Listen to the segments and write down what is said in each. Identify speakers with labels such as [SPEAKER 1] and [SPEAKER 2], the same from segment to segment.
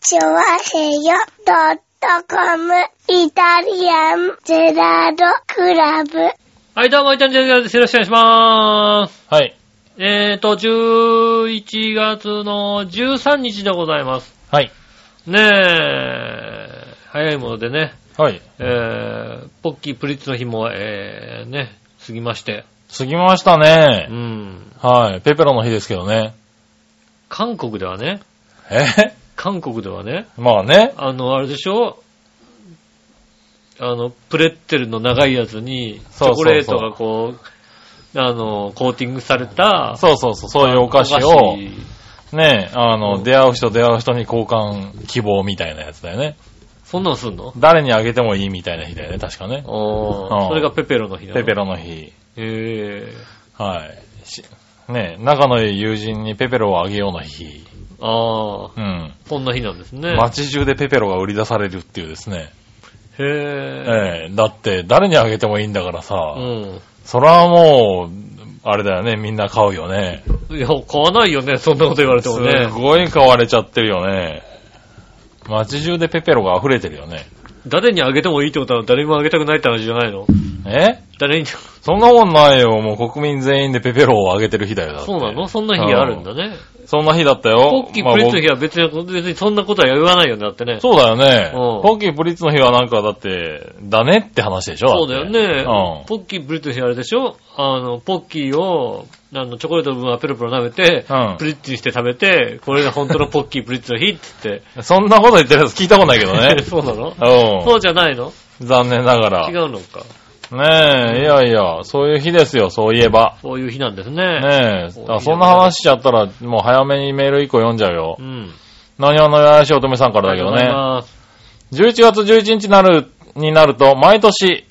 [SPEAKER 1] チョワヘヨドットコムイタリアンゼラードクラブ。
[SPEAKER 2] はい、どうも、いたんじゃです。よろしくお願いしまーす。
[SPEAKER 3] はい。
[SPEAKER 2] えーと、11月の13日でございます。
[SPEAKER 3] はい。
[SPEAKER 2] ねえ、早いものでね、
[SPEAKER 3] はい。
[SPEAKER 2] えー、ポッキープリッツの日も、えー、ね、過ぎまして。
[SPEAKER 3] 過ぎました
[SPEAKER 2] う
[SPEAKER 3] ね。
[SPEAKER 2] ん。
[SPEAKER 3] はい。ペペロの日ですけどね。
[SPEAKER 2] 韓国ではね、
[SPEAKER 3] え
[SPEAKER 2] 韓国ではね、
[SPEAKER 3] まあね。
[SPEAKER 2] あの、あれでしょあの、プレッツェルの長いやつに、チ
[SPEAKER 3] そう
[SPEAKER 2] ョ
[SPEAKER 3] そ
[SPEAKER 2] コ
[SPEAKER 3] うそう
[SPEAKER 2] レートがこう、あの、コーティングされた、
[SPEAKER 3] そうそうそう、そういうお菓子
[SPEAKER 2] お
[SPEAKER 3] を、ね、あの、
[SPEAKER 2] うん
[SPEAKER 3] 出会う人出会う人に交換希望みたいなやつだよね。
[SPEAKER 2] そんなのすんの
[SPEAKER 3] 誰にあげてもいいみたいな日だよね、確かね。
[SPEAKER 2] お
[SPEAKER 3] う
[SPEAKER 2] ー
[SPEAKER 3] ん
[SPEAKER 2] それがペペロの日なの
[SPEAKER 3] ペペ。ロの日。
[SPEAKER 2] え
[SPEAKER 3] はい。しね、仲のいい友人にペペロをあげようの日。
[SPEAKER 2] えああ、
[SPEAKER 3] うん。
[SPEAKER 2] こんな日なんですね。
[SPEAKER 3] 街中でペペロが売り出されるっていうですね。
[SPEAKER 2] へえ。
[SPEAKER 3] ええだって誰にあげてもいいんだからさ、
[SPEAKER 2] う
[SPEAKER 3] それはもう、あれだよね、みんな買うよね。
[SPEAKER 2] ん。いや、買わないよね、そんなこと言われてもね
[SPEAKER 3] す。ごい買われちゃってるよね。街中でペペロが溢れてるよね。
[SPEAKER 2] 誰にあげてもいいってことは誰にもあげたくないって話じゃないの
[SPEAKER 3] え
[SPEAKER 2] 誰に、
[SPEAKER 3] そんなもんないよ。もう国民全員でペペロをあげてる日だよ。だって
[SPEAKER 2] そうなのそんな日があるんだね。
[SPEAKER 3] そんな日だったよ。
[SPEAKER 2] ポッキープリッツの日
[SPEAKER 3] まあ
[SPEAKER 2] は別に、別にそんなことは言わないよね、だってね。
[SPEAKER 3] 僕そうだよね。
[SPEAKER 2] うん
[SPEAKER 3] ポッキープリッツの日はなんかだって、だねって話でしょ
[SPEAKER 2] そうだよね。
[SPEAKER 3] うん
[SPEAKER 2] ポッキープリッツの日あれでしょあの、ポッキーを、あの、チョコレートの分はペロペロ舐めて、
[SPEAKER 3] うん
[SPEAKER 2] プリッツにして食べて、これが本当のポッキープリッツの日って言って。
[SPEAKER 3] そんなこと言ってるやつ聞いたことないけどね。
[SPEAKER 2] そうなのそううじゃないの
[SPEAKER 3] ん。残念ながら。
[SPEAKER 2] 違
[SPEAKER 3] ね
[SPEAKER 2] うのか。
[SPEAKER 3] え、いやいや、そういう日ですよ、そういえば。
[SPEAKER 2] そういう日なんですね。
[SPEAKER 3] ねえ
[SPEAKER 2] そう、
[SPEAKER 3] あそんな話しちゃったら、もう早めにメール1個読んじゃうよ
[SPEAKER 2] う。ん。
[SPEAKER 3] 何話のよやしおとめさんからだけどね。
[SPEAKER 2] あ
[SPEAKER 3] 11月11日になる、になると、毎年、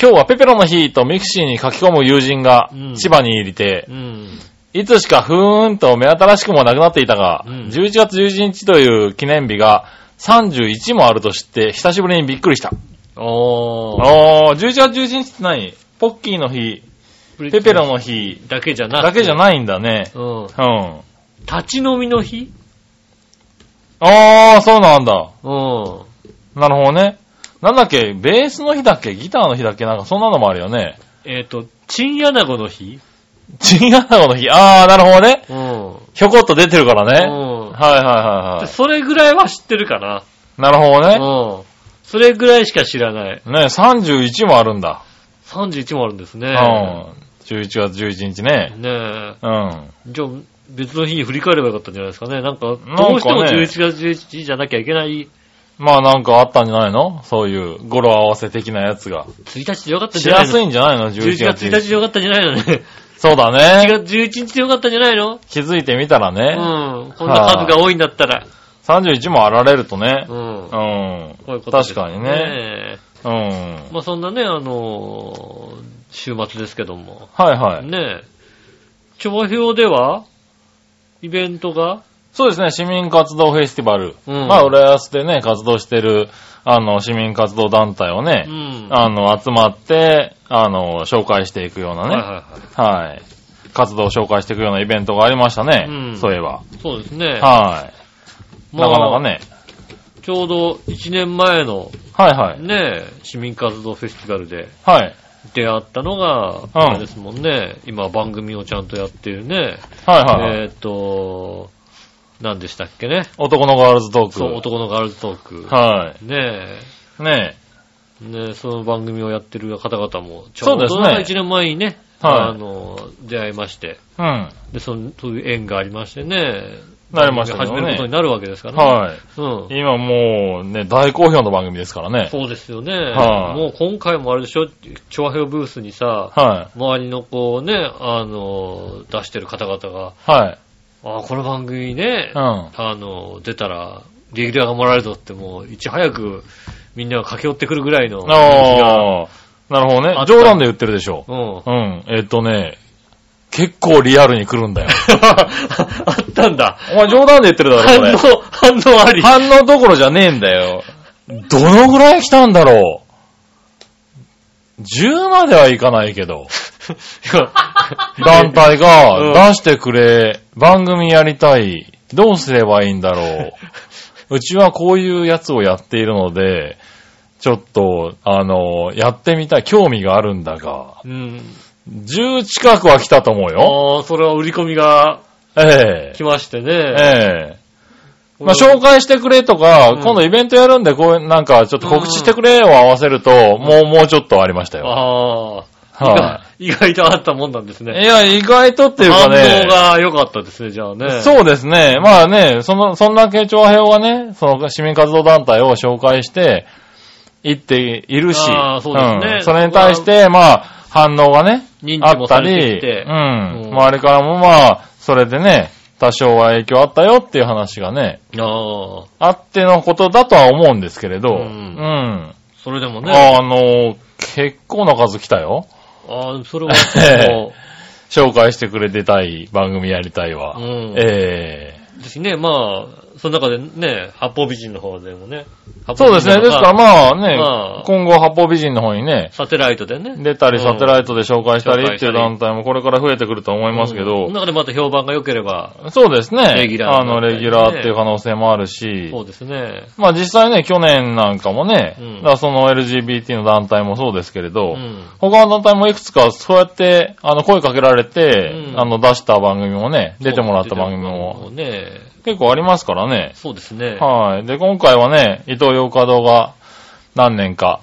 [SPEAKER 3] 今日はペペロの日とミクシーに書き込む友人が
[SPEAKER 2] うん
[SPEAKER 3] 千葉に入りて
[SPEAKER 2] りがとうございます。う、ん。
[SPEAKER 3] いつしかふーんと目新しくもなくなっていたが、
[SPEAKER 2] うん
[SPEAKER 3] 11月11日という記念日が31もあると知って、久しぶりにびっくりした。
[SPEAKER 2] おー。
[SPEAKER 3] おー、11月11日って何ポッキーの日、ペペロの日
[SPEAKER 2] だけじゃなく
[SPEAKER 3] だけじゃ
[SPEAKER 2] い。
[SPEAKER 3] ないんだね。
[SPEAKER 2] うん。
[SPEAKER 3] うん。
[SPEAKER 2] 立ち飲みの日
[SPEAKER 3] あー、そうなんだ。
[SPEAKER 2] うん。
[SPEAKER 3] なるほどね。なんだっけ、ベースの日だっけギターの日だっけなんかそんなのもあるよね。
[SPEAKER 2] えっ、と、チンアナゴの日
[SPEAKER 3] チンアナゴの日。あー、なるほどね。
[SPEAKER 2] うん。
[SPEAKER 3] ひょこっと出てるからね。
[SPEAKER 2] うん
[SPEAKER 3] はいはいはいは
[SPEAKER 2] それぐらいは知ってるかな。
[SPEAKER 3] い。なるほどね。
[SPEAKER 2] うん。それぐらいしか知らない。
[SPEAKER 3] ね、31もあるんだ。
[SPEAKER 2] 31もあるんですね。
[SPEAKER 3] うん。11月11日ね。
[SPEAKER 2] ねえ。
[SPEAKER 3] うん。
[SPEAKER 2] じゃあ、別の日に振り返ればよかったんじゃないですかね。なんか、どうしても
[SPEAKER 3] なんかね
[SPEAKER 2] 11月11日じゃなきゃいけない
[SPEAKER 3] まあなんかあったんじゃないのそういう語呂合わせ的なやつが。
[SPEAKER 2] 1日でよかったん
[SPEAKER 3] し
[SPEAKER 2] じゃな
[SPEAKER 3] や
[SPEAKER 2] いの
[SPEAKER 3] すいんじゃないの ?11
[SPEAKER 2] 11
[SPEAKER 3] 月
[SPEAKER 2] 月1日でよかったんじゃないのね。
[SPEAKER 3] そうだね。
[SPEAKER 2] 1月11日でよかったんじゃないの
[SPEAKER 3] 気づいてみたら
[SPEAKER 2] う
[SPEAKER 3] ね。
[SPEAKER 2] ん。こんな数が多いんだったら。
[SPEAKER 3] 31もあられるとね
[SPEAKER 2] う。ん
[SPEAKER 3] う。ん。
[SPEAKER 2] こういうことです
[SPEAKER 3] 確かにねうん。
[SPEAKER 2] えまあそんなね、あのー週末ですけども。
[SPEAKER 3] はいはい。
[SPEAKER 2] ねえ。調表では、イベントが、
[SPEAKER 3] そうですね、市民活動フェスティバル。
[SPEAKER 2] うん
[SPEAKER 3] まあ、浦安でね、活動してる、あの、市民活動団体をね
[SPEAKER 2] う、ん。
[SPEAKER 3] あの、集まって、あの、紹介していくような
[SPEAKER 2] はい
[SPEAKER 3] ね、は、
[SPEAKER 2] はいはい
[SPEAKER 3] 活動を紹介していくようなイベントがありましたね、
[SPEAKER 2] うん
[SPEAKER 3] そういえば。
[SPEAKER 2] い。そうですね。
[SPEAKER 3] は
[SPEAKER 2] あ
[SPEAKER 3] い。なかなかね、
[SPEAKER 2] ちょうど1年前の
[SPEAKER 3] はいはい。
[SPEAKER 2] ねえ、市民活動フェスティバルで
[SPEAKER 3] はい。
[SPEAKER 2] 出会ったのが、
[SPEAKER 3] うん
[SPEAKER 2] あれですもんね。今番組をちゃんとやってるね。
[SPEAKER 3] はいはい、はい
[SPEAKER 2] えっ、と、何でしたっけね。
[SPEAKER 3] 男のガールズトーク。
[SPEAKER 2] そう、男のガールズトーク。
[SPEAKER 3] は
[SPEAKER 2] ね
[SPEAKER 3] い。ね
[SPEAKER 2] え、ねえ、その番組をやってる方々も、ちょ
[SPEAKER 3] そう
[SPEAKER 2] う
[SPEAKER 3] です
[SPEAKER 2] ど
[SPEAKER 3] ね
[SPEAKER 2] 1年前にね、
[SPEAKER 3] はい
[SPEAKER 2] あの、出会いまして、
[SPEAKER 3] え。うん。
[SPEAKER 2] で、その、そういう縁がありましてね、
[SPEAKER 3] なりましたけ
[SPEAKER 2] 始
[SPEAKER 3] どね
[SPEAKER 2] めることになるわけですからね。
[SPEAKER 3] はい。
[SPEAKER 2] うん。
[SPEAKER 3] 今もうね、大好評の番組ですからね。
[SPEAKER 2] そうですよね。
[SPEAKER 3] はい
[SPEAKER 2] もう今回もあれでしょ、調和表ブースにさ、
[SPEAKER 3] は
[SPEAKER 2] 周りのこうね、あの、出してる方々が、
[SPEAKER 3] い。はい。
[SPEAKER 2] ああ、この番組ね、
[SPEAKER 3] うん。
[SPEAKER 2] あの、出たら、レギュラーがもらえるぞって、もう、いち早く、みんなが駆け寄ってくるぐらいの。
[SPEAKER 3] ああ、なるほ
[SPEAKER 2] あ
[SPEAKER 3] どね
[SPEAKER 2] っ。た
[SPEAKER 3] 冗談で言ってるでしょ。
[SPEAKER 2] うん。
[SPEAKER 3] うん。えっとね、結構リアルに来るんだよ。
[SPEAKER 2] あったんだ。
[SPEAKER 3] お前冗談で言ってるだろ、
[SPEAKER 2] 反
[SPEAKER 3] これ。
[SPEAKER 2] 応、 反応あり。
[SPEAKER 3] 反応どころじゃねえんだよ。どのぐらい来たんだろう。10まではいかないけ ど、団体
[SPEAKER 2] うん
[SPEAKER 3] が出してくれ、番組やりたい、どうすればいいんだろう。うちはこういうやつをやっているので、ちょっと、あの、やってみたい、興味があるんだが、
[SPEAKER 2] うん。
[SPEAKER 3] 10近くは来たと思うよ。
[SPEAKER 2] ああ、それは売り込みが
[SPEAKER 3] ええ
[SPEAKER 2] 来まして
[SPEAKER 3] え
[SPEAKER 2] ね。
[SPEAKER 3] えまあ、紹介してくれとか、
[SPEAKER 2] うん
[SPEAKER 3] 今度イベントやるんで、こういう、なんか、ちょっと告知してくれを合わせると、もう、もうちょっとありましたよ。
[SPEAKER 2] あ
[SPEAKER 3] は
[SPEAKER 2] あ、意外とあったもんなんです
[SPEAKER 3] い。
[SPEAKER 2] ね。
[SPEAKER 3] いや、意外とっていうか
[SPEAKER 2] 反
[SPEAKER 3] ね
[SPEAKER 2] 応、が良かったですね、じゃあね。う。
[SPEAKER 3] そうですね。まあね、その、そんな慶長平はね、その市民活動団体を紹介して、行っているし、
[SPEAKER 2] あーそうですね
[SPEAKER 3] んそれに対して、まあ、反応がね、
[SPEAKER 2] 認
[SPEAKER 3] あ
[SPEAKER 2] 知
[SPEAKER 3] っ
[SPEAKER 2] も
[SPEAKER 3] た
[SPEAKER 2] されて
[SPEAKER 3] り、
[SPEAKER 2] きて。
[SPEAKER 3] う。
[SPEAKER 2] うんん
[SPEAKER 3] 周りからもまあ、それでね、多少は影響あったよっていう話がね、
[SPEAKER 2] ああ、
[SPEAKER 3] あってのことだとは思うんですけれど、
[SPEAKER 2] うん
[SPEAKER 3] うん。
[SPEAKER 2] それでもね。
[SPEAKER 3] あの、結構な数来たよ。
[SPEAKER 2] ああ、それは ちょっ
[SPEAKER 3] 紹介してくれてたい番組やりたいわ。
[SPEAKER 2] と、うん。
[SPEAKER 3] ええ
[SPEAKER 2] ですね、まあ、その中でね、八方美人の方でもね。
[SPEAKER 3] そうですね。ですか
[SPEAKER 2] ら、
[SPEAKER 3] らまあね、
[SPEAKER 2] まあ
[SPEAKER 3] 今後八方美人の方にね、
[SPEAKER 2] サテライトでね。
[SPEAKER 3] 出たり
[SPEAKER 2] うん
[SPEAKER 3] サテライトで紹介した
[SPEAKER 2] 紹
[SPEAKER 3] り
[SPEAKER 2] 介
[SPEAKER 3] っ
[SPEAKER 2] してた
[SPEAKER 3] い
[SPEAKER 2] り
[SPEAKER 3] う団体もこれから増えてくると思いますけ
[SPEAKER 2] うん
[SPEAKER 3] ど、
[SPEAKER 2] その中でまた評判が良ければ、
[SPEAKER 3] そうですね。
[SPEAKER 2] レギュラー
[SPEAKER 3] あ
[SPEAKER 2] の団
[SPEAKER 3] の、
[SPEAKER 2] 体
[SPEAKER 3] レ
[SPEAKER 2] ね
[SPEAKER 3] ギュラーっていう可能性もあるし
[SPEAKER 2] そ、うですね。
[SPEAKER 3] まあ実際ね、去年なんかもね、
[SPEAKER 2] うん
[SPEAKER 3] だからその LGBT の団体もそうですけれ
[SPEAKER 2] う
[SPEAKER 3] ど、
[SPEAKER 2] ん。
[SPEAKER 3] 他の団体もいくつかそうやって、あの、声かけられて、
[SPEAKER 2] うん
[SPEAKER 3] あの、出した番組もね、出てもらった番組も
[SPEAKER 2] そうね。
[SPEAKER 3] 結構ありますからね。
[SPEAKER 2] そうですね。
[SPEAKER 3] はい。で、今回はね、伊藤洋華堂が何年か、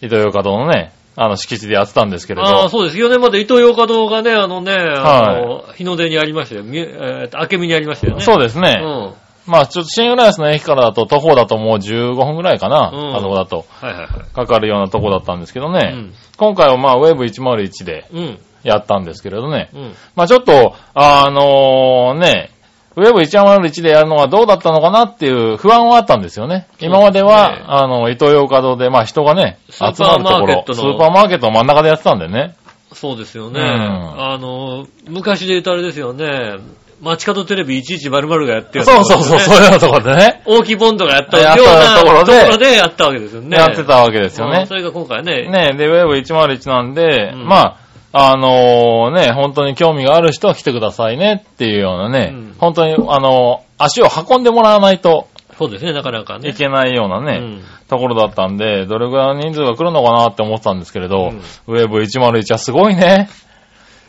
[SPEAKER 3] 伊藤洋華堂のね、あの、敷地でやってたんですけれど。
[SPEAKER 2] ああ、そうです。4年まで伊藤洋華堂がね、あのね、あの、日の出にありましたよ。みえーと、明美にありましたよね。
[SPEAKER 3] そううですね。
[SPEAKER 2] うん。
[SPEAKER 3] まあ、ちょっと新浦安の駅からだと徒歩だともう15分ぐらいかな。
[SPEAKER 2] うん
[SPEAKER 3] あそこだと。
[SPEAKER 2] はいはいは
[SPEAKER 3] かかるようなとこだったんですけどね。
[SPEAKER 2] い。うん。
[SPEAKER 3] 今回はまあ、ウェブ101で
[SPEAKER 2] うん。
[SPEAKER 3] やったんですけれどね。
[SPEAKER 2] うん。
[SPEAKER 3] まあちょっと、あのね、ウェブ101でやるのはどうだったのかなっていう不安はあったんですよね。今までは、
[SPEAKER 2] そうですね
[SPEAKER 3] あの、伊東洋華堂で、まあ人がね、集
[SPEAKER 2] スーパ
[SPEAKER 3] まる
[SPEAKER 2] ー
[SPEAKER 3] と
[SPEAKER 2] マ
[SPEAKER 3] こ
[SPEAKER 2] ーケッ
[SPEAKER 3] ろ、
[SPEAKER 2] トの
[SPEAKER 3] スーパーマーケットの真ん中でやってたんでね。
[SPEAKER 2] そうですよね。
[SPEAKER 3] うん
[SPEAKER 2] あの、昔で言うとあれですよね。街角テレビ1100がやってるよな
[SPEAKER 3] そうそうそう、
[SPEAKER 2] と
[SPEAKER 3] そ
[SPEAKER 2] こ
[SPEAKER 3] う
[SPEAKER 2] ろですよね
[SPEAKER 3] いうよ
[SPEAKER 2] 大
[SPEAKER 3] うなところでね、
[SPEAKER 2] きいボンドがやった
[SPEAKER 3] やった
[SPEAKER 2] ような
[SPEAKER 3] と
[SPEAKER 2] と
[SPEAKER 3] こ
[SPEAKER 2] こ
[SPEAKER 3] ろ
[SPEAKER 2] ろ
[SPEAKER 3] で
[SPEAKER 2] でやったわけですよね。
[SPEAKER 3] やってたわけですよ
[SPEAKER 2] う
[SPEAKER 3] ね
[SPEAKER 2] んそ。れが今回ね。
[SPEAKER 3] ね、で、ウェブ101なんで、
[SPEAKER 2] うん
[SPEAKER 3] まあ、あのね、本当に興味がある人は来てくださいねっていうようなね、
[SPEAKER 2] うん
[SPEAKER 3] 本当に、あの足を運んでもらわないと
[SPEAKER 2] そうですね、なかなかね。
[SPEAKER 3] いけないようなね、
[SPEAKER 2] うん
[SPEAKER 3] ところだったんで、どれぐらいの人数が来るのかなって思ってたんですけれど、ウェブ101はすごいね。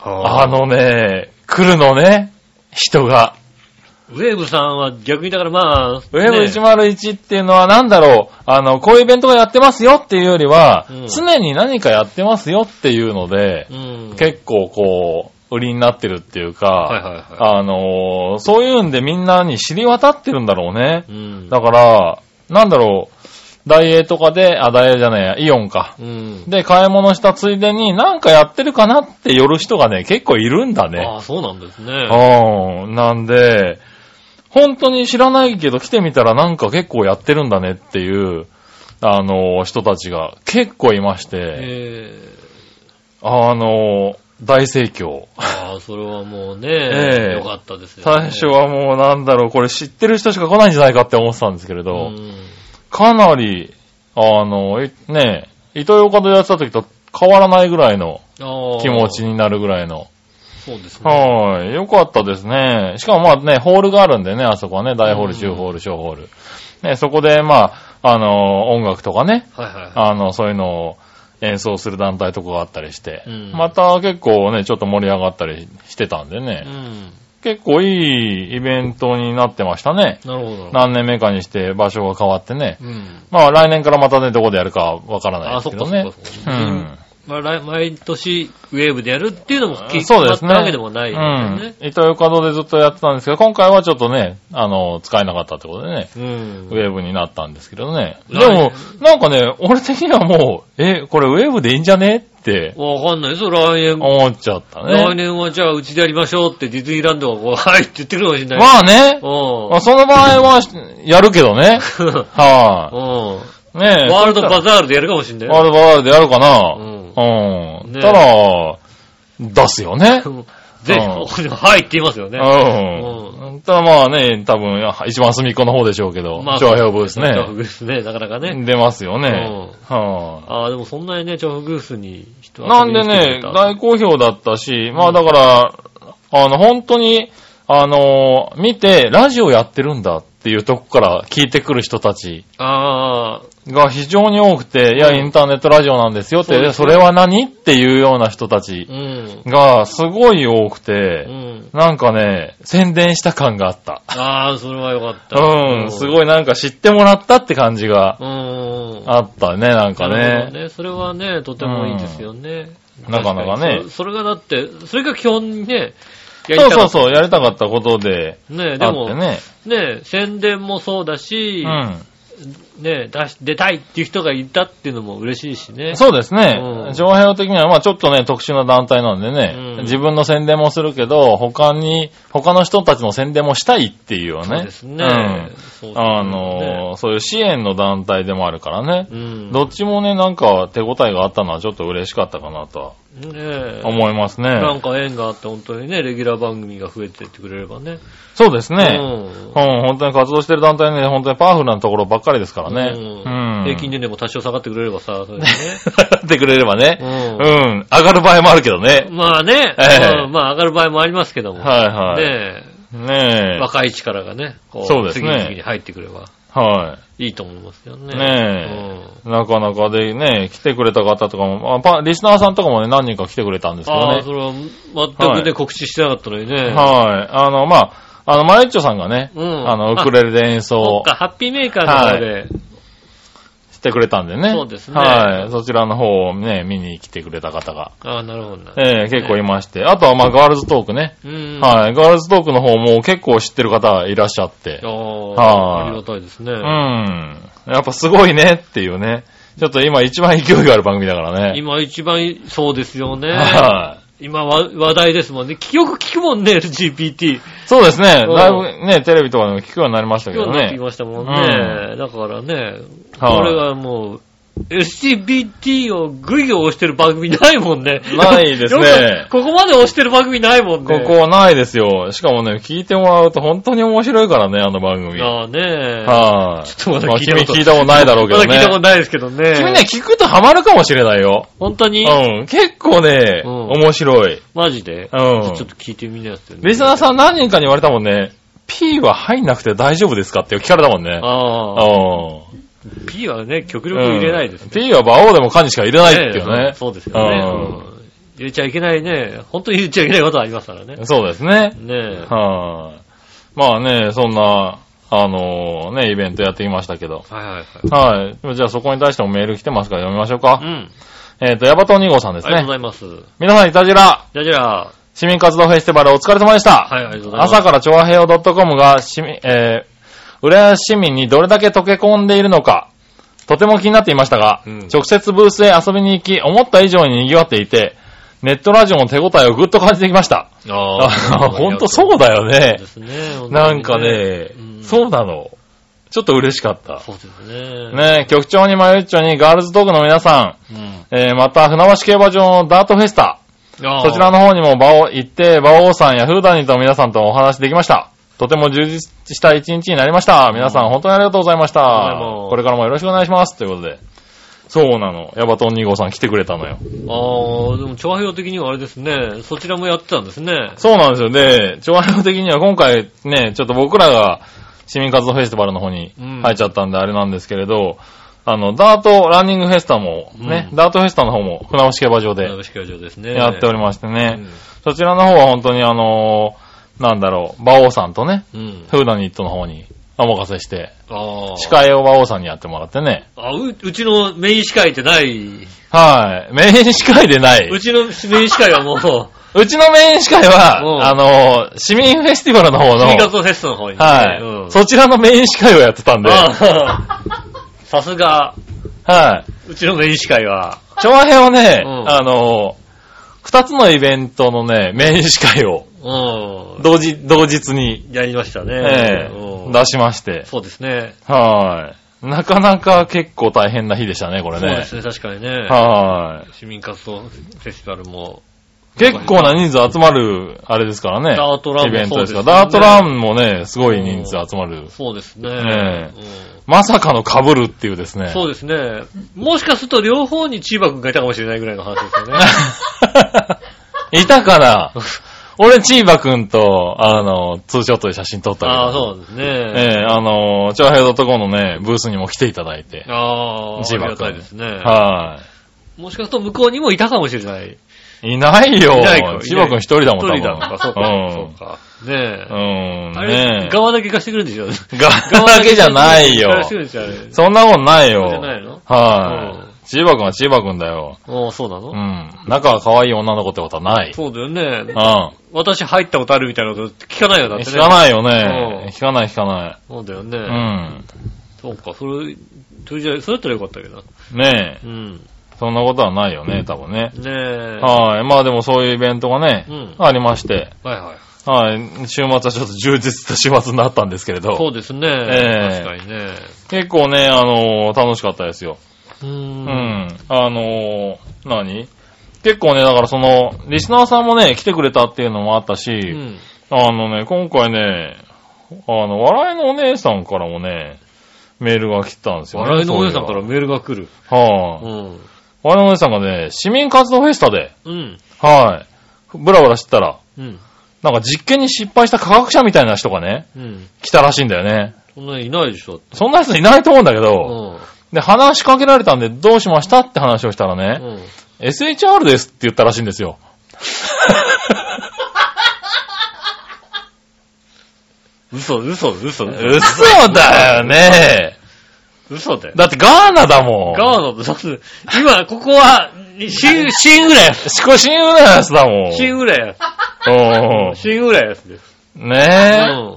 [SPEAKER 3] あのね、来るのね、人が。
[SPEAKER 2] ウェーブさんは逆にだからまあ、
[SPEAKER 3] ウェブ101っていうのはなんだろう、あの、こういうイベントがやってますよっていうよりは、
[SPEAKER 2] うん
[SPEAKER 3] 常に何かやってますよっていうので、
[SPEAKER 2] ね、うん。
[SPEAKER 3] 結構こう、売りになってるっていうか、
[SPEAKER 2] はいはいは
[SPEAKER 3] あのーそういうんでみんなに知り渡ってるんだろうね
[SPEAKER 2] い。。うん。
[SPEAKER 3] だから、なんだろう、ダイエーとかで、あ、ダイエーじゃないや、イオンか。
[SPEAKER 2] うん。
[SPEAKER 3] で、買い物したついでに、なんかやってるかなって寄る人がね、結構いるんだね。
[SPEAKER 2] ああ、そうなんですね。
[SPEAKER 3] うん。なんで、本当に知らないけど来てみたらなんか結構やってるんだねっていう、あの、人たちが結構いまして、
[SPEAKER 2] ええ
[SPEAKER 3] あの、大盛況。
[SPEAKER 2] ああ、それはもうね、
[SPEAKER 3] ええ
[SPEAKER 2] よかったですよ、
[SPEAKER 3] 最初、はもうなんだろう、これ知ってる人しか来ないんじゃないかって思ってたんですけれ
[SPEAKER 2] う
[SPEAKER 3] ど、
[SPEAKER 2] ん。
[SPEAKER 3] かなり、あの、いね、糸魚川でやってた時と変わらないぐらいの
[SPEAKER 2] ああ。
[SPEAKER 3] 気持ち。になるぐらいの。
[SPEAKER 2] そうですね。
[SPEAKER 3] はい。よかったですね。しかもまあね、ホールがあるんでね、あそこはね、大ホール、中ホール、小ホール。ね、そこでまあ、あの、音楽とかね、
[SPEAKER 2] はいはいは
[SPEAKER 3] あの、そういうのを演奏する団体とかがあったりして、
[SPEAKER 2] うん
[SPEAKER 3] また結構ね、ちょっと盛り上がったりしてたんで
[SPEAKER 2] い。う
[SPEAKER 3] ね、
[SPEAKER 2] ん。
[SPEAKER 3] 結構いいイベントになってましたね。
[SPEAKER 2] なるほど。
[SPEAKER 3] 何年目かにして場所が変わってね。
[SPEAKER 2] うん。
[SPEAKER 3] まあ来年からまたね、どこでやるかわからない
[SPEAKER 2] あ
[SPEAKER 3] で
[SPEAKER 2] あ、
[SPEAKER 3] す
[SPEAKER 2] そ
[SPEAKER 3] け
[SPEAKER 2] っ
[SPEAKER 3] ど
[SPEAKER 2] かそっ
[SPEAKER 3] ね
[SPEAKER 2] か。そっ
[SPEAKER 3] う
[SPEAKER 2] か。
[SPEAKER 3] ん。
[SPEAKER 2] まあ来毎年ウェーブでやるっていうのも決
[SPEAKER 3] そう
[SPEAKER 2] ま
[SPEAKER 3] で
[SPEAKER 2] っ
[SPEAKER 3] す
[SPEAKER 2] た
[SPEAKER 3] ね。
[SPEAKER 2] わけでもないですよね。
[SPEAKER 3] うん。伊藤カドでずっとやってたんですけど、今回はちょっとね、あの、使えなかったってことでね、
[SPEAKER 2] うん
[SPEAKER 3] ウ。ェーブになったんですけどね。で
[SPEAKER 2] 来年
[SPEAKER 3] も、なんかね、俺的にはもう、え、これウェーブでいいんじゃねって
[SPEAKER 2] わかんないですよ、来年。
[SPEAKER 3] 思っちゃった
[SPEAKER 2] 来
[SPEAKER 3] ね。
[SPEAKER 2] 年はじゃあうちでやりましょうってディズニーランドがこう、はいって言ってくるかもしれない。
[SPEAKER 3] まあね、
[SPEAKER 2] うん
[SPEAKER 3] まあ、その場合は、やるけどね。
[SPEAKER 2] う
[SPEAKER 3] は
[SPEAKER 2] ん。
[SPEAKER 3] い、ねえ
[SPEAKER 2] ワールド
[SPEAKER 3] そ
[SPEAKER 2] バ
[SPEAKER 3] し
[SPEAKER 2] ザールでやるかもしんな
[SPEAKER 3] た
[SPEAKER 2] い
[SPEAKER 3] らワ
[SPEAKER 2] よ。
[SPEAKER 3] ールドバザールでやるか
[SPEAKER 2] う
[SPEAKER 3] な。
[SPEAKER 2] ん。
[SPEAKER 3] う
[SPEAKER 2] ね
[SPEAKER 3] ん。
[SPEAKER 2] え
[SPEAKER 3] たら、出すよね。
[SPEAKER 2] ぜひ、はいって言いますよね。
[SPEAKER 3] うん。ただまあね、多分、一番隅っこの方でしょうけど、長平ブース
[SPEAKER 2] 調布
[SPEAKER 3] ね。
[SPEAKER 2] ブースね、なかなかね。
[SPEAKER 3] 出ますよ
[SPEAKER 2] う
[SPEAKER 3] ね。
[SPEAKER 2] ん。
[SPEAKER 3] は
[SPEAKER 2] ああ、でもそんなにね、調布ブースに人
[SPEAKER 3] い。
[SPEAKER 2] は
[SPEAKER 3] な
[SPEAKER 2] 遊び
[SPEAKER 3] んで
[SPEAKER 2] に来て
[SPEAKER 3] ね、
[SPEAKER 2] くれた
[SPEAKER 3] 大好評だったし、まあだから、あの、本当に、あの、見て、ラジオやってるんだってっていうとこから聞いてくる人たち
[SPEAKER 2] ああ、
[SPEAKER 3] が非常に多くて、いや、インターネットラジオなんですよっ
[SPEAKER 2] そう
[SPEAKER 3] て、
[SPEAKER 2] で
[SPEAKER 3] ですそ
[SPEAKER 2] ね
[SPEAKER 3] れは何っていうような人たち
[SPEAKER 2] うん。
[SPEAKER 3] がすごい多く
[SPEAKER 2] う
[SPEAKER 3] て、
[SPEAKER 2] ん。
[SPEAKER 3] なんかね、宣伝した感があった。
[SPEAKER 2] ああ、それはよかった。
[SPEAKER 3] うん、す
[SPEAKER 2] い。
[SPEAKER 3] ごいなんか知ってもらったって感じが
[SPEAKER 2] うん。
[SPEAKER 3] あったね、なんか
[SPEAKER 2] なるほ
[SPEAKER 3] ね。
[SPEAKER 2] どね。それはね、とてもいいですよね。
[SPEAKER 3] なかなかね
[SPEAKER 2] 確にそそれがだって、それが基本にね、やり
[SPEAKER 3] そう
[SPEAKER 2] たか
[SPEAKER 3] そ
[SPEAKER 2] っ
[SPEAKER 3] う
[SPEAKER 2] た
[SPEAKER 3] そう、やりたかったことで、
[SPEAKER 2] ね、で
[SPEAKER 3] あって
[SPEAKER 2] も、
[SPEAKER 3] ね。
[SPEAKER 2] ね、宣伝もそうだし、
[SPEAKER 3] う
[SPEAKER 2] ね、出し、出たいっていう人がいたっていうのも嬉しいしね。
[SPEAKER 3] ん。そうですね
[SPEAKER 2] うん。
[SPEAKER 3] 上平的には、まあちょっとね、特殊な団体なんで
[SPEAKER 2] うん
[SPEAKER 3] ね、自分の宣伝もするけど、他に、他の人たちの宣伝もしたいっていうよね。
[SPEAKER 2] そうですね。そう
[SPEAKER 3] う
[SPEAKER 2] ですね
[SPEAKER 3] ん。あのー、そういう支援の団体でもあるからね
[SPEAKER 2] う。ん。
[SPEAKER 3] どっちもね、なんか手応えがあったのはちょっと嬉しかったかなとは
[SPEAKER 2] ねえ
[SPEAKER 3] 思います
[SPEAKER 2] なん
[SPEAKER 3] ね。
[SPEAKER 2] か縁があって本当にね、レギュラー番組が増えてってくれればね。
[SPEAKER 3] そうですね。
[SPEAKER 2] うん
[SPEAKER 3] うん、本当に活動してる団体ね、本当にパワフルなところばっかりですからね。
[SPEAKER 2] うん
[SPEAKER 3] うん。
[SPEAKER 2] 平 均年齢も多少下がってくれればさ、それでね。
[SPEAKER 3] やってくれれば
[SPEAKER 2] う
[SPEAKER 3] ね。うんん。上がる場合もあるけどね。
[SPEAKER 2] まあね、
[SPEAKER 3] ええ
[SPEAKER 2] うんまあ上がる場合もありますけども。
[SPEAKER 3] はいは
[SPEAKER 2] ね
[SPEAKER 3] い。
[SPEAKER 2] え
[SPEAKER 3] ねえ。
[SPEAKER 2] 若い力がね、こ
[SPEAKER 3] そうです
[SPEAKER 2] 次
[SPEAKER 3] ね
[SPEAKER 2] 々に入ってくれば
[SPEAKER 3] はい
[SPEAKER 2] いと思いますよね。
[SPEAKER 3] い。ねえ。なかなかでね、来てくれた方とかも、あパリスナーさんとかもね、何人か来てくれたんです
[SPEAKER 2] うん
[SPEAKER 3] けど
[SPEAKER 2] ああ、
[SPEAKER 3] ね
[SPEAKER 2] そ。れは全
[SPEAKER 3] は
[SPEAKER 2] くね、
[SPEAKER 3] い
[SPEAKER 2] 告知してなかったのにね。
[SPEAKER 3] はい。あの、まあ、あの、マユッチョさんがね、
[SPEAKER 2] うん
[SPEAKER 3] あの、ウクレレで演奏
[SPEAKER 2] そっ
[SPEAKER 3] を
[SPEAKER 2] か、ハッピーメーカーの方で。
[SPEAKER 3] してくれたんでね。
[SPEAKER 2] そうですね
[SPEAKER 3] はい。そちらの方をね、見に来てくれた方が、
[SPEAKER 2] ああ、なるほどな。
[SPEAKER 3] ええ結構いまして。あとは、まあ、ガールズトークね。
[SPEAKER 2] うん。
[SPEAKER 3] はい。ガールズトークの方も結構知ってる方がいらっしゃっ
[SPEAKER 2] あ
[SPEAKER 3] て。
[SPEAKER 2] あ
[SPEAKER 3] は、い
[SPEAKER 2] ありがたいですね。
[SPEAKER 3] うん。やっぱすごいねっていうね。ちょっと今一番勢いがある番組だからね。
[SPEAKER 2] 今一番い、そうですよね。
[SPEAKER 3] は
[SPEAKER 2] 今わ話題ですもんね。よく聞くもんね、LGBT。
[SPEAKER 3] い。そうですね。
[SPEAKER 2] うん
[SPEAKER 3] だいぶね、テレビとかでも聞くようになりました
[SPEAKER 2] 今
[SPEAKER 3] け
[SPEAKER 2] 日
[SPEAKER 3] ど
[SPEAKER 2] になってき
[SPEAKER 3] ね。
[SPEAKER 2] ましたもんね。だからね、
[SPEAKER 3] はい
[SPEAKER 2] これはもう、LGBT をグイグイ押してる番組ないもんね。
[SPEAKER 3] ないですね
[SPEAKER 2] よくここまで押してる番組ないもん
[SPEAKER 3] こ
[SPEAKER 2] ね。
[SPEAKER 3] こはないですよ。しかもね、聞いてもらうと本当に面白いからね、あの番組。はい。
[SPEAKER 2] ああねちょっとまだ
[SPEAKER 3] まあ
[SPEAKER 2] 聞いた
[SPEAKER 3] 君
[SPEAKER 2] こと
[SPEAKER 3] 聞いたことないだろうけど
[SPEAKER 2] まだ聞いたこと
[SPEAKER 3] ね。
[SPEAKER 2] ないですけどね。
[SPEAKER 3] 君ね、聞くとハマるかもしれないよ。
[SPEAKER 2] 本当に、
[SPEAKER 3] うん。結構ね、
[SPEAKER 2] うん
[SPEAKER 3] 面白い。
[SPEAKER 2] マジで、
[SPEAKER 3] うん
[SPEAKER 2] ちょっと聞いてみなよって、
[SPEAKER 3] リスナーさん何人かに言われたもんね、P は入んなくて大丈夫ですかって聞かれたもんね。
[SPEAKER 2] ああ。
[SPEAKER 3] うん。
[SPEAKER 2] P はね、極力入れないですね。
[SPEAKER 3] P は馬王でもカにしか入れないっていう
[SPEAKER 2] ね
[SPEAKER 3] ね。
[SPEAKER 2] そうですよね、
[SPEAKER 3] うん
[SPEAKER 2] うん入れちゃいけないね。本当に入れちゃいけないことはありますからね。
[SPEAKER 3] そうですね。
[SPEAKER 2] ねえ。
[SPEAKER 3] はい。まあね、そんな、あのね、イベントやってきましたけど。
[SPEAKER 2] はいはいはい。
[SPEAKER 3] はい。じゃあそこに対してもメール来てますから読みましょうか
[SPEAKER 2] う。ん。
[SPEAKER 3] えっ、と、ヤバト2号さんで
[SPEAKER 2] あ
[SPEAKER 3] す
[SPEAKER 2] りがとう
[SPEAKER 3] ね
[SPEAKER 2] ご。ざいます。
[SPEAKER 3] 皆さん、いたじら、
[SPEAKER 2] じゃあじゃあ、
[SPEAKER 3] 市民活動フェスティバルお疲れ様でした。
[SPEAKER 2] はい、ありがとうございます。
[SPEAKER 3] 朝から調和平和 .com が市民、えー、浦安市民にどれだけ溶け込んでいるのか、とても気になっていましたが、
[SPEAKER 2] うん
[SPEAKER 3] 直接ブースへ遊びに行き、思った以上に賑わっていて、ネットラジオの手応えをぐっと感じてきました。
[SPEAKER 2] あ
[SPEAKER 3] ほんとそうだよ
[SPEAKER 2] そ
[SPEAKER 3] ね
[SPEAKER 2] うですね。
[SPEAKER 3] なんかね、
[SPEAKER 2] うん
[SPEAKER 3] そうなの。ちょっと嬉しかった。
[SPEAKER 2] そうですね。。
[SPEAKER 3] ね局長にマユッチョにガールズトークの皆さ
[SPEAKER 2] うん。
[SPEAKER 3] ん、えー、また船橋競馬場のダートフェスタ、そ
[SPEAKER 2] そ
[SPEAKER 3] ちら
[SPEAKER 2] の、
[SPEAKER 3] の方にも場を行って、馬王さんやフーダニーと皆さんとお話できました。とても充実した一日になりました。皆さん本当にありがとうございました。
[SPEAKER 2] ありがとうございます
[SPEAKER 3] これからもよろしくお願いします。ということで。そうなの。ヤバトン2号さん来てくれたのよ。
[SPEAKER 2] ああ、でも、調和表的にはあれですね。そちらもやってたんですね。
[SPEAKER 3] そうなんですよ。で、調和表的には今回ね、ちょっと僕らが市民活動フェスティバルの方に
[SPEAKER 2] うん
[SPEAKER 3] 入っちゃったんであれなんですけれど、あの、ダートランニングフェスタもね、
[SPEAKER 2] うん
[SPEAKER 3] ダートフェスタの方も船橋競馬場
[SPEAKER 2] 船
[SPEAKER 3] で
[SPEAKER 2] 橋教場ですね。
[SPEAKER 3] やっておりましてね、
[SPEAKER 2] うん
[SPEAKER 3] そちらの方は本当にあのーなんだろう、馬王さんとね、
[SPEAKER 2] うん。
[SPEAKER 3] フーダニットの方にお任せして、
[SPEAKER 2] ああ。
[SPEAKER 3] 司会を馬王さんにやってもらってね。
[SPEAKER 2] あう、うちのメイン司会ってない。。
[SPEAKER 3] はい。メイン司会でないう
[SPEAKER 2] ちのメイン司会はも う、
[SPEAKER 3] うちのメイン司会
[SPEAKER 2] うん
[SPEAKER 3] は、あのー市民フェスティバルの方の、
[SPEAKER 2] 新活動フェストの方にね。
[SPEAKER 3] はい、
[SPEAKER 2] うん。
[SPEAKER 3] そちらのメイン司会をやってたんで、
[SPEAKER 2] ああさすが、
[SPEAKER 3] は
[SPEAKER 2] うちのメイン司会は。
[SPEAKER 3] い。長編をね、
[SPEAKER 2] うん
[SPEAKER 3] あのー二つのイベントのね、メイン司会を、
[SPEAKER 2] うん。
[SPEAKER 3] 同時、同日に、
[SPEAKER 2] やりましたね
[SPEAKER 3] え。
[SPEAKER 2] う
[SPEAKER 3] え
[SPEAKER 2] ん
[SPEAKER 3] 出しまして。
[SPEAKER 2] そうですね。
[SPEAKER 3] はい。なかなか結構大変な日でしたね、これ
[SPEAKER 2] そうで
[SPEAKER 3] ね。
[SPEAKER 2] すね、確かにね。
[SPEAKER 3] は
[SPEAKER 2] 市民活動フェスティバルも。
[SPEAKER 3] い。結構な人数集まる、あれですからね。
[SPEAKER 2] ダートランも
[SPEAKER 3] イベントですから。
[SPEAKER 2] そうですね
[SPEAKER 3] ダートランもね、すごい人数集まる。
[SPEAKER 2] そうですね。
[SPEAKER 3] え
[SPEAKER 2] うん
[SPEAKER 3] まさかの被るっていうですね。
[SPEAKER 2] そうですね。もしかすると両 方に千葉くんがいたかもしれないぐらいの話ですよね。
[SPEAKER 3] いたかな俺、チーバくんと、あの、ツーショットで写真撮ったり。
[SPEAKER 2] ああ、そうなんです
[SPEAKER 3] え
[SPEAKER 2] ね。
[SPEAKER 3] えあの、チャーヘイドットコムのね、ブースにも来ていただいて。
[SPEAKER 2] ああ、あ
[SPEAKER 3] ジ
[SPEAKER 2] り
[SPEAKER 3] バ君
[SPEAKER 2] がたいですね。
[SPEAKER 3] は
[SPEAKER 2] もしかすると向こうにもいたかもしれない。
[SPEAKER 3] い。いないよ。
[SPEAKER 2] いないか
[SPEAKER 3] チーバくん一人だもん、
[SPEAKER 2] 一人だのか、そう
[SPEAKER 3] 多
[SPEAKER 2] か、
[SPEAKER 3] 分。
[SPEAKER 2] そうか。ねえ。
[SPEAKER 3] うん。うん。
[SPEAKER 2] あれ
[SPEAKER 3] ね、
[SPEAKER 2] 側だけ貸してくれるんで しょ
[SPEAKER 3] ガだけじゃないよ。
[SPEAKER 2] 貸してくれるんでしょあれ
[SPEAKER 3] そんなもんないよ。
[SPEAKER 2] そうじゃないの
[SPEAKER 3] は
[SPEAKER 2] う
[SPEAKER 3] い。チーバくんはチーバくんだよ。
[SPEAKER 2] おーそうなの
[SPEAKER 3] うん。仲は可愛い女の子ってことはない。
[SPEAKER 2] そうだよね。
[SPEAKER 3] う
[SPEAKER 2] 私入ったことあるみたいなこと聞かないよ、だっ
[SPEAKER 3] ん。
[SPEAKER 2] てね。
[SPEAKER 3] 聞か
[SPEAKER 2] い。
[SPEAKER 3] ないよね。聞かない聞かない。
[SPEAKER 2] そうだよね。
[SPEAKER 3] うん。
[SPEAKER 2] そうか、それ、それじゃ、それだったらよかったけど。
[SPEAKER 3] ねえ。
[SPEAKER 2] うん。
[SPEAKER 3] そんなことはないよね、多分ね。
[SPEAKER 2] ねえ。
[SPEAKER 3] はい。まあでもそういうイベントがね、
[SPEAKER 2] うん
[SPEAKER 3] ありまして。
[SPEAKER 2] はいはい。
[SPEAKER 3] はい。週末はちょっと充実した週末になったんですけれ
[SPEAKER 2] そ
[SPEAKER 3] ど。
[SPEAKER 2] うですね。
[SPEAKER 3] ええ
[SPEAKER 2] 確かにね。
[SPEAKER 3] 結構ね、あのー楽しかったですよ。
[SPEAKER 2] うー。
[SPEAKER 3] うんん。あのー何結構ね、だからその、リスナーさんもね、来てくれたっていうのもあったし、
[SPEAKER 2] うん。
[SPEAKER 3] あのね、今回ね、あの、笑いのお姉さんからもね、メールが来たんですよね。
[SPEAKER 2] 笑いのお姉さんからメールが来る。
[SPEAKER 3] そういえば。はい、
[SPEAKER 2] うん。
[SPEAKER 3] 笑いのお姉さんがね、市民活動フェスタで、
[SPEAKER 2] うん。
[SPEAKER 3] はい、ブラブラしてたら、
[SPEAKER 2] うん。
[SPEAKER 3] なんか実験に失敗した科学者みたいな人がね、
[SPEAKER 2] うん。
[SPEAKER 3] 来たらしいんだよね。
[SPEAKER 2] そんなにいないでしょ。
[SPEAKER 3] そんな人いないと思うんだけ
[SPEAKER 2] う
[SPEAKER 3] ど、
[SPEAKER 2] ん。
[SPEAKER 3] で、話しかけられたんでどうしましたって話をしたら
[SPEAKER 2] う
[SPEAKER 3] ね、
[SPEAKER 2] ん。
[SPEAKER 3] SHR ですって言ったらしいんですよ。
[SPEAKER 2] 嘘、嘘、嘘、嘘。
[SPEAKER 3] 嘘だよね。
[SPEAKER 2] 嘘だよ。
[SPEAKER 3] だってガーナだもん。
[SPEAKER 2] ガーナと、だって今、ここは、新、新浦安。
[SPEAKER 3] シコシンウラヤスだもん。
[SPEAKER 2] 新浦安。
[SPEAKER 3] うん
[SPEAKER 2] 新浦安です。うん。
[SPEAKER 3] ねえ、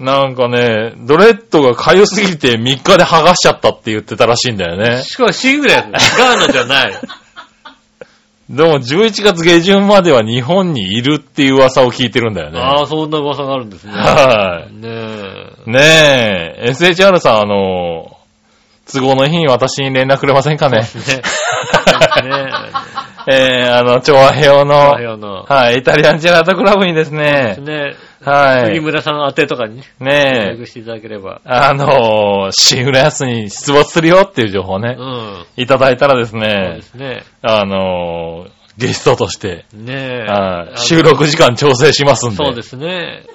[SPEAKER 3] なんかね、ドレッドが痒すぎて3日で剥がしちゃったって言ってたらしいんだよね。
[SPEAKER 2] しかも新浦安です。ガーナじゃない。
[SPEAKER 3] でも11月下旬までは日本にいるっていう噂を聞いてるんだよね。
[SPEAKER 2] ああ、そんな噂があるんですね。
[SPEAKER 3] は
[SPEAKER 2] ねえ。
[SPEAKER 3] い。ねえ、SHR さん、あの、都合のいい日に私に連絡くれませんかね。
[SPEAKER 2] ねね
[SPEAKER 3] えー、あの、調和平和
[SPEAKER 2] え。お
[SPEAKER 3] の
[SPEAKER 2] は、ような。
[SPEAKER 3] はい、イタリアンジェラートクラブにですね、
[SPEAKER 2] ね
[SPEAKER 3] は
[SPEAKER 2] 杉
[SPEAKER 3] い、
[SPEAKER 2] 村さん宛てとかにね、
[SPEAKER 3] ね
[SPEAKER 2] 協
[SPEAKER 3] え、
[SPEAKER 2] 力していただければ。
[SPEAKER 3] あの、シングルヤスに出没するよっていう情報を
[SPEAKER 2] う
[SPEAKER 3] ね、
[SPEAKER 2] ん。
[SPEAKER 3] いただいたらです
[SPEAKER 2] そう
[SPEAKER 3] ね
[SPEAKER 2] で、すね。
[SPEAKER 3] あのーゲストとして、
[SPEAKER 2] ねえ。
[SPEAKER 3] はい
[SPEAKER 2] あの
[SPEAKER 3] 収録時間調整しますんで。
[SPEAKER 2] そうですね。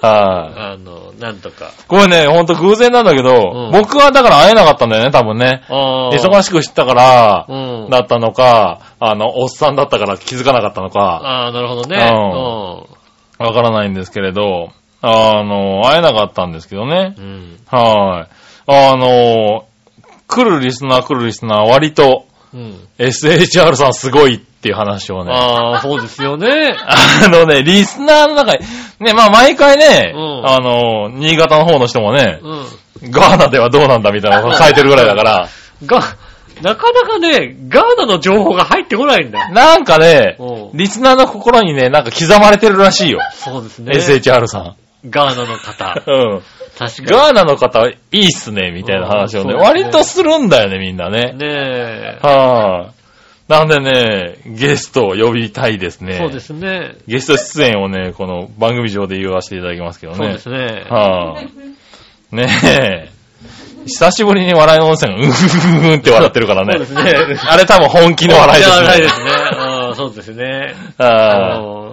[SPEAKER 3] はい
[SPEAKER 2] あの、なんとか。
[SPEAKER 3] これね、ほんと偶然なんだけど、
[SPEAKER 2] うん
[SPEAKER 3] 僕はだから会えなかったんだよね、多分ね。
[SPEAKER 2] ああ。
[SPEAKER 3] 忙しくしてたから、
[SPEAKER 2] うん。
[SPEAKER 3] だったのか、あの、おっさんだったから気づかなかったのか、
[SPEAKER 2] ああ、なるほどね。
[SPEAKER 3] わからないんですけれど、あの、会えなかったんですけどね
[SPEAKER 2] う。ん。
[SPEAKER 3] はい。あの、来るリスナー来るリスナー割と
[SPEAKER 2] うん。うん。
[SPEAKER 3] SHR さんすごいっていう話をね、
[SPEAKER 2] ああ、そうですよね。
[SPEAKER 3] あのね、リスナーの中に、ね、まあ毎回ね、
[SPEAKER 2] うん
[SPEAKER 3] あの、新潟の方の人もね、
[SPEAKER 2] うん。
[SPEAKER 3] ガーナではどうなんだみたいなのを書いてるぐらい だから、
[SPEAKER 2] が、なかなかね、ガーナの情報が入ってこないんだ。
[SPEAKER 3] なんかね、
[SPEAKER 2] うん
[SPEAKER 3] リスナーの心にね、なんか刻まれてるらしいよ。
[SPEAKER 2] そうですね。
[SPEAKER 3] SHR さん。
[SPEAKER 2] ガーナの方。
[SPEAKER 3] うん。
[SPEAKER 2] 確か
[SPEAKER 3] ガーナの方、いいっすね、みたいな話をね、
[SPEAKER 2] うんそうですね
[SPEAKER 3] 割とするんだよね、みんな
[SPEAKER 2] に。
[SPEAKER 3] ね。
[SPEAKER 2] ね
[SPEAKER 3] はい、なんでね、ゲストを呼びたいです
[SPEAKER 2] え。
[SPEAKER 3] ね。
[SPEAKER 2] そうですね。
[SPEAKER 3] ゲスト出演をね、この番組上で言わせていただきますけどね。
[SPEAKER 2] そうですね。
[SPEAKER 3] はあ、ねえ。久しぶりに笑いの音声が、うふふふんって笑ってるからね。
[SPEAKER 2] そうですね
[SPEAKER 3] あれ多分本気の笑いですね。
[SPEAKER 2] 笑い ですね。うんそうですね。あ
[SPEAKER 3] はあ
[SPEAKER 2] の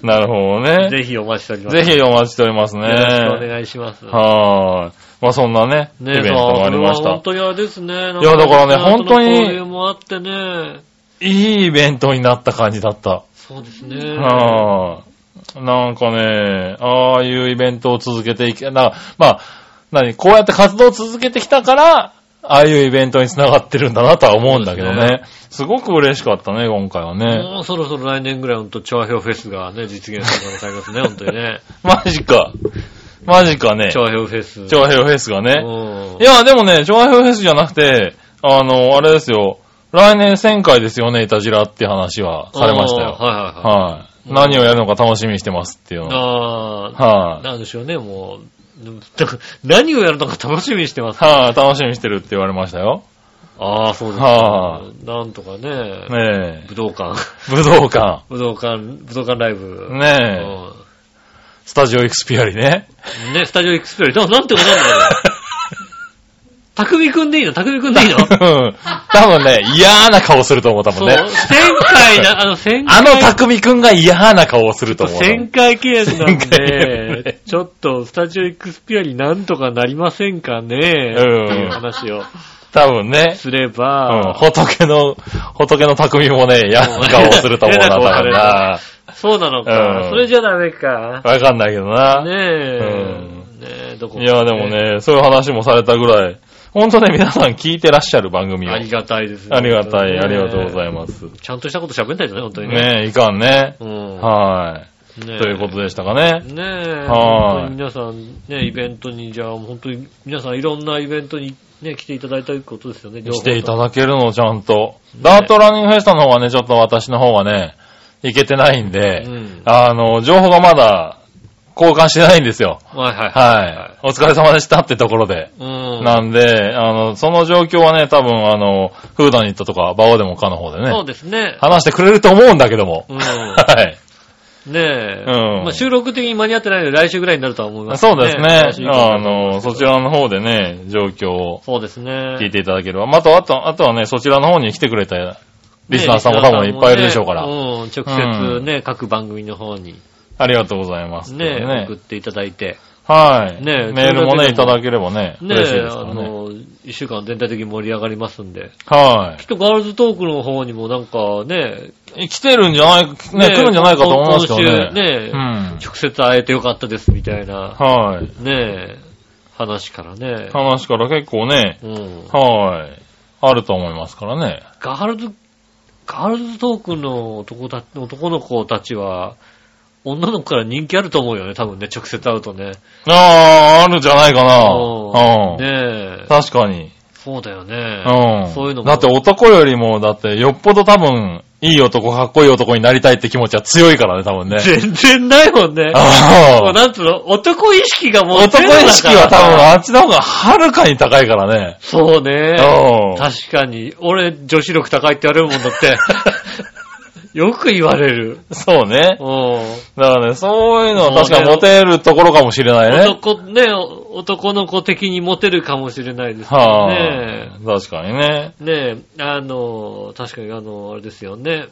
[SPEAKER 3] なるほどね。
[SPEAKER 2] ぜひお待ちしております。
[SPEAKER 3] ぜひお待ちしておりますね。
[SPEAKER 2] よろしくお願いします。
[SPEAKER 3] はい、まあそんなね、イ
[SPEAKER 2] ね
[SPEAKER 3] ベ
[SPEAKER 2] え、さ
[SPEAKER 3] ントがあ
[SPEAKER 2] あ、
[SPEAKER 3] り
[SPEAKER 2] れ
[SPEAKER 3] ま
[SPEAKER 2] は
[SPEAKER 3] し
[SPEAKER 2] 本
[SPEAKER 3] た。
[SPEAKER 2] 当にあれですね。いや、
[SPEAKER 3] だからね本当に
[SPEAKER 2] 交流もあってね。
[SPEAKER 3] いいイベントになった感じだった。
[SPEAKER 2] そうですね。
[SPEAKER 3] はあなんかね、ああいうイベントを続けていけ、なまあ、何、こうやって活動を続けてきたから、ああいうイベントに繋がってるんだなとは思うんだけど
[SPEAKER 2] そう
[SPEAKER 3] ね。すごく嬉しかったね、今回はね。
[SPEAKER 2] もうそろそろ来年ぐらい、ほんと、調和表フェスがね、実現する可能性ありますね、ほんとに ね。
[SPEAKER 3] マジか。マジかね
[SPEAKER 2] 調。和表フェス。
[SPEAKER 3] 長平フェスがね。
[SPEAKER 2] うん
[SPEAKER 3] いや、でもね、長平フェスじゃなくて、あの、あれですよ。来年1000回ですよね、いたじらって話はされました
[SPEAKER 2] あー
[SPEAKER 3] よ。
[SPEAKER 2] はいはいはい。
[SPEAKER 3] はい。何をやるのか楽しみにしてますっていうの。
[SPEAKER 2] ああ、
[SPEAKER 3] はい。
[SPEAKER 2] なんでしょうね、もう。でもだから何をやるのか楽しみにしてます。
[SPEAKER 3] はい、楽しみにしてるって言われましたよ。
[SPEAKER 2] ああ、そうですか。
[SPEAKER 3] は
[SPEAKER 2] なんとかね。
[SPEAKER 3] ねえ。
[SPEAKER 2] 武道館。
[SPEAKER 3] 武道館。
[SPEAKER 2] 武道館、武道館ライブ。
[SPEAKER 3] ねえ。
[SPEAKER 2] う
[SPEAKER 3] スタジオエクスピアリね。
[SPEAKER 2] んね、スタジオエクスペリ。でもなんてことなんだろう。匠くんでいいの匠くんでいいのそう、
[SPEAKER 3] うん。多分ね、嫌な顔すると思う、多分ね。
[SPEAKER 2] 1000回な、あの、1000回。
[SPEAKER 3] あの匠くんが嫌な顔をすると思う。
[SPEAKER 2] 1000回記念なん
[SPEAKER 3] 1000回記念
[SPEAKER 2] で
[SPEAKER 3] で、
[SPEAKER 2] ちょっとスタジオエクスピアになんとかなりませんかねって
[SPEAKER 3] うん
[SPEAKER 2] いう話を
[SPEAKER 3] 多分ね。
[SPEAKER 2] すれ
[SPEAKER 3] うん。
[SPEAKER 2] ば、
[SPEAKER 3] 仏の、仏の匠もね、嫌な顔をすると思 うな、
[SPEAKER 2] 嫌な顔さ
[SPEAKER 3] 多
[SPEAKER 2] れ
[SPEAKER 3] 分
[SPEAKER 2] る
[SPEAKER 3] な。
[SPEAKER 2] そうなの
[SPEAKER 3] う
[SPEAKER 2] か。
[SPEAKER 3] ん
[SPEAKER 2] それじゃダメか。
[SPEAKER 3] わかんないけどな。
[SPEAKER 2] ね
[SPEAKER 3] うん
[SPEAKER 2] え。ねえ、どこか
[SPEAKER 3] いや、でも。ね、そういう話もされたぐらい。ほんとね、皆さん聞いてらっしゃる番組を。
[SPEAKER 2] あ
[SPEAKER 3] あ
[SPEAKER 2] り
[SPEAKER 3] り
[SPEAKER 2] がたいですね
[SPEAKER 3] がたい、ありがとうござい
[SPEAKER 2] す。
[SPEAKER 3] ます。
[SPEAKER 2] ちゃんとしたこと喋んないとね、本当にね。
[SPEAKER 3] ねえ、いかんね。
[SPEAKER 2] うん。
[SPEAKER 3] は
[SPEAKER 2] と
[SPEAKER 3] い。ということ
[SPEAKER 2] で。
[SPEAKER 3] でしたかね。
[SPEAKER 2] ねえ、
[SPEAKER 3] は
[SPEAKER 2] 本当
[SPEAKER 3] い
[SPEAKER 2] に皆さん、ね、イベントに、じゃあ、本当に皆さんいろんなイベントにね、来ていただいたことですよね、
[SPEAKER 3] していた
[SPEAKER 2] だ
[SPEAKER 3] だけるの、ちゃんと。ダートランニングフェスタの方はね、ちょっと私の方はね、いけてないんで、
[SPEAKER 2] うん
[SPEAKER 3] あの、情報がまだ交換してないんですよ。
[SPEAKER 2] はいはい
[SPEAKER 3] はい。お疲れ様でしたってところで。
[SPEAKER 2] うん。
[SPEAKER 3] なんで、あの、その状況はね、多分、あの、フーダニットとか、バオデモカの方で
[SPEAKER 2] そう
[SPEAKER 3] ね、
[SPEAKER 2] ですね。
[SPEAKER 3] 話してくれると思うんだけども。
[SPEAKER 2] うん。
[SPEAKER 3] はい。
[SPEAKER 2] ねえ。
[SPEAKER 3] うん
[SPEAKER 2] まあ、収録的に間に合ってないので、来週ぐらいになるとは思いますけ
[SPEAKER 3] そ
[SPEAKER 2] ど
[SPEAKER 3] うです
[SPEAKER 2] 来週以
[SPEAKER 3] ね。
[SPEAKER 2] 降にな
[SPEAKER 3] あ
[SPEAKER 2] ると思いま
[SPEAKER 3] の、
[SPEAKER 2] すけ
[SPEAKER 3] そ
[SPEAKER 2] ど
[SPEAKER 3] ちらの方でね、状況を
[SPEAKER 2] そうですね。
[SPEAKER 3] 聞いていただければ。また、あと、あとはね、そちらの方に来てくれたリスナーさんも多分いっぱいいるでしょうから。
[SPEAKER 2] ねうん、直接ね、各番組の方に
[SPEAKER 3] ありがとうございます。
[SPEAKER 2] ね、
[SPEAKER 3] ね
[SPEAKER 2] 送っていただいて、
[SPEAKER 3] はい。
[SPEAKER 2] ね
[SPEAKER 3] メールも
[SPEAKER 2] それだけでも
[SPEAKER 3] ね、いただければね、
[SPEAKER 2] ね、
[SPEAKER 3] 嬉しいですか
[SPEAKER 2] あ
[SPEAKER 3] らね。
[SPEAKER 2] の、一週間全体的に盛り上がりますんで、
[SPEAKER 3] は
[SPEAKER 2] きっとガールズトークの方にもなんかね、
[SPEAKER 3] い。来てるんじゃない、ね、
[SPEAKER 2] え
[SPEAKER 3] 来るんじゃないかと思いますけど
[SPEAKER 2] 今週
[SPEAKER 3] ね。
[SPEAKER 2] ね、
[SPEAKER 3] うん。
[SPEAKER 2] 直接会えてよかったですみたいな、
[SPEAKER 3] はい。
[SPEAKER 2] ねえ、話からね、
[SPEAKER 3] 話から結構ね、
[SPEAKER 2] うん、
[SPEAKER 3] はい。あると思いますからね。
[SPEAKER 2] ガールズ、ガールズトークの男た男の子たちは、女の子から人気あると思うよね、多分ね、直接会うとね。
[SPEAKER 3] ああ、あるんじゃないか
[SPEAKER 2] うん
[SPEAKER 3] な。うん。
[SPEAKER 2] ねえ、
[SPEAKER 3] 確かに。
[SPEAKER 2] そうだよね。
[SPEAKER 3] うん。
[SPEAKER 2] そういうのも
[SPEAKER 3] だって男よりも、だってよっぽど多分、いい男、かっこいい男になりたいって気持ちは強いからね、多分ね。
[SPEAKER 2] 全然ないもんね。
[SPEAKER 3] あ
[SPEAKER 2] もう
[SPEAKER 3] ー
[SPEAKER 2] なんつうの、男意識がもう
[SPEAKER 3] 男
[SPEAKER 2] ゼロだから
[SPEAKER 3] 意識は多分あっちの方がはるかに高いからね。
[SPEAKER 2] そうね。
[SPEAKER 3] うん
[SPEAKER 2] 確かに。俺、女子力高いって言われるもんだって。 よく言われる。
[SPEAKER 3] そうね
[SPEAKER 2] う。ん
[SPEAKER 3] だからね、そういうのは確
[SPEAKER 2] そう
[SPEAKER 3] か
[SPEAKER 2] ね
[SPEAKER 3] にモテるところかもしれないね。
[SPEAKER 2] 男、ね、男の子的にモテるかもしれないですけど
[SPEAKER 3] は
[SPEAKER 2] ね
[SPEAKER 3] あ。。確かにね。
[SPEAKER 2] ねえ、あの、確かにあの、あれですよね。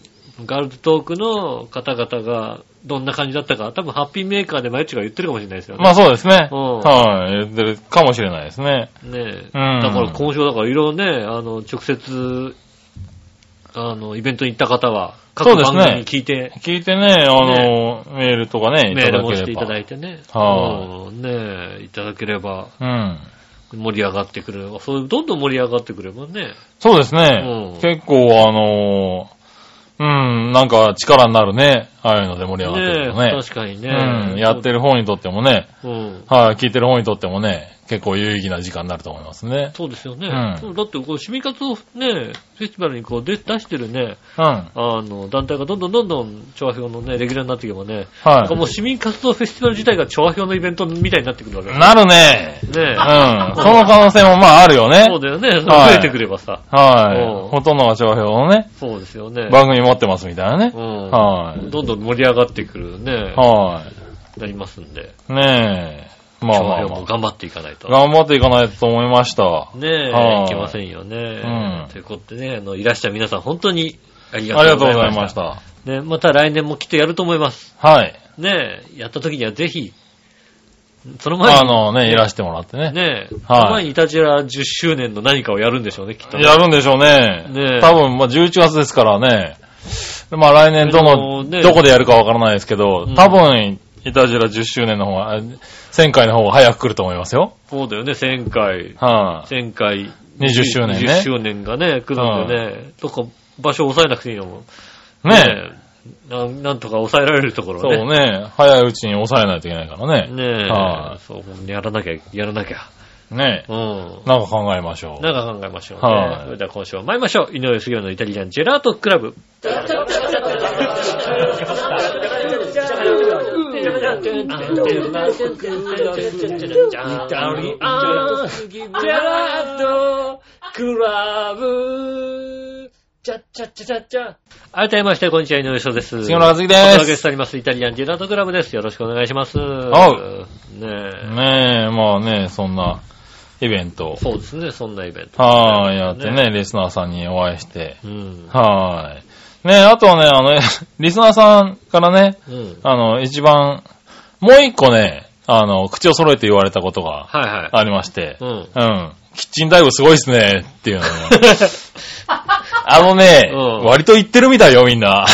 [SPEAKER 2] ガールズトークの方々がどんな感じだったか、多分ハッピーメーカーでマイチが言ってるかもしれないですよね。
[SPEAKER 3] まあそうですね。
[SPEAKER 2] うん
[SPEAKER 3] はい。言ってるかもしれないですね。
[SPEAKER 2] ねえ。だ
[SPEAKER 3] うん
[SPEAKER 2] から今週だからいろいろね、あの、直接、あの、イベントに行った方は、各
[SPEAKER 3] そうです
[SPEAKER 2] 番
[SPEAKER 3] ね
[SPEAKER 2] 組に聞いて、
[SPEAKER 3] 聞いてね、あの、メールとかね、い
[SPEAKER 2] メー
[SPEAKER 3] た
[SPEAKER 2] ル
[SPEAKER 3] だ
[SPEAKER 2] もし
[SPEAKER 3] け
[SPEAKER 2] て
[SPEAKER 3] れ
[SPEAKER 2] いただ
[SPEAKER 3] ば。
[SPEAKER 2] いてね。
[SPEAKER 3] は
[SPEAKER 2] うんねえ、いただければ
[SPEAKER 3] うん。
[SPEAKER 2] 盛り上がってくれば、それどんどん盛り上がってくればね。
[SPEAKER 3] そうですね。
[SPEAKER 2] うん
[SPEAKER 3] 結構あのうん、なんか力になるね。ああいうので盛り上がってるとね。
[SPEAKER 2] え確かにね。
[SPEAKER 3] うん、やってる方にとってもね、
[SPEAKER 2] うん。
[SPEAKER 3] はい、聞いてる方にとってもね、結構有意義な時間になると思いますね。
[SPEAKER 2] そうですよね。
[SPEAKER 3] うん
[SPEAKER 2] そうだって、こう、シミカツをね、フェスティバルにこう出出してるね、
[SPEAKER 3] うん。は
[SPEAKER 2] あの、団体がどんどんどんどん、調和表のね、レギュラーになっていけばね、なんかも
[SPEAKER 3] い。
[SPEAKER 2] う市民活動フェスティバル自体が調和表のイベントみたいになってくるわけだね
[SPEAKER 3] なるね。
[SPEAKER 2] え。
[SPEAKER 3] うん。そ の可能性もまああるよね
[SPEAKER 2] そう。だよね。そう
[SPEAKER 3] はい
[SPEAKER 2] 増えてくればさ。う
[SPEAKER 3] は
[SPEAKER 2] ん
[SPEAKER 3] い。ほとんどが長編のね、
[SPEAKER 2] そうですよね。
[SPEAKER 3] 番組持ってますみたいなね
[SPEAKER 2] う。ん。
[SPEAKER 3] はい。
[SPEAKER 2] どんどん盛り上がってくるね。
[SPEAKER 3] は
[SPEAKER 2] なりますんで。
[SPEAKER 3] い。ねえ。まあ
[SPEAKER 2] 調
[SPEAKER 3] ま
[SPEAKER 2] 和
[SPEAKER 3] あ
[SPEAKER 2] 表
[SPEAKER 3] ま
[SPEAKER 2] も頑張っていかないと
[SPEAKER 3] あ。。頑張っていかないとと思いました。
[SPEAKER 2] ねえ、
[SPEAKER 3] はい
[SPEAKER 2] いけませんよね
[SPEAKER 3] う。ん
[SPEAKER 2] ということでね、あの、いらっしゃる皆さん本当にあり
[SPEAKER 3] あり
[SPEAKER 2] が
[SPEAKER 3] が
[SPEAKER 2] とうご
[SPEAKER 3] とうご
[SPEAKER 2] ざ
[SPEAKER 3] ざ
[SPEAKER 2] い
[SPEAKER 3] い
[SPEAKER 2] ま
[SPEAKER 3] ま
[SPEAKER 2] し。
[SPEAKER 3] したた。
[SPEAKER 2] ねまた来年もきっとやると思います。
[SPEAKER 3] はい。
[SPEAKER 2] ねえ、やった時にはぜひ、その前に
[SPEAKER 3] あ、のね、いらしてもらってね。
[SPEAKER 2] ねえ、
[SPEAKER 3] はい
[SPEAKER 2] その前にイタジラ10周年の何かをやるんでしょうね、きっとね。
[SPEAKER 3] やるんでしょうね。
[SPEAKER 2] ねえ
[SPEAKER 3] 多分、まあ、11月ですからね。まあ、来年ど
[SPEAKER 2] あの
[SPEAKER 3] の、
[SPEAKER 2] ね
[SPEAKER 3] どこでやるかわからないですけど、
[SPEAKER 2] うん
[SPEAKER 3] 多分、イタジラ10周年の方が、あ1000回の方が早く来ると思いますよ。
[SPEAKER 2] そうだよね、1000回。
[SPEAKER 3] はい、
[SPEAKER 2] 前回、
[SPEAKER 3] 20周年ね
[SPEAKER 2] 20周年がね、来るんでね、どっか場所を抑えなくていいのもん。
[SPEAKER 3] ねえ。
[SPEAKER 2] え。なんなんとか抑えられるところ
[SPEAKER 3] そう
[SPEAKER 2] をね。
[SPEAKER 3] ね。早いうちに抑えないといけないからね。
[SPEAKER 2] ねえ。
[SPEAKER 3] は
[SPEAKER 2] そう、ほんとやらなきゃ、やらなきゃ。
[SPEAKER 3] ねえ。
[SPEAKER 2] うん。
[SPEAKER 3] なんか考えましょう。
[SPEAKER 2] なんか考えましょう、ね。
[SPEAKER 3] はい
[SPEAKER 2] それでは今週は参りましょう。井上杉雄のイタリアンジェラートクラブ。改めまして、こんにちは、井上翔です。
[SPEAKER 3] 杉村和樹
[SPEAKER 2] お届
[SPEAKER 3] で
[SPEAKER 2] けし
[SPEAKER 3] す。
[SPEAKER 2] ております、イタリアンジェラートクラブです。よろしくお願いします。
[SPEAKER 3] お
[SPEAKER 2] ねえ。
[SPEAKER 3] ねえ、まあね、そんな、イベントを。
[SPEAKER 2] そうですね、そんなイベント。
[SPEAKER 3] はーい、やってね、リスナーさんにお会いして。
[SPEAKER 2] うん。
[SPEAKER 3] はーい。ね、あとはね、あの、 リスナーさんからね、
[SPEAKER 2] うん。
[SPEAKER 3] あの、一番、もう一個ね、あの、口を揃えて言われたことが
[SPEAKER 2] はいはい。
[SPEAKER 3] ありまして
[SPEAKER 2] う、ん。
[SPEAKER 3] うん。キッチンダイブすごいっすね、って いうのがあのね、
[SPEAKER 2] うん
[SPEAKER 3] 割と言ってるみたいよ、みん な。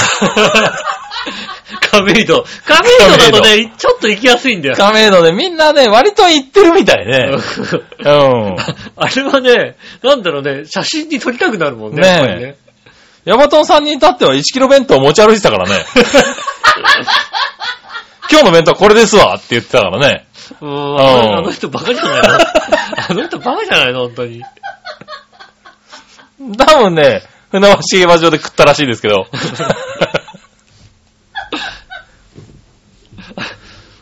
[SPEAKER 2] 亀戸。亀戸だとね、ちょっと行きやすいんだよ。
[SPEAKER 3] 亀戸でみんなね、割と言ってるみたいね。
[SPEAKER 2] う
[SPEAKER 3] うん
[SPEAKER 2] ん。あれはね、なんだろうね、写真に撮りたくなるもんね、
[SPEAKER 3] ねえ
[SPEAKER 2] やっぱりね。
[SPEAKER 3] ヤマトンさんに至っては1キロ弁当持ち歩いてたか らね。今日の弁当はこれですわって言ってたからね。
[SPEAKER 2] うんあのあの人バカじゃないのあの人バカじゃないの本当に。
[SPEAKER 3] 多分ね、船橋競馬場で食ったらしいです けど。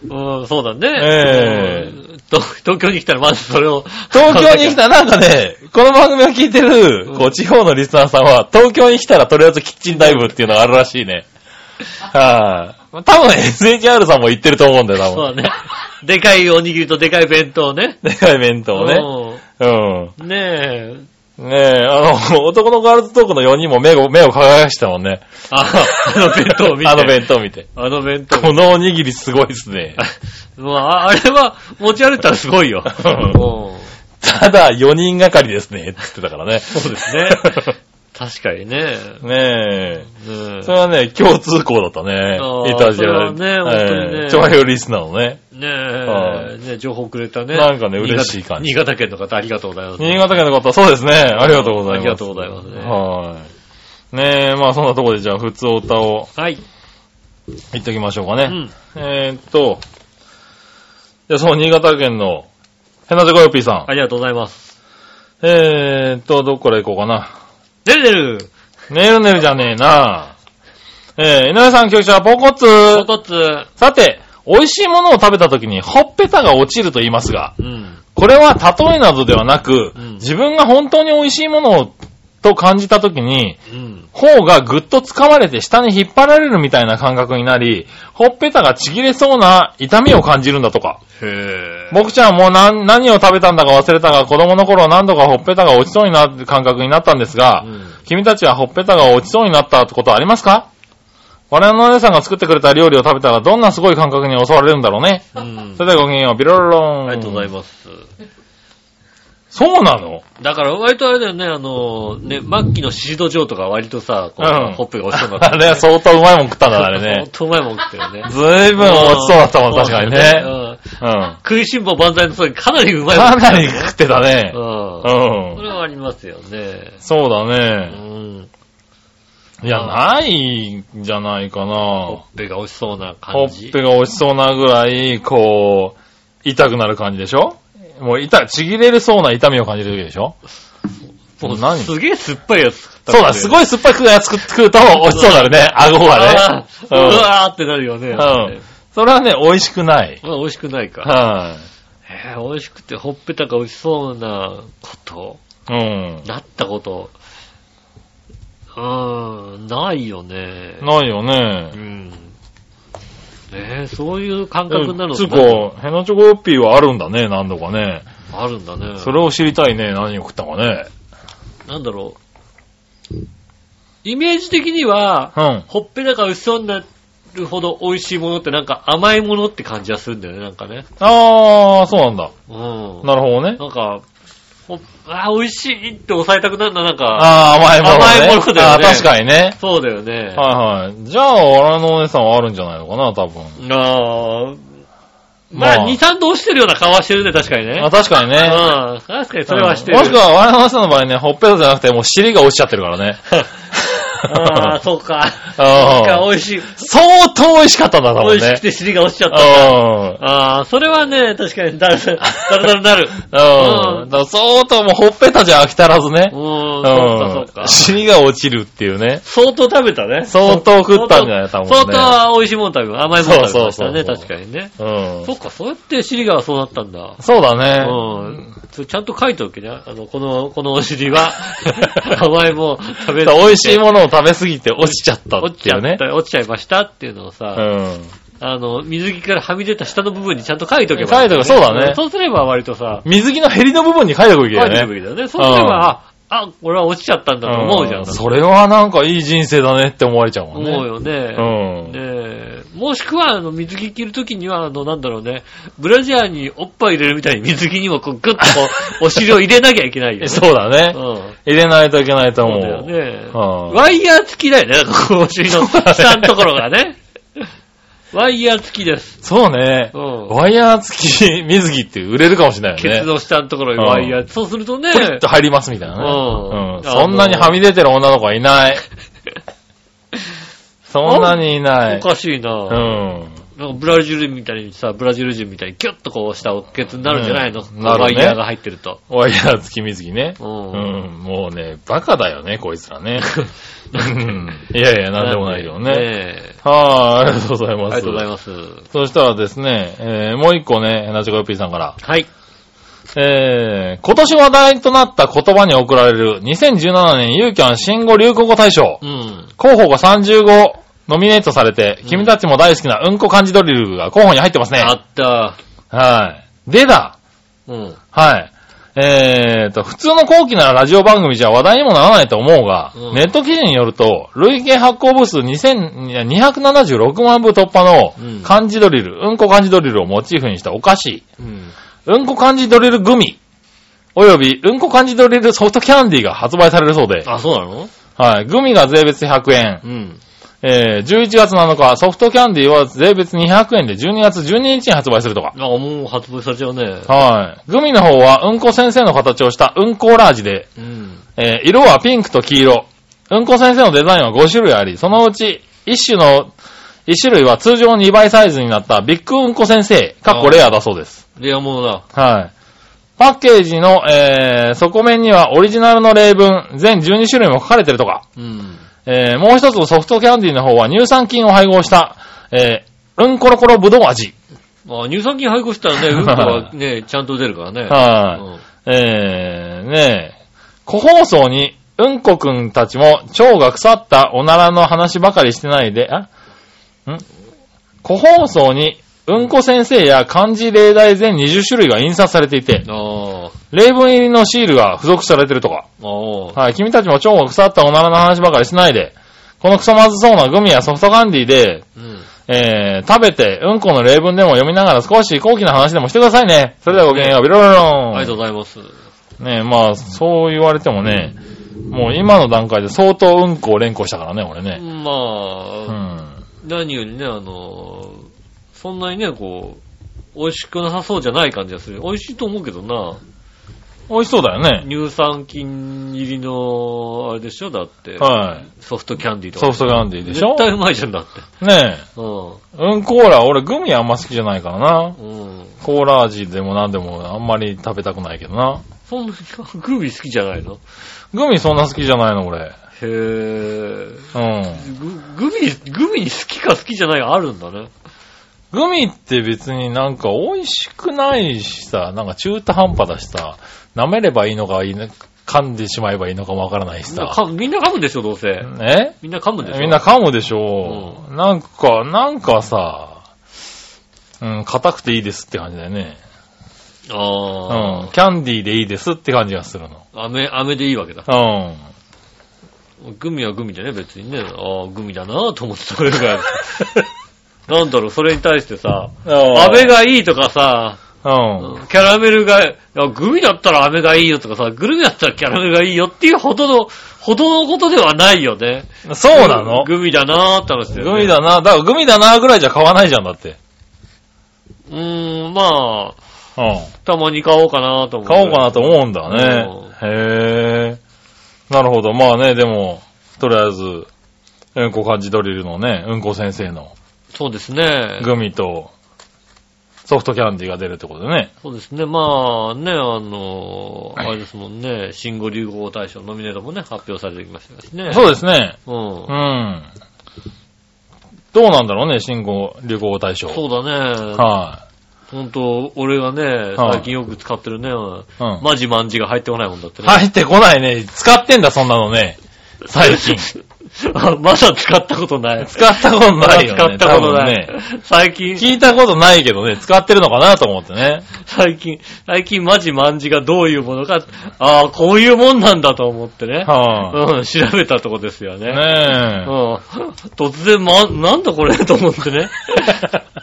[SPEAKER 2] うん、そうだね。
[SPEAKER 3] ええ
[SPEAKER 2] うんと東京に来たらまずそれを。
[SPEAKER 3] 東京に来
[SPEAKER 2] ら。
[SPEAKER 3] たらなんかね、この番組を聞いてる、こう、地方のリスナーさんは、東京に来たらとりあえずキッチンダイブっていうのがあるらしいね。はい、多分 SHR さんも言ってると思うんだよ、多
[SPEAKER 2] そうだ
[SPEAKER 3] 分。
[SPEAKER 2] ね。でかいおにぎりとでかい弁当ね。
[SPEAKER 3] でかい弁当をね。うん。
[SPEAKER 2] うんねえ。
[SPEAKER 3] ねえ、あの、 男のガールズトークの4人も目を、目を輝かしてたもんね。
[SPEAKER 2] あ、あの弁当を見て。
[SPEAKER 3] あの弁当見て。
[SPEAKER 2] 当。あの弁当。
[SPEAKER 3] このおにぎりすごいです ね。
[SPEAKER 2] まあ、あれは持ち歩いたらすごいよ。
[SPEAKER 3] うん
[SPEAKER 2] うん
[SPEAKER 3] ただ、4人がかりですね。って言ってたからね。
[SPEAKER 2] そうですね。確かにね。
[SPEAKER 3] ねえ。
[SPEAKER 2] うん
[SPEAKER 3] それはね、共通項だったね
[SPEAKER 2] あ。ー
[SPEAKER 3] イタジア。
[SPEAKER 2] それはね本当にね
[SPEAKER 3] えー長編リスナーのね。
[SPEAKER 2] ね
[SPEAKER 3] は
[SPEAKER 2] え、ね情報くれたね。
[SPEAKER 3] なんかね嬉しい感じ
[SPEAKER 2] 新潟新潟県の方ありがとうございます。
[SPEAKER 3] 新潟県の方、そうですね。ありがとうございます。
[SPEAKER 2] ありがとうございますね
[SPEAKER 3] はい。ねえ、まあそんなところでじゃあ、普通歌を
[SPEAKER 2] はい。
[SPEAKER 3] 言っておきましょうか
[SPEAKER 2] う
[SPEAKER 3] ね。
[SPEAKER 2] ん。
[SPEAKER 3] えーっと、じゃあその新潟県の、ヘナゼコヨッピーさん。
[SPEAKER 2] ありがとうございます。
[SPEAKER 3] えーっと、どこから行こうかな。
[SPEAKER 2] ねるねる
[SPEAKER 3] ねるねるじゃねえな。えー、井上さん局長、ポンコツ
[SPEAKER 2] 衝突
[SPEAKER 3] さて、美味しいものを食べた時にほっぺたが落ちると言いますが、
[SPEAKER 2] うん。
[SPEAKER 3] これは例えなどではなく、
[SPEAKER 2] うん
[SPEAKER 3] 自分が本当に美味しいものをと感じた時に、
[SPEAKER 2] うん。
[SPEAKER 3] 頬がぐっと掴まれて下に引っ張られるみたいな感覚になり、ほっぺたがちぎれそうな痛みを感じるんだとか。
[SPEAKER 2] へえ。
[SPEAKER 3] 僕ちゃんもう何何を食べたんだか忘れたが、子供の頃何度かほっぺたが落ちそうになる感覚になったんですが、
[SPEAKER 2] うん
[SPEAKER 3] 君たちはほっぺたが落ちそうになったってことはありますか我々のお姉さんが作ってくれた料理を食べたらどんなすごい感覚に襲われるんだろうね。
[SPEAKER 2] うん
[SPEAKER 3] そ。れではごきげんよう、ビロロロ
[SPEAKER 2] あ
[SPEAKER 3] ン。
[SPEAKER 2] りがとうござい
[SPEAKER 3] す。
[SPEAKER 2] ます。
[SPEAKER 3] そうなの
[SPEAKER 2] だから割とあれだよね、あの、ね、末期のシード状とか割とさ、こ
[SPEAKER 3] う
[SPEAKER 2] う、
[SPEAKER 3] ん
[SPEAKER 2] ほっぺが落ちそうにな
[SPEAKER 3] あ
[SPEAKER 2] ってる
[SPEAKER 3] れは相当うまいもん食ったんだ、あれ
[SPEAKER 2] 相
[SPEAKER 3] ね。
[SPEAKER 2] 当うまいもん食ってるよね。
[SPEAKER 3] ずいぶん落ちそうだったもん、確かに
[SPEAKER 2] う
[SPEAKER 3] ね。
[SPEAKER 2] ん
[SPEAKER 3] うん。
[SPEAKER 2] 食いしん坊万歳の時かなりうまいもん
[SPEAKER 3] か
[SPEAKER 2] 食って
[SPEAKER 3] な
[SPEAKER 2] る
[SPEAKER 3] り
[SPEAKER 2] よね
[SPEAKER 3] 食ってたね。
[SPEAKER 2] うん
[SPEAKER 3] う。
[SPEAKER 2] そ
[SPEAKER 3] ん。
[SPEAKER 2] れはありますよね。
[SPEAKER 3] そうだ
[SPEAKER 2] う
[SPEAKER 3] ね。
[SPEAKER 2] ん。
[SPEAKER 3] いや、ないんじゃないか
[SPEAKER 2] ほ
[SPEAKER 3] な。
[SPEAKER 2] っぺが美味しそうな
[SPEAKER 3] ほ
[SPEAKER 2] 感
[SPEAKER 3] っ
[SPEAKER 2] じ。
[SPEAKER 3] ぺが落ちそうなぐらい、こう、痛くなる感じでしょもう痛い、ちぎれるそうな痛みを感じる時でしょ
[SPEAKER 2] もう
[SPEAKER 3] 何
[SPEAKER 2] すげえ酸っぱいやつ。
[SPEAKER 3] そうだ、すご
[SPEAKER 2] い。
[SPEAKER 3] い酸っぱいやつ食食うと落ちそうになるね、顎が
[SPEAKER 2] あ
[SPEAKER 3] ね。
[SPEAKER 2] ーう
[SPEAKER 3] うん
[SPEAKER 2] わーってなるよね。
[SPEAKER 3] うんそれはね、美味しくない。
[SPEAKER 2] まあ美味しくないか。
[SPEAKER 3] は
[SPEAKER 2] へー美味しくて、ほっぺたが美味しそうなこと、
[SPEAKER 3] い。うん。
[SPEAKER 2] なったこと、うーん、ないよね。
[SPEAKER 3] ないよ
[SPEAKER 2] う
[SPEAKER 3] ね。
[SPEAKER 2] ん。ねえ、そういう感
[SPEAKER 3] で
[SPEAKER 2] 覚
[SPEAKER 3] も
[SPEAKER 2] なの
[SPEAKER 3] つう
[SPEAKER 2] か
[SPEAKER 3] か、ヘナチョコヨッピーはあるんだね、何度かね。
[SPEAKER 2] あるんだね。
[SPEAKER 3] それを知りたいね、何を食ったのかね。
[SPEAKER 2] なんだろう。イメージ的には、
[SPEAKER 3] うん。
[SPEAKER 2] ほっぺたが薄そうになるほど美味しいものってなんか甘いものって感じがするんだよね、なんかね。
[SPEAKER 3] あー、そうなんだ。
[SPEAKER 2] うん。
[SPEAKER 3] なるほどね。
[SPEAKER 2] なんか、ほっあー、美味しいって抑えたくなるな、なんか。
[SPEAKER 3] あー、甘いものね。
[SPEAKER 2] 甘いものだよね
[SPEAKER 3] あー確かにね。
[SPEAKER 2] そうだよね。
[SPEAKER 3] はいはい。じゃあ、俺のお姉さんはあるんじゃないのかな、多分。
[SPEAKER 2] あーま
[SPEAKER 3] ま
[SPEAKER 2] あ、
[SPEAKER 3] あ
[SPEAKER 2] 二三度してるような顔はしてるね、確かにね。
[SPEAKER 3] あ、確かにね。
[SPEAKER 2] うん。確かにそれはしてる。
[SPEAKER 3] もしくは、我のお姉さんの場合ね、ほっぺたじゃなくて、もう尻が落ちちゃってるからね。
[SPEAKER 2] ああ、そうか。
[SPEAKER 3] あ
[SPEAKER 2] そ
[SPEAKER 3] ー
[SPEAKER 2] うか、美味しい。
[SPEAKER 3] 相当美味しかったんだ、多
[SPEAKER 2] 美
[SPEAKER 3] 分ね。
[SPEAKER 2] 味しくて尻が落ちちゃった。
[SPEAKER 3] う
[SPEAKER 2] ああ、それはね、確かにだる、だるだるなる。
[SPEAKER 3] ん。うん。だから相当もうほっぺたじゃ飽き足らずね
[SPEAKER 2] う。、
[SPEAKER 3] うん
[SPEAKER 2] そうか、そうか。
[SPEAKER 3] 尻が落ちるっていうね。
[SPEAKER 2] 相当食べたね。
[SPEAKER 3] 相当食ったんじゃない多分ね
[SPEAKER 2] 相当美味しいもん食べ、甘いもん食べましたね、
[SPEAKER 3] そうそうそうそう
[SPEAKER 2] 確かにね。
[SPEAKER 3] うん
[SPEAKER 2] そ。っか、そうやって尻がそうなったんだ。
[SPEAKER 3] そうだ
[SPEAKER 2] う
[SPEAKER 3] ね。
[SPEAKER 2] ん。それちゃんと書いておけな。あの、この、このお尻 は、甘いもん食べ
[SPEAKER 3] だから美味しい
[SPEAKER 2] ん
[SPEAKER 3] ものを食べすぎて落ちちゃったっ
[SPEAKER 2] 落ち
[SPEAKER 3] て
[SPEAKER 2] ち
[SPEAKER 3] い
[SPEAKER 2] ゃ
[SPEAKER 3] う
[SPEAKER 2] っ
[SPEAKER 3] ね。
[SPEAKER 2] た、落ちちゃいましたっていうのを
[SPEAKER 3] う
[SPEAKER 2] さ、
[SPEAKER 3] ん。
[SPEAKER 2] あの、水着からはみ出た下の部分にちゃんと書いとけば、
[SPEAKER 3] 書いとけそうだね
[SPEAKER 2] そうすれば割とさ、
[SPEAKER 3] 水着のヘリの部分に書いておくべき
[SPEAKER 2] 書
[SPEAKER 3] だ
[SPEAKER 2] いとけ
[SPEAKER 3] よ
[SPEAKER 2] ばい
[SPEAKER 3] ね。
[SPEAKER 2] いだよね。そうすれば、あ、あ、俺は落ちちゃったんだと思うじゃん。
[SPEAKER 3] それはなんかいい人生だねって思われちゃうもんね。
[SPEAKER 2] 思うよね。
[SPEAKER 3] う
[SPEAKER 2] ね
[SPEAKER 3] ん
[SPEAKER 2] え。もしくは、あの、水着着るときには、あの、なんだろうね、ブラジャーにおっぱい入れるみたいに水着にもこう、グッとこ う、お尻を入れなきゃいけないよ、ね。
[SPEAKER 3] そうだね。
[SPEAKER 2] うん。
[SPEAKER 3] 入れないといけないと
[SPEAKER 2] そ
[SPEAKER 3] 思
[SPEAKER 2] う
[SPEAKER 3] う。
[SPEAKER 2] だよね。
[SPEAKER 3] うん
[SPEAKER 2] ワイヤー付きだよね、なんかこう、お尻の下のところが ね。ワイヤー付きです。
[SPEAKER 3] そうね
[SPEAKER 2] う。ん。
[SPEAKER 3] ワイヤー付き水着って売れるかもしれない
[SPEAKER 2] ケ
[SPEAKER 3] よね。
[SPEAKER 2] ツの下のところにワイヤー。そうするとね、
[SPEAKER 3] プリッと入りますみたいなね。
[SPEAKER 2] うん
[SPEAKER 3] うんそんなにはみ出てる女の子は いない。そんなにいない
[SPEAKER 2] お。かしいうな。
[SPEAKER 3] ん。
[SPEAKER 2] なんかブラジルみたいにさ、ブラジル人みたいにキュッとこう下をケツになるんじゃないの、
[SPEAKER 3] うんなるね
[SPEAKER 2] ワイヤーが入ってると。
[SPEAKER 3] ワイヤー付き水着ね。
[SPEAKER 2] う
[SPEAKER 3] うんん。もうね、バカだよね、こいつらね。うん いやいや、なんでもないけどね。
[SPEAKER 2] え
[SPEAKER 3] はーい、ありがとうござい
[SPEAKER 2] あ
[SPEAKER 3] ま
[SPEAKER 2] り
[SPEAKER 3] す。
[SPEAKER 2] がとうございます。
[SPEAKER 3] そしたらですね、えー、もう一個ね、なちこよっぴーさんから。
[SPEAKER 2] はい。
[SPEAKER 3] えー、今年話題となった言葉に贈られる2017年ユーキャン新語・流行語大賞
[SPEAKER 2] う。ん。
[SPEAKER 3] 候補が30語ノミネートされて、君たちも大好きなうんこ漢字ドリルが候補に入ってますね。
[SPEAKER 2] あった。
[SPEAKER 3] はい。でだ。
[SPEAKER 2] うん。
[SPEAKER 3] はい。えーと、普通の後期ならラジオ番組じゃ話題にもならないと思うが、
[SPEAKER 2] うん
[SPEAKER 3] ネット記事によると、累計発行部数2000いや276万部突破
[SPEAKER 2] うん
[SPEAKER 3] の漢字ドリル、うんこ漢字ドリルをモチーフにしたお菓子、
[SPEAKER 2] うん。
[SPEAKER 3] うんこ漢字ドリルグミ、およびうんこ漢字ドリルソフトキャンディーが発売されるそうで、
[SPEAKER 2] あ、そうなの
[SPEAKER 3] はい、グミが税別100円、
[SPEAKER 2] うん。
[SPEAKER 3] えー、11月7日、ソフトキャンディーは税別200円で12月12日に発売するとか。
[SPEAKER 2] あ、もう発売されちゃうね。
[SPEAKER 3] はい。グミの方は、うんこ先生の形をしたうんこラージで、
[SPEAKER 2] うん。
[SPEAKER 3] えー、色はピンクと黄色。うんこ先生のデザインは5種類あり、そのうち1種の、1種類は通常2倍サイズになったビッグうんこ先生、かっこレアだそうです。
[SPEAKER 2] レアものだ。
[SPEAKER 3] はい。パッケージの、えー、底面にはオリジナルの例文、全12種類も書かれてるとか。
[SPEAKER 2] うん。
[SPEAKER 3] えーもう一つのソフトキャンディーの方は乳酸菌を配合した、えーうんころころぶどう味。
[SPEAKER 2] あ、乳酸菌配合 したらね、うんこはね、ちゃんと出るからね。
[SPEAKER 3] はい、えー、ねえ、個包装に、うんこくんたちも腸が腐ったおならの話ばかりしてないで、あん個包装に、うんこ先生や漢字例題全20種類が印刷されていて
[SPEAKER 2] う、ん。あ
[SPEAKER 3] 例文入りのシールが付属されてるとか。
[SPEAKER 2] あ。ああ。
[SPEAKER 3] はい、君たちも腸が腐ったおならの話ばかりしないで、このクソまずそうなグミやソフトキャンディーで、
[SPEAKER 2] うん。
[SPEAKER 3] えー、食べて、うんこの例文でも読みながら少し高貴な話でもしてくださいね。それではごきげんよう、ビロロロン。
[SPEAKER 2] ありがとうございます。
[SPEAKER 3] ねえ、まあ、そう言われてもね、もう今の段階で相当うんこを連呼したからね、俺ね。
[SPEAKER 2] ま
[SPEAKER 3] う
[SPEAKER 2] あ、
[SPEAKER 3] ん。
[SPEAKER 2] 何よりね、あの、そんなにね、こう、美味しくなさそうじゃない感じがする。美味しいと思うけどな。
[SPEAKER 3] 美味しそうだよね。
[SPEAKER 2] 乳酸菌入りの、あれでしょだって。
[SPEAKER 3] は
[SPEAKER 2] ソフトキャンディー
[SPEAKER 3] い。
[SPEAKER 2] とか。
[SPEAKER 3] ソフトキャンディーでしょ
[SPEAKER 2] 絶対うまいじゃんだって。
[SPEAKER 3] ね
[SPEAKER 2] う
[SPEAKER 3] え、うんこーラ、俺グミあんま好きじゃないからな。
[SPEAKER 2] ん。うん。
[SPEAKER 3] コーラ味でも何でもあんまり食べたくないけどな。
[SPEAKER 2] そんな、グミ好きじゃないの
[SPEAKER 3] グミそんな好きじゃないの、俺。
[SPEAKER 2] へえ。
[SPEAKER 3] うん。
[SPEAKER 2] ググミ、グミに好きか好きじゃないがあるんだね。
[SPEAKER 3] グミって別になんか美味しくないしさ、なんか中途半端だしさ、舐めればいいのかいいの噛んでしまえばいいのかもわからないし
[SPEAKER 2] みんな
[SPEAKER 3] さ。
[SPEAKER 2] 噛むみんな噛むでしょ、どうせ。
[SPEAKER 3] え
[SPEAKER 2] みんな噛むでしょ。
[SPEAKER 3] みんな噛むでしょ、なんか、なんかさ、うん、硬くていいですって感じだよね。う
[SPEAKER 2] あ
[SPEAKER 3] ん、キャンディーでいいですって感じがするの。
[SPEAKER 2] あ。飴、飴でいいわけだ。
[SPEAKER 3] うん。
[SPEAKER 2] グミはグミでね、別にね。ああ、グミだなぁと思って食べるから。 なんだろう、それに対してさ、飴がいいとかさ、
[SPEAKER 3] うん。
[SPEAKER 2] キャラメルが、いやグミだったら飴がいいよとかさ、グルメだったらキャラメルがいいよっていうほどの、ほどのことではないよね。
[SPEAKER 3] そうなの
[SPEAKER 2] グミだなーって話だよね。
[SPEAKER 3] グミだな。だからグミだなぐらいじゃ買わないじゃんだって。
[SPEAKER 2] うーん、まあ、
[SPEAKER 3] うん。
[SPEAKER 2] たまに買おうかなと思う。
[SPEAKER 3] 買おうかなと思うんだね。へえ。なるほど。まあね、でも、とりあえず、うんこ漢字ドリルのね、うんこ先生の
[SPEAKER 2] そうですね。
[SPEAKER 3] グミとソフトキャンディーが出るってことでね。
[SPEAKER 2] そうですね。まあね、あの、あれですもんね、新語・流行語大賞ノミネートもね、発表されてきましたしね。
[SPEAKER 3] そうですね。
[SPEAKER 2] う。ん
[SPEAKER 3] う。ん。どうなんだろうね、新語、流行語大賞。
[SPEAKER 2] そうだね。
[SPEAKER 3] は
[SPEAKER 2] ほんと、俺がね、
[SPEAKER 3] はい
[SPEAKER 2] 最近よく使ってるね、
[SPEAKER 3] い、うん。
[SPEAKER 2] マジマンジが入ってこないもんだってね。
[SPEAKER 3] 入ってこないね。使ってんだ、そんなのね。最近。
[SPEAKER 2] あまだ使ったこと ない。
[SPEAKER 3] 使ったこと
[SPEAKER 2] まだ
[SPEAKER 3] ない
[SPEAKER 2] 使
[SPEAKER 3] よね。
[SPEAKER 2] ったことない。
[SPEAKER 3] 多分ね。
[SPEAKER 2] 最近、
[SPEAKER 3] 聞いたことないけどね、使ってるのかなと思ってね。
[SPEAKER 2] 最近、最近マジマンジがどういうものか、ああ、こういうもんなんだと思ってね。
[SPEAKER 3] は
[SPEAKER 2] うん、調べたとこですよね。う
[SPEAKER 3] あ、ね
[SPEAKER 2] ん。突然、ま、なんだこれと思 ってね。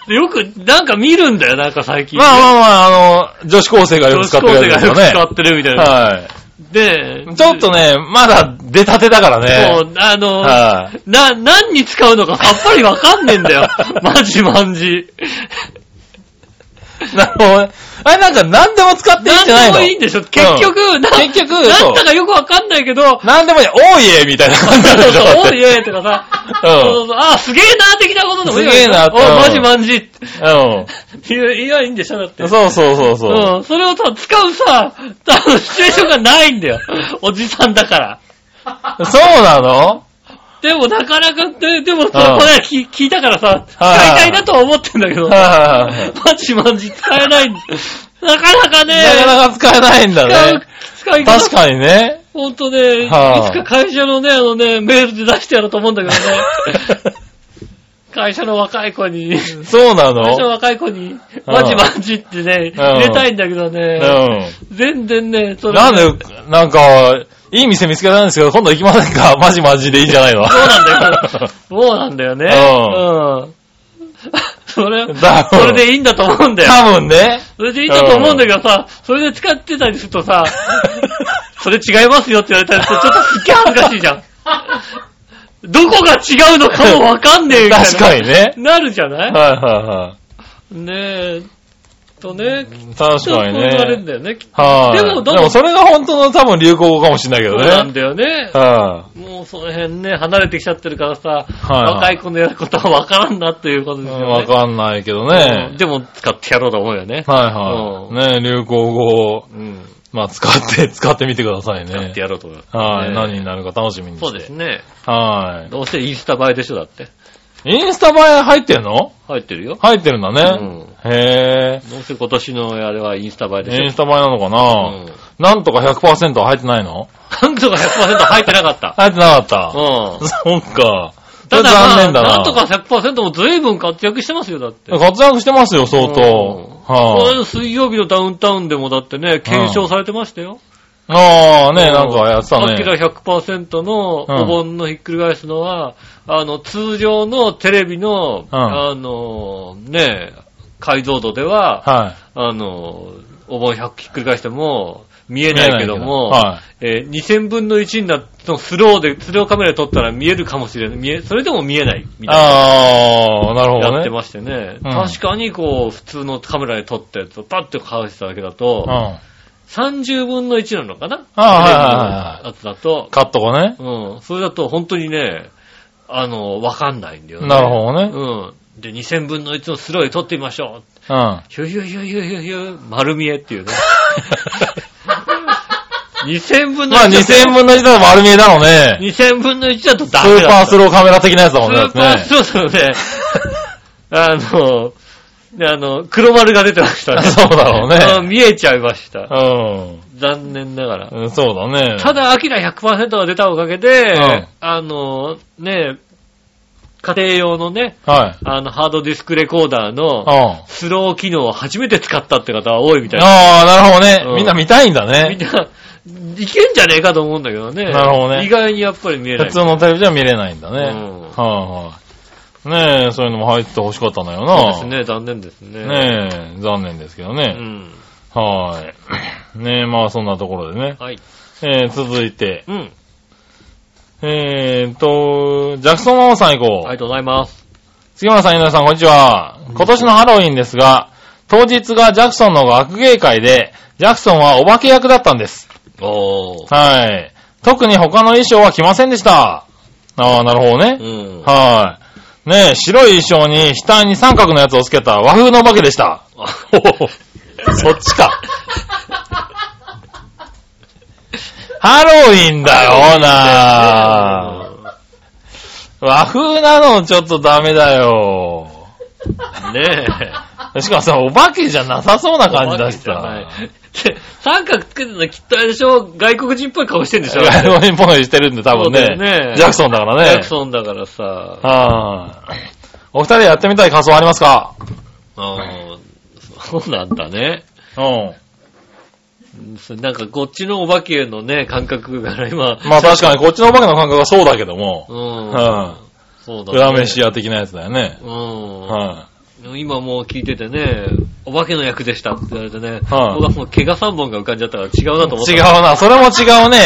[SPEAKER 2] よく、なんか見るんだよ、なんか最
[SPEAKER 3] え。
[SPEAKER 2] 近。
[SPEAKER 3] まあまあまあ、あの、女子高生がよ
[SPEAKER 2] 女
[SPEAKER 3] く
[SPEAKER 2] 子
[SPEAKER 3] 使っ
[SPEAKER 2] 高
[SPEAKER 3] て
[SPEAKER 2] 生
[SPEAKER 3] るやつ
[SPEAKER 2] がよ
[SPEAKER 3] ですよ
[SPEAKER 2] く
[SPEAKER 3] ね
[SPEAKER 2] 使。ってるみたいな。
[SPEAKER 3] は
[SPEAKER 2] で
[SPEAKER 3] い。、ちょっとね、まだ出たてだからね。
[SPEAKER 2] そう、あの、
[SPEAKER 3] はい。
[SPEAKER 2] な、何に使うのかさっぱりわかんねえん だよ。マジマンジ。
[SPEAKER 3] なるほどね。あれなんか何でも使っていいんじゃな
[SPEAKER 2] 何で
[SPEAKER 3] いの
[SPEAKER 2] もいいんでしょ結局、な、
[SPEAKER 3] 結局
[SPEAKER 2] なんだかよくわかんないけ ど、
[SPEAKER 3] 何でもいい。おーいえみたいな
[SPEAKER 2] そ
[SPEAKER 3] 感
[SPEAKER 2] う
[SPEAKER 3] じなんでしょだっ
[SPEAKER 2] そう、 お
[SPEAKER 3] て
[SPEAKER 2] いえとかさ、
[SPEAKER 3] うん
[SPEAKER 2] そうそうそうあ、すげえな、的なことでもいいわ
[SPEAKER 3] すげえな
[SPEAKER 2] お
[SPEAKER 3] うん
[SPEAKER 2] マジマンジって
[SPEAKER 3] う
[SPEAKER 2] 言えいや、いいんでしょだって。
[SPEAKER 3] ん。そうそうそうそう。
[SPEAKER 2] うん、それをさ、使うさ、多分シチュエーションがないんだよ。おじさんだから。
[SPEAKER 3] そうな の
[SPEAKER 2] でもなかなか、ででもさ、こ
[SPEAKER 3] うん
[SPEAKER 2] の間聞聞いたからさ、使
[SPEAKER 3] はい
[SPEAKER 2] いたいなとは思ってんだけど、
[SPEAKER 3] はいはいはい
[SPEAKER 2] マジマジ使えない。なかなかね、
[SPEAKER 3] なかなか使えないんだね。
[SPEAKER 2] 使う、使い方、
[SPEAKER 3] 確か にね。
[SPEAKER 2] ほんとね、いつ
[SPEAKER 3] はい
[SPEAKER 2] か会社のね、あのね、メールで出してやろうと思うんだけどね、会社の若い子に、会
[SPEAKER 3] そうなの
[SPEAKER 2] 社の若い子に、マジマジってね、
[SPEAKER 3] うん
[SPEAKER 2] 入れたいんだけど
[SPEAKER 3] う
[SPEAKER 2] ね、
[SPEAKER 3] ん。
[SPEAKER 2] 全然ね、それ、
[SPEAKER 3] なんで、なんか、いい店見つけたんですけど、今度行きませんか マジマジでいいんじゃないの
[SPEAKER 2] そうなんだよ。そうなんだよね。うん。 それ、
[SPEAKER 3] だ
[SPEAKER 2] それでいいんだと思うんだよ。
[SPEAKER 3] 多分ね。
[SPEAKER 2] それでいいんだと思うんだけどさ、それで使ってたりすると さ、それ違いますよって言われたりすると、ちょっとすっげえ恥ずかしいじゃん。どこが違うのかもわかんねえみたいな。
[SPEAKER 3] 確かにね。
[SPEAKER 2] なるじゃない
[SPEAKER 3] はいは
[SPEAKER 2] ねえ、とね、
[SPEAKER 3] いはい。確
[SPEAKER 2] そう
[SPEAKER 3] かに
[SPEAKER 2] 言われるん
[SPEAKER 3] ね。
[SPEAKER 2] だよね。きっ
[SPEAKER 3] はい。
[SPEAKER 2] でもどんどん
[SPEAKER 3] でもそれが本当の多分流行語かもしれないけ
[SPEAKER 2] と
[SPEAKER 3] ど
[SPEAKER 2] なん
[SPEAKER 3] ね。
[SPEAKER 2] だよね。
[SPEAKER 3] は
[SPEAKER 2] もうその辺ね、離れてきちゃってるからさ、
[SPEAKER 3] はい
[SPEAKER 2] 若い子のやることはわからんなっていうこと
[SPEAKER 3] い。
[SPEAKER 2] ですよね。
[SPEAKER 3] わかんないけど
[SPEAKER 2] う
[SPEAKER 3] ね
[SPEAKER 2] ん。でも使ってやろうと思うよね。
[SPEAKER 3] はいはい。ね流行語を、
[SPEAKER 2] うん。
[SPEAKER 3] まあ使って、使ってみてください
[SPEAKER 2] 使っ
[SPEAKER 3] ね
[SPEAKER 2] て。やろうと思います。
[SPEAKER 3] はい。
[SPEAKER 2] ね
[SPEAKER 3] 何になるか楽しみにして。
[SPEAKER 2] そうですね。
[SPEAKER 3] は
[SPEAKER 2] どうせインスタ映えでしょ、だって。
[SPEAKER 3] い。インスタ映え入ってんの
[SPEAKER 2] 入ってるよ。
[SPEAKER 3] 入ってるんだね。へ
[SPEAKER 2] どうせ今年のあれはインスタ映えでし
[SPEAKER 3] え。
[SPEAKER 2] ょ。
[SPEAKER 3] インスタ映えなのかな、
[SPEAKER 2] うん。
[SPEAKER 3] なんとか100%は入ってないの
[SPEAKER 2] なんとか100%入ってなか った。
[SPEAKER 3] 入ってなかっ
[SPEAKER 2] う
[SPEAKER 3] た。
[SPEAKER 2] ん。
[SPEAKER 3] そっか。
[SPEAKER 2] ただ、まあ
[SPEAKER 3] 残念だな。
[SPEAKER 2] なんとか100%も随分活躍してますよ、だ って。
[SPEAKER 3] 活躍してますよ、相当。
[SPEAKER 2] うんこの
[SPEAKER 3] はい、
[SPEAKER 2] 間水曜日のダウンタウンでもだってね、検証されてましたよ。
[SPEAKER 3] あ。あね、
[SPEAKER 2] うん
[SPEAKER 3] なんかやってた
[SPEAKER 2] アキ
[SPEAKER 3] ね。
[SPEAKER 2] ラ100%のお盆のひっくり返すのは、あの、通常のテレビの、あの、ねえ、解像度では、
[SPEAKER 3] は
[SPEAKER 2] あの、お盆100ひっくり返しても、見え
[SPEAKER 3] い。
[SPEAKER 2] ないけども、
[SPEAKER 3] は
[SPEAKER 2] えー2000分の1になって、そのスローで、スローカメラで撮ったら見えるかもしれない。見え、それでも見えない、み
[SPEAKER 3] い。
[SPEAKER 2] たいな。
[SPEAKER 3] ああ、なるほどね。
[SPEAKER 2] やってましてね。
[SPEAKER 3] うん
[SPEAKER 2] 確かにこう、普通のカメラで撮ったやつをパッて返しただけだと、
[SPEAKER 3] うん。
[SPEAKER 2] 30分の1なのかな
[SPEAKER 3] あー
[SPEAKER 2] テレビのやつだと、
[SPEAKER 3] カットがね。
[SPEAKER 2] うん。それだと本当にね、あの、わかんないんだよね。
[SPEAKER 3] なるほどね。
[SPEAKER 2] ど。うん。で、2000分の1のスローで撮ってみましょう。
[SPEAKER 3] うん。
[SPEAKER 2] ヒュヒュヒュヒュヒュヒュ、丸見えって いうね。2000分の
[SPEAKER 3] まあ
[SPEAKER 2] 1。
[SPEAKER 3] 2000分の1だと丸見えだろうね。
[SPEAKER 2] 2000分の1だと
[SPEAKER 3] ス
[SPEAKER 2] ダメだ
[SPEAKER 3] ーパース
[SPEAKER 2] ー
[SPEAKER 3] ローカメラ的なやつだもんね。
[SPEAKER 2] スーパースローそうね。 あの、であの、黒丸が出てましたね。
[SPEAKER 3] そうだろうね
[SPEAKER 2] ん見えちゃいました。
[SPEAKER 3] ー
[SPEAKER 2] 残念ながら。
[SPEAKER 3] うん。そうだね。
[SPEAKER 2] ただ、アキラ100%が出たおかげで、
[SPEAKER 3] ん
[SPEAKER 2] あの、ね、家庭用のね、
[SPEAKER 3] はい。
[SPEAKER 2] あの、ハードディスクレコーダー
[SPEAKER 3] うん。
[SPEAKER 2] の
[SPEAKER 3] あ
[SPEAKER 2] スロー機能を初めて使ったって方は多いみたいな。
[SPEAKER 3] あ、なるほどね
[SPEAKER 2] う。ん
[SPEAKER 3] みんな見たいんだ
[SPEAKER 2] みん
[SPEAKER 3] ね。
[SPEAKER 2] な、いけんじゃねえかと思うんだけどね。
[SPEAKER 3] なるほどね
[SPEAKER 2] 意外にやっぱり見えない。
[SPEAKER 3] 普通のテレビじゃ見れないんだね。
[SPEAKER 2] うん
[SPEAKER 3] はいはい。ねえ、そういうのも入ってほしかったのよな。
[SPEAKER 2] そうですね、残念ですね。
[SPEAKER 3] ねえ、残念ですけど
[SPEAKER 2] う
[SPEAKER 3] ね。
[SPEAKER 2] ん。
[SPEAKER 3] はい。ねえ、まあそんなところでね。
[SPEAKER 2] はい。
[SPEAKER 3] えー、続いて、
[SPEAKER 2] うん。
[SPEAKER 3] えーっと、ジャクソンママさん行こう。
[SPEAKER 2] ありがとうございます。
[SPEAKER 3] 杉村さん、井上さん、こんにちは。今年のハロウィンですが、当日がジャクソンの学芸会で、ジャクソンはお化け役だったんです。
[SPEAKER 2] おー。
[SPEAKER 3] はい。特に他の衣装は着ませんでした。ああ、なる
[SPEAKER 2] う
[SPEAKER 3] ほどね。
[SPEAKER 2] ん。
[SPEAKER 3] はい。ねえ、白い衣装に額に三角のやつをつけた和風のお化けでした。そっちか。ハロウィンだよ な和風なのちょっとダメだよ。
[SPEAKER 2] ねえ。
[SPEAKER 3] しかもさ、お化けじゃなさそうな感じだしさ。
[SPEAKER 2] で三角つけてるのきっとあれでしょ外国人っぽい顔してんでしょ
[SPEAKER 3] 外国人っぽいしてるんで 多分
[SPEAKER 2] そうだよ
[SPEAKER 3] ね
[SPEAKER 2] ね。
[SPEAKER 3] ジャクソンだからね。
[SPEAKER 2] ジャクソンだからさ。
[SPEAKER 3] はい。お二人やってみたい仮装ありますか
[SPEAKER 2] うんそうなんだね。
[SPEAKER 3] うん。
[SPEAKER 2] うんそれなんかこっちのお化けのね、感覚が今。
[SPEAKER 3] まあ確かにこっちのお化けの感覚はそうだけども、
[SPEAKER 2] うん。
[SPEAKER 3] は
[SPEAKER 2] そうだね。
[SPEAKER 3] 裏飯屋的なやつだよね。
[SPEAKER 2] うん。
[SPEAKER 3] は
[SPEAKER 2] 今もう聞いててね、お化けの役でしたって言われてね、
[SPEAKER 3] はい
[SPEAKER 2] 僕はもう毛が3本が浮かんじゃったから違うなと思っ
[SPEAKER 3] い。
[SPEAKER 2] た。
[SPEAKER 3] 違うな、それも違 うね。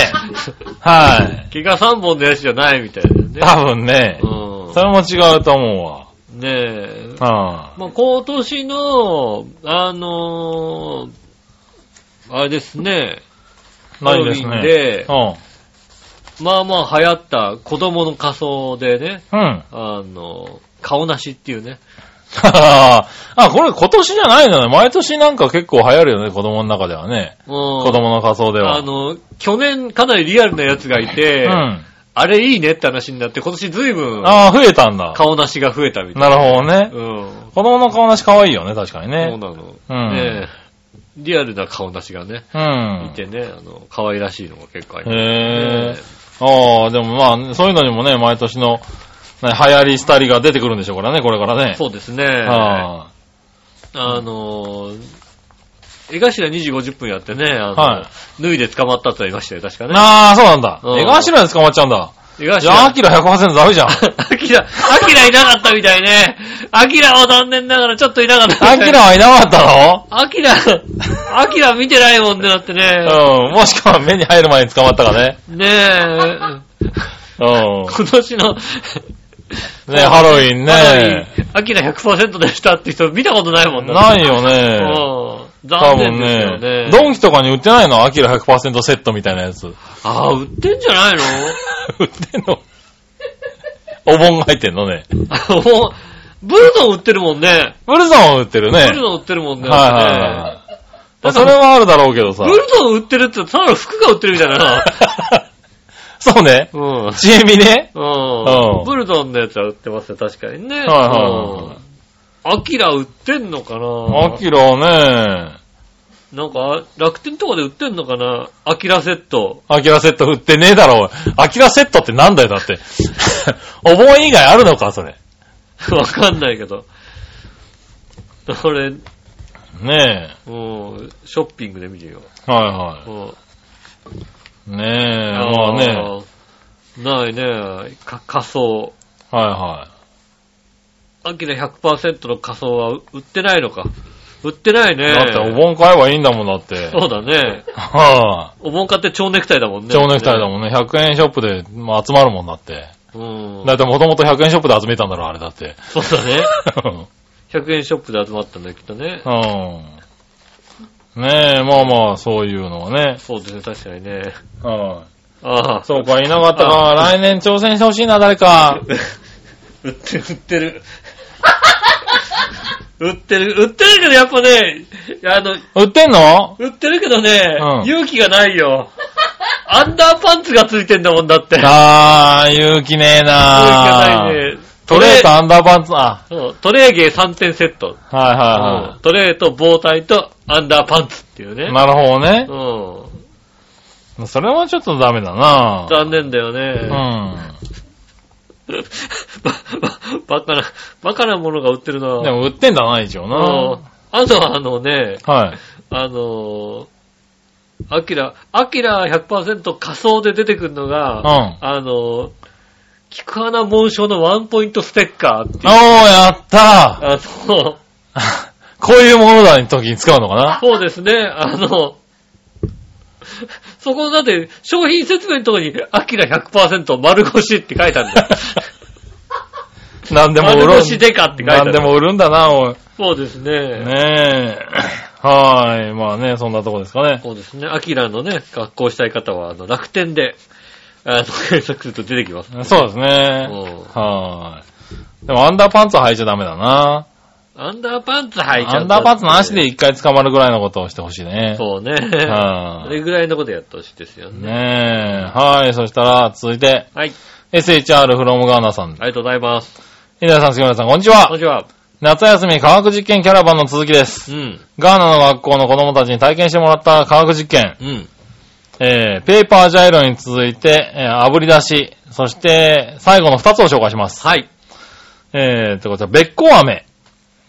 [SPEAKER 3] はい。
[SPEAKER 2] 毛が3本のやつじゃないみたいだ
[SPEAKER 3] 多分ね、
[SPEAKER 2] よね。
[SPEAKER 3] それも違うと思
[SPEAKER 2] うん。ねえ
[SPEAKER 3] う。わ。
[SPEAKER 2] まあ、今年の、あのーあれですね、
[SPEAKER 3] うん。ないです
[SPEAKER 2] ハロウィン
[SPEAKER 3] ね。
[SPEAKER 2] で
[SPEAKER 3] う、ん。
[SPEAKER 2] まあまあ流行った子供の仮装でね、
[SPEAKER 3] うん。
[SPEAKER 2] あの、顔なしっていうね。
[SPEAKER 3] あ、これ今年じゃないのね。毎年なんか結構流行るよね、子供の中ではね。
[SPEAKER 2] うん。
[SPEAKER 3] 子供の仮装では。
[SPEAKER 2] あの、去年かなりリアルなやつがいて、
[SPEAKER 3] うん。
[SPEAKER 2] あれいいねって話になって、今年随分
[SPEAKER 3] ああ、増えたんだ。
[SPEAKER 2] 顔なしが増えたみたい
[SPEAKER 3] なるほどね
[SPEAKER 2] な。。うん。
[SPEAKER 3] 子供の顔なし可愛いよね、確かに
[SPEAKER 2] そうな
[SPEAKER 3] ね。
[SPEAKER 2] の。
[SPEAKER 3] うん
[SPEAKER 2] ねえリアルな顔なしがね、
[SPEAKER 3] う
[SPEAKER 2] い
[SPEAKER 3] ん。
[SPEAKER 2] てね、あの、可愛らしいのが結構あります
[SPEAKER 3] へ
[SPEAKER 2] ね
[SPEAKER 3] え。ああ、でもまあ、そういうのにもね、毎年の、ね流行り廃りが出てくるんでしょうからね、これからね。
[SPEAKER 2] そうですね。
[SPEAKER 3] は
[SPEAKER 2] あのー、江頭2時50分やってね、あの、
[SPEAKER 3] は
[SPEAKER 2] 脱いで捕まったって言いましたよ、確か
[SPEAKER 3] い。
[SPEAKER 2] ね。
[SPEAKER 3] ああ、そうなんだ。
[SPEAKER 2] うん
[SPEAKER 3] 江頭で捕まっちゃうんだ。
[SPEAKER 2] 江頭。
[SPEAKER 3] じゃあ、アキラ100%ダ メじゃん。
[SPEAKER 2] アキラ、アキラいなかったみたいね。アキラは残念ながらちょっといなかったみた
[SPEAKER 3] ア
[SPEAKER 2] い。
[SPEAKER 3] キラはいな かった
[SPEAKER 2] アキラ、アキラ見てないもんね、だってね。
[SPEAKER 3] のうん。もしくは目に入る前に捕まったかね。
[SPEAKER 2] ねえ、
[SPEAKER 3] う
[SPEAKER 2] 今年の、
[SPEAKER 3] ん。ねハロウィンね。
[SPEAKER 2] アキラ100%でしたって人見たことないもん。
[SPEAKER 3] ないいよね。
[SPEAKER 2] うん。
[SPEAKER 3] 多
[SPEAKER 2] 残念
[SPEAKER 3] 分
[SPEAKER 2] ですよ
[SPEAKER 3] ね
[SPEAKER 2] ね。。
[SPEAKER 3] ドンキとかに売ってないのアキラ100%セットみたいなやつ。
[SPEAKER 2] ああ、売ってんじゃないの
[SPEAKER 3] 売ってんのお盆が入ってんのね。
[SPEAKER 2] あの、ブルゾン売ってるもんね。
[SPEAKER 3] ブルゾン売ってるね。
[SPEAKER 2] ブルゾン売ってるもんね。
[SPEAKER 3] はいはい
[SPEAKER 2] だっ
[SPEAKER 3] はい
[SPEAKER 2] てね。
[SPEAKER 3] まあそれはあるだろうけどさ
[SPEAKER 2] ブ。ルゾン売ってるって、ただの服が売ってるみたいだな。
[SPEAKER 3] そうね。
[SPEAKER 2] うん。
[SPEAKER 3] ちえみね。
[SPEAKER 2] う。
[SPEAKER 3] うんん
[SPEAKER 2] ブルゾンのやつは売ってますね、確かにね。はい
[SPEAKER 3] はい
[SPEAKER 2] アキラ売ってんのかな
[SPEAKER 3] アキラね。
[SPEAKER 2] なんか、楽天とかで売ってんのかなアキラセット。
[SPEAKER 3] アキラセット売ってねえだろ、おいアキラセットってなんだよ、だって。 お盆以外あるのか、それ。
[SPEAKER 2] わかんないけど。これ、うん、
[SPEAKER 3] ね
[SPEAKER 2] ショッピングで見てよ。
[SPEAKER 3] え。は
[SPEAKER 2] う
[SPEAKER 3] いは
[SPEAKER 2] ん
[SPEAKER 3] い。ねえ、まあね。はい
[SPEAKER 2] ーないね。か、仮装。
[SPEAKER 3] は
[SPEAKER 2] アキラ100%の仮装は売ってないのか。売ってない
[SPEAKER 3] い。
[SPEAKER 2] ね。
[SPEAKER 3] だってお盆買えばいいんだもんだって。
[SPEAKER 2] そうだね。
[SPEAKER 3] は
[SPEAKER 2] お盆買って蝶ネクタイだもん
[SPEAKER 3] い。
[SPEAKER 2] ね。
[SPEAKER 3] 蝶ネクタイだもんね。100円ショップでまあ集まるもんだって。
[SPEAKER 2] うん。
[SPEAKER 3] だってもともと100円ショップで集めたんだろ、あれだって。
[SPEAKER 2] そうだね。100円ショップで集まったんだけどね。
[SPEAKER 3] うん。ねえ、まあまあ、そういうのはね。
[SPEAKER 2] そうですね、確かにね。
[SPEAKER 3] は
[SPEAKER 2] ああ。
[SPEAKER 3] い。そうか、いなかったか。来年挑戦してほしいな、誰か。
[SPEAKER 2] 売ってる、売ってる。売ってる、売ってるけどやっぱね、あの、
[SPEAKER 3] 売ってん の
[SPEAKER 2] 売ってるけどね、
[SPEAKER 3] うん
[SPEAKER 2] 勇気がないよ。アンダーパンツがついてんだもんだって。
[SPEAKER 3] あー、勇気ねえ
[SPEAKER 2] 勇気が
[SPEAKER 3] な
[SPEAKER 2] ないね。
[SPEAKER 3] トレーとアンダーパンツ、あ、
[SPEAKER 2] そうトレーゲー3点セット。
[SPEAKER 3] はい
[SPEAKER 2] うん
[SPEAKER 3] は
[SPEAKER 2] トレーと棒体とアンダーパンツっていう
[SPEAKER 3] いは
[SPEAKER 2] ね。
[SPEAKER 3] い。なるほどね。
[SPEAKER 2] うん。
[SPEAKER 3] それはちょっとダメだな
[SPEAKER 2] 残念だよ
[SPEAKER 3] う
[SPEAKER 2] ね。
[SPEAKER 3] ん。
[SPEAKER 2] ばばバカな、バカなものが売ってるな。
[SPEAKER 3] でも売ってんだな、一応
[SPEAKER 2] うん
[SPEAKER 3] な。
[SPEAKER 2] あとはあのね、
[SPEAKER 3] はい。
[SPEAKER 2] あのー、アキラ、アキラ100%仮装で出てくるのが、
[SPEAKER 3] うん
[SPEAKER 2] あのー、菊花紋章のワンポイントステッカーって
[SPEAKER 3] お
[SPEAKER 2] い
[SPEAKER 3] ー、
[SPEAKER 2] う。
[SPEAKER 3] やったー
[SPEAKER 2] あの、
[SPEAKER 3] こういうものだの時に使うのかな
[SPEAKER 2] そうですね、あの、そこのだって商品説明のところに、アキラ100%丸腰って書いてあるんだよ。
[SPEAKER 3] 何 でも売
[SPEAKER 2] 丸
[SPEAKER 3] る
[SPEAKER 2] 腰。デカって書いてあ
[SPEAKER 3] 何
[SPEAKER 2] る。
[SPEAKER 3] でも売るんだな、おい。
[SPEAKER 2] そうですね。
[SPEAKER 3] ねえ。はーい。まあね、そんなとこですかね。
[SPEAKER 2] そうですね。アキラのね、学校したい方は、あの、楽天で、あの、検索すると出てきます。
[SPEAKER 3] そうですね。
[SPEAKER 2] うん
[SPEAKER 3] はーい。でもアンダーパンツは履いちゃダメだな。
[SPEAKER 2] アンダーパンツ履いちゃった
[SPEAKER 3] アンダーパンツなしで一回捕まるぐらいのことをしてほしいね。
[SPEAKER 2] そうね。
[SPEAKER 3] は
[SPEAKER 2] そ
[SPEAKER 3] い
[SPEAKER 2] れぐらいのことやってほしいですよね。
[SPEAKER 3] ねえ。はい。そしたら、続いて、
[SPEAKER 2] はい。
[SPEAKER 3] SHR from Ghana さん。
[SPEAKER 2] ありがとうございます。
[SPEAKER 3] 稲田さん、杉村さん、こんにち
[SPEAKER 2] こん
[SPEAKER 3] は
[SPEAKER 2] に。ちは。
[SPEAKER 3] 夏休み科学実験キャラバンの続きです。
[SPEAKER 2] うん。
[SPEAKER 3] ガーナの学校の子供たちに体験してもらった科学実験。
[SPEAKER 2] うん。
[SPEAKER 3] えー、ペーパージャイロに続いて、えー炙り出し、そして、最後の2つを紹介します。
[SPEAKER 2] はい。
[SPEAKER 3] えー、ってことは、べっこう飴。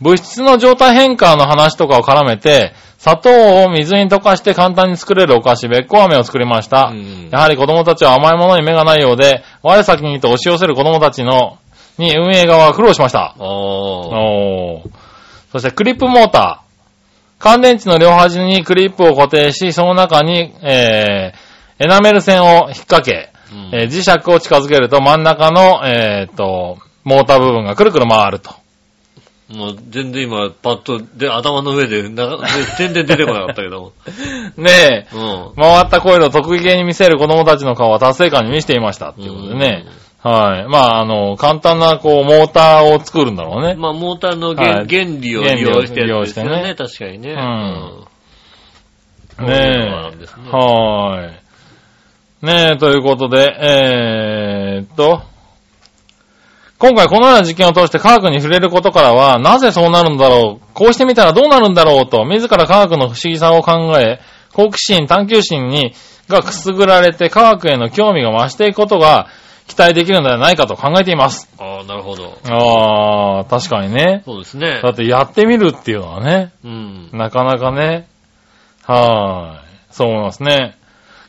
[SPEAKER 3] 物質の状態変化の話とかを絡めて、砂糖を水に溶かして簡単に作れるお菓子、べっこう飴を作りました。
[SPEAKER 2] うん
[SPEAKER 3] やはり子供たちは甘いものに目がないようで、我先にと押し寄せる子供たちの、に運営側は苦労しました。
[SPEAKER 2] おー。
[SPEAKER 3] おー。そしてクリップモーター。乾電池の両端にクリップを固定し、その中に、えー、エナメル線を引っ掛け、
[SPEAKER 2] うん
[SPEAKER 3] えー磁石を近づけると真ん中の、えー、と、モーター部分がくるくる回ると。
[SPEAKER 2] もう全然今、パッと、で、頭の上で、なで全然出てこなかったけども。
[SPEAKER 3] ねえ、
[SPEAKER 2] うん。
[SPEAKER 3] 回ったコイルを得意げに見せる子供たちの顔は達成感に満ちていました。っていうことでね。はい。まあ、あの、簡単な、こう、モーターを作るんだろうね。
[SPEAKER 2] まあ、モーターの原,、
[SPEAKER 3] はい
[SPEAKER 2] 原理を利用してやつですよ
[SPEAKER 3] 原理を利
[SPEAKER 2] ね。確かにね。
[SPEAKER 3] ん
[SPEAKER 2] うん。
[SPEAKER 3] ね
[SPEAKER 2] え。です
[SPEAKER 3] え。
[SPEAKER 2] ね。
[SPEAKER 3] はーい。ねえ、ということで、えーっと、今回このような実験を通して科学に触れることからは、なぜそうなるんだろう、こうしてみたらどうなるんだろうと、自ら科学の不思議さを考え、好奇心、探求心に、がくすぐられて科学への興味が増していくことが期待できるのではないかと考えています。
[SPEAKER 2] ああ、なるほど。
[SPEAKER 3] ああ、確かにね。
[SPEAKER 2] そうですね
[SPEAKER 3] だ。ってやってみるっていうのはね。
[SPEAKER 2] うん。
[SPEAKER 3] なかなかね。はーい。そう思いますね。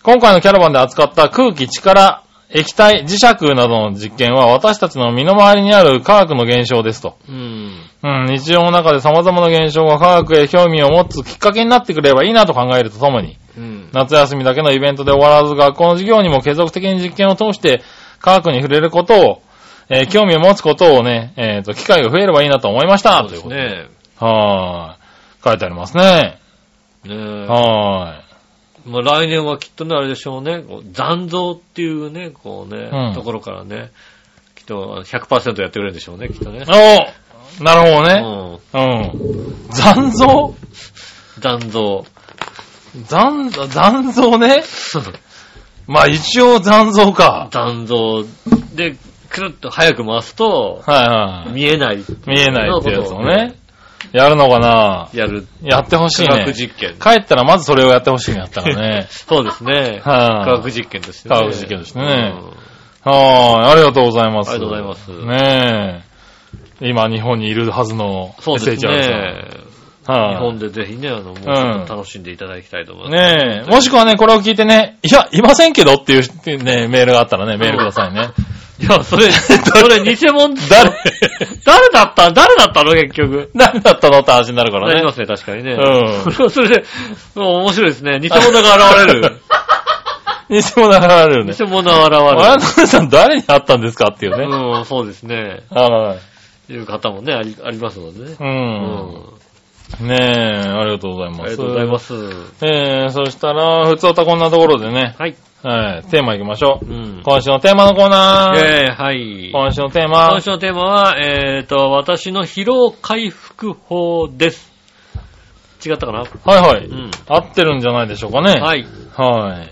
[SPEAKER 3] 今回のキャラバンで扱った空気、力、液体、磁石などの実験は私たちの身の回りにある科学の現象ですと。
[SPEAKER 2] うん。
[SPEAKER 3] うん、日常の中で様々な現象が科学へ興味を持つきっかけになってくればいいなと考えるとともに、
[SPEAKER 2] うん。
[SPEAKER 3] 夏休みだけのイベントで終わらず学校の授業にも継続的に実験を通して科学に触れることを、えー興味を持つことをね、えっ、と、機会が増えればいいなと思いました。
[SPEAKER 2] そうです
[SPEAKER 3] ということで。
[SPEAKER 2] ね。
[SPEAKER 3] はーい。書いてありますね。
[SPEAKER 2] ねえ。
[SPEAKER 3] はーい。
[SPEAKER 2] まあ、来年はきっとね、あれでしょうね。こう残像っていうね、こうね、
[SPEAKER 3] うん
[SPEAKER 2] ところからね、きっと100%やってくれるんでしょうね、きっとね。
[SPEAKER 3] おなる
[SPEAKER 2] う
[SPEAKER 3] ほどね。
[SPEAKER 2] ん。
[SPEAKER 3] うん。残像
[SPEAKER 2] 残像。
[SPEAKER 3] 残、残像ね。まあ一応残像か。
[SPEAKER 2] 残像で、くるっと早く回すと、
[SPEAKER 3] はいはい。
[SPEAKER 2] 見えない。
[SPEAKER 3] 見えないってやつをね
[SPEAKER 2] こ。
[SPEAKER 3] やるのかな
[SPEAKER 2] とを。やる。
[SPEAKER 3] やってほし
[SPEAKER 2] 科
[SPEAKER 3] いね
[SPEAKER 2] 学。実験。。
[SPEAKER 3] 帰ったらまずそれをやってほしいんやったらね
[SPEAKER 2] そうですね。
[SPEAKER 3] はい
[SPEAKER 2] 科学実験としてね。
[SPEAKER 3] 科学実験としてね
[SPEAKER 2] うん
[SPEAKER 3] はーい。ありがとうございます。
[SPEAKER 2] ありがとうございます
[SPEAKER 3] ねえ。今日本にいるはずの
[SPEAKER 2] そうです
[SPEAKER 3] SHR さん。
[SPEAKER 2] ね。日
[SPEAKER 3] はい
[SPEAKER 2] 本でぜひね、あの、もうちょっと楽しんでいただきたいと思います。
[SPEAKER 3] ねえ、もしくはね、これを聞いてね、いや、いませんけどっていうっていうね、メールがあったらね、メールくださいね。
[SPEAKER 2] いや、 それ、それ偽物ですよ
[SPEAKER 3] 誰
[SPEAKER 2] 誰だった誰だったの結局。
[SPEAKER 3] 何だったのって話になるか
[SPEAKER 2] な
[SPEAKER 3] ら
[SPEAKER 2] り
[SPEAKER 3] ね
[SPEAKER 2] ま。すね、確かにね。
[SPEAKER 3] うん
[SPEAKER 2] それはそれで、もう面白いですね。偽物が現れ る。
[SPEAKER 3] 偽物が現れるね。
[SPEAKER 2] 偽物が
[SPEAKER 3] あな
[SPEAKER 2] 現
[SPEAKER 3] たさん誰に会ったんですかっていう
[SPEAKER 2] れ
[SPEAKER 3] ね。
[SPEAKER 2] る。うん、そうですね。
[SPEAKER 3] はい。
[SPEAKER 2] いう方もね、ありありますのでね。
[SPEAKER 3] う
[SPEAKER 2] うん
[SPEAKER 3] ん。。ねえ、ありがとうございます。。
[SPEAKER 2] ありがとうございますす。
[SPEAKER 3] えー、そしたら、普通おたこんなところでね、
[SPEAKER 2] はい。
[SPEAKER 3] はい、テーマ行きましょう。
[SPEAKER 2] うん。
[SPEAKER 3] 今週のテーマのコーナー。
[SPEAKER 2] えー、はい。
[SPEAKER 3] 今週のテー
[SPEAKER 2] 今
[SPEAKER 3] マ。
[SPEAKER 2] 週のテーマは、えーと、私の疲労回復法です。違ったかな
[SPEAKER 3] はいはい、
[SPEAKER 2] うん
[SPEAKER 3] 合ってるんじゃないでしょうかね。。
[SPEAKER 2] はいい。
[SPEAKER 3] はい。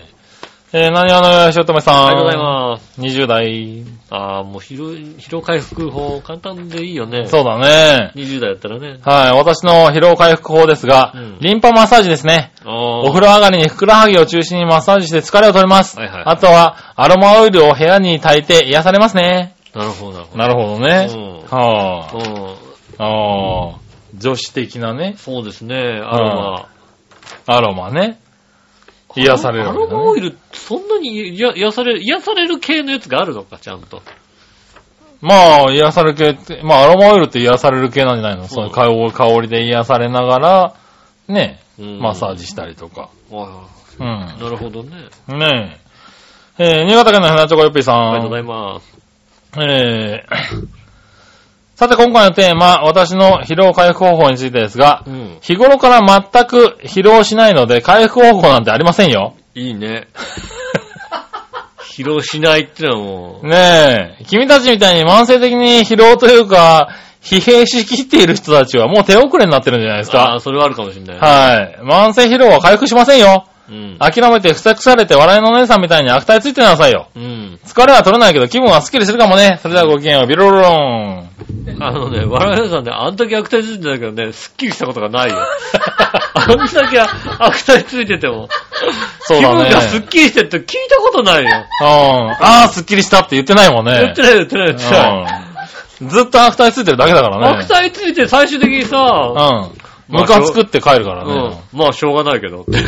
[SPEAKER 3] えー、何話のよしおとめさん。
[SPEAKER 2] ありがとうございます。
[SPEAKER 3] す。20代。
[SPEAKER 2] ああ、もう疲労、疲労回復法、簡単でいいよね。
[SPEAKER 3] そうだね。
[SPEAKER 2] 20代だったらね。
[SPEAKER 3] はい。私の疲労回復法ですが、
[SPEAKER 2] うん
[SPEAKER 3] リンパマッサージですね。
[SPEAKER 2] ああ
[SPEAKER 3] お風呂上がりにふくらはぎを中心にマッサージして疲れを取ります。
[SPEAKER 2] はいはい
[SPEAKER 3] あとは、アロマオイルを部屋に炊いて癒されますね。
[SPEAKER 2] なるほど、なるほど。
[SPEAKER 3] なるほどね。はぁ、
[SPEAKER 2] うん。
[SPEAKER 3] あー。女子的なね、
[SPEAKER 2] そうですね、アロマ。
[SPEAKER 3] アロマね。癒される
[SPEAKER 2] ア
[SPEAKER 3] わけ
[SPEAKER 2] ロ
[SPEAKER 3] だね、
[SPEAKER 2] マオイル、そんなに癒癒される、癒される系のやつがあるのか、ちゃんと。
[SPEAKER 3] まあ、癒される系って、まあ、アロマオイルって癒される系なんじゃないの、その香り香りで癒されながら、ね、
[SPEAKER 2] うん
[SPEAKER 3] マッサージしたりとか。
[SPEAKER 2] あ
[SPEAKER 3] うん
[SPEAKER 2] あ。なるほどね。
[SPEAKER 3] ねえ。えー新潟県の花チョコヨッピーさん。
[SPEAKER 2] ありがとうございます。
[SPEAKER 3] えーさて今回のテーマ、私の疲労回復方法についてですが
[SPEAKER 2] う、ん。
[SPEAKER 3] 日頃から全く疲労しないので回復方法なんてありませんよ。
[SPEAKER 2] いいね。疲労しないってのはも う、
[SPEAKER 3] ねえ、君たちみたいに慢性的に疲労というか、疲弊しきっている人たちはもう手遅れになってるんじゃないです
[SPEAKER 2] あ
[SPEAKER 3] か。
[SPEAKER 2] あ、それはあるかもしれない。
[SPEAKER 3] はい。慢性疲労は回復しませんよ。
[SPEAKER 2] うん。
[SPEAKER 3] 諦めてふさくされて笑いのお姉さんみたいに悪態ついてなさいよ。
[SPEAKER 2] うん。
[SPEAKER 3] 疲れは取れないけど気分はスッキリするかもね。それではごきげんよう、ビロロロン。
[SPEAKER 2] あのね、笑いのさんね、あんだけ悪態ついてたけどね、スッキリしたことがないよ。 あんだけ悪態ついてても。
[SPEAKER 3] そうだね
[SPEAKER 2] 気分がスッキリしてるって聞いたことないよ。
[SPEAKER 3] うん。あー、スッキリしたって言ってないもん
[SPEAKER 2] 言
[SPEAKER 3] ね。
[SPEAKER 2] ってない言ってない言ってない。
[SPEAKER 3] うん。ずっと悪態ついてるだけだからね
[SPEAKER 2] 悪。態ついて最終的にさ、
[SPEAKER 3] うん。ムカつくって帰るから
[SPEAKER 2] う
[SPEAKER 3] ね
[SPEAKER 2] ん。。まあ、しょうがないけど。って
[SPEAKER 3] ん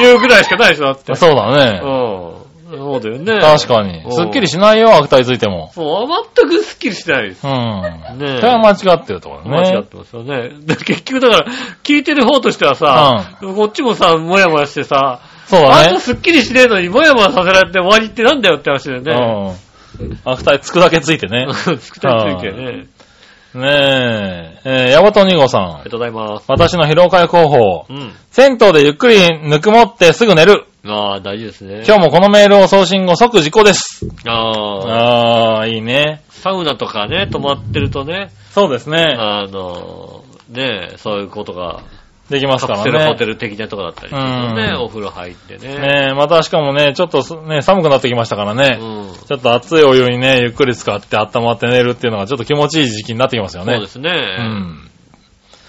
[SPEAKER 2] 言うぐらいしかないしなって。
[SPEAKER 3] そうだね。
[SPEAKER 2] うん。そうだよね。
[SPEAKER 3] 確かに
[SPEAKER 2] う。ん
[SPEAKER 3] スッキリしないよ、悪態ついても。
[SPEAKER 2] そう、全くスッキリしないです。
[SPEAKER 3] うん。
[SPEAKER 2] ねえ
[SPEAKER 3] それは間違ってるところだね。
[SPEAKER 2] 間違ってますよね。で結局だから、聞いてる方としてはさ、こっちもさ、もやもやしてさ、
[SPEAKER 3] そう
[SPEAKER 2] あん
[SPEAKER 3] だね
[SPEAKER 2] た。スッキリしねえのにもやもやさせられて終わりってなんだよって話だよね。
[SPEAKER 3] うん。悪態つくだけついてね。
[SPEAKER 2] つくたりついてね。
[SPEAKER 3] ねえ。えー、ヤバト2号さ
[SPEAKER 2] あり
[SPEAKER 3] ん
[SPEAKER 2] が。とうございます。
[SPEAKER 3] 私の疲労回候補。
[SPEAKER 2] うん。
[SPEAKER 3] 銭湯でゆっくりぬくもってすぐ寝る。
[SPEAKER 2] ああ、大事ですね。
[SPEAKER 3] 今日もこのメールを送信後即時効です。
[SPEAKER 2] ああ、
[SPEAKER 3] あー、いいね。
[SPEAKER 2] サウナとかね、泊まってるとね、
[SPEAKER 3] そうですね。
[SPEAKER 2] あの、ねえそういうことが、
[SPEAKER 3] できますか
[SPEAKER 2] カプセル
[SPEAKER 3] ら
[SPEAKER 2] ホテ
[SPEAKER 3] ね。
[SPEAKER 2] ル的なとこだったりするとね、
[SPEAKER 3] うん
[SPEAKER 2] お風呂入ってね。
[SPEAKER 3] ねえ、またしかもね、ちょっとすね、寒くなってきましたから
[SPEAKER 2] う
[SPEAKER 3] ね。
[SPEAKER 2] ん。
[SPEAKER 3] ちょっと熱いお湯にね、ゆっくり使って温まって寝るっていうのがちょっと気持ちいい時期になってきますよね。
[SPEAKER 2] そうですね。
[SPEAKER 3] うん。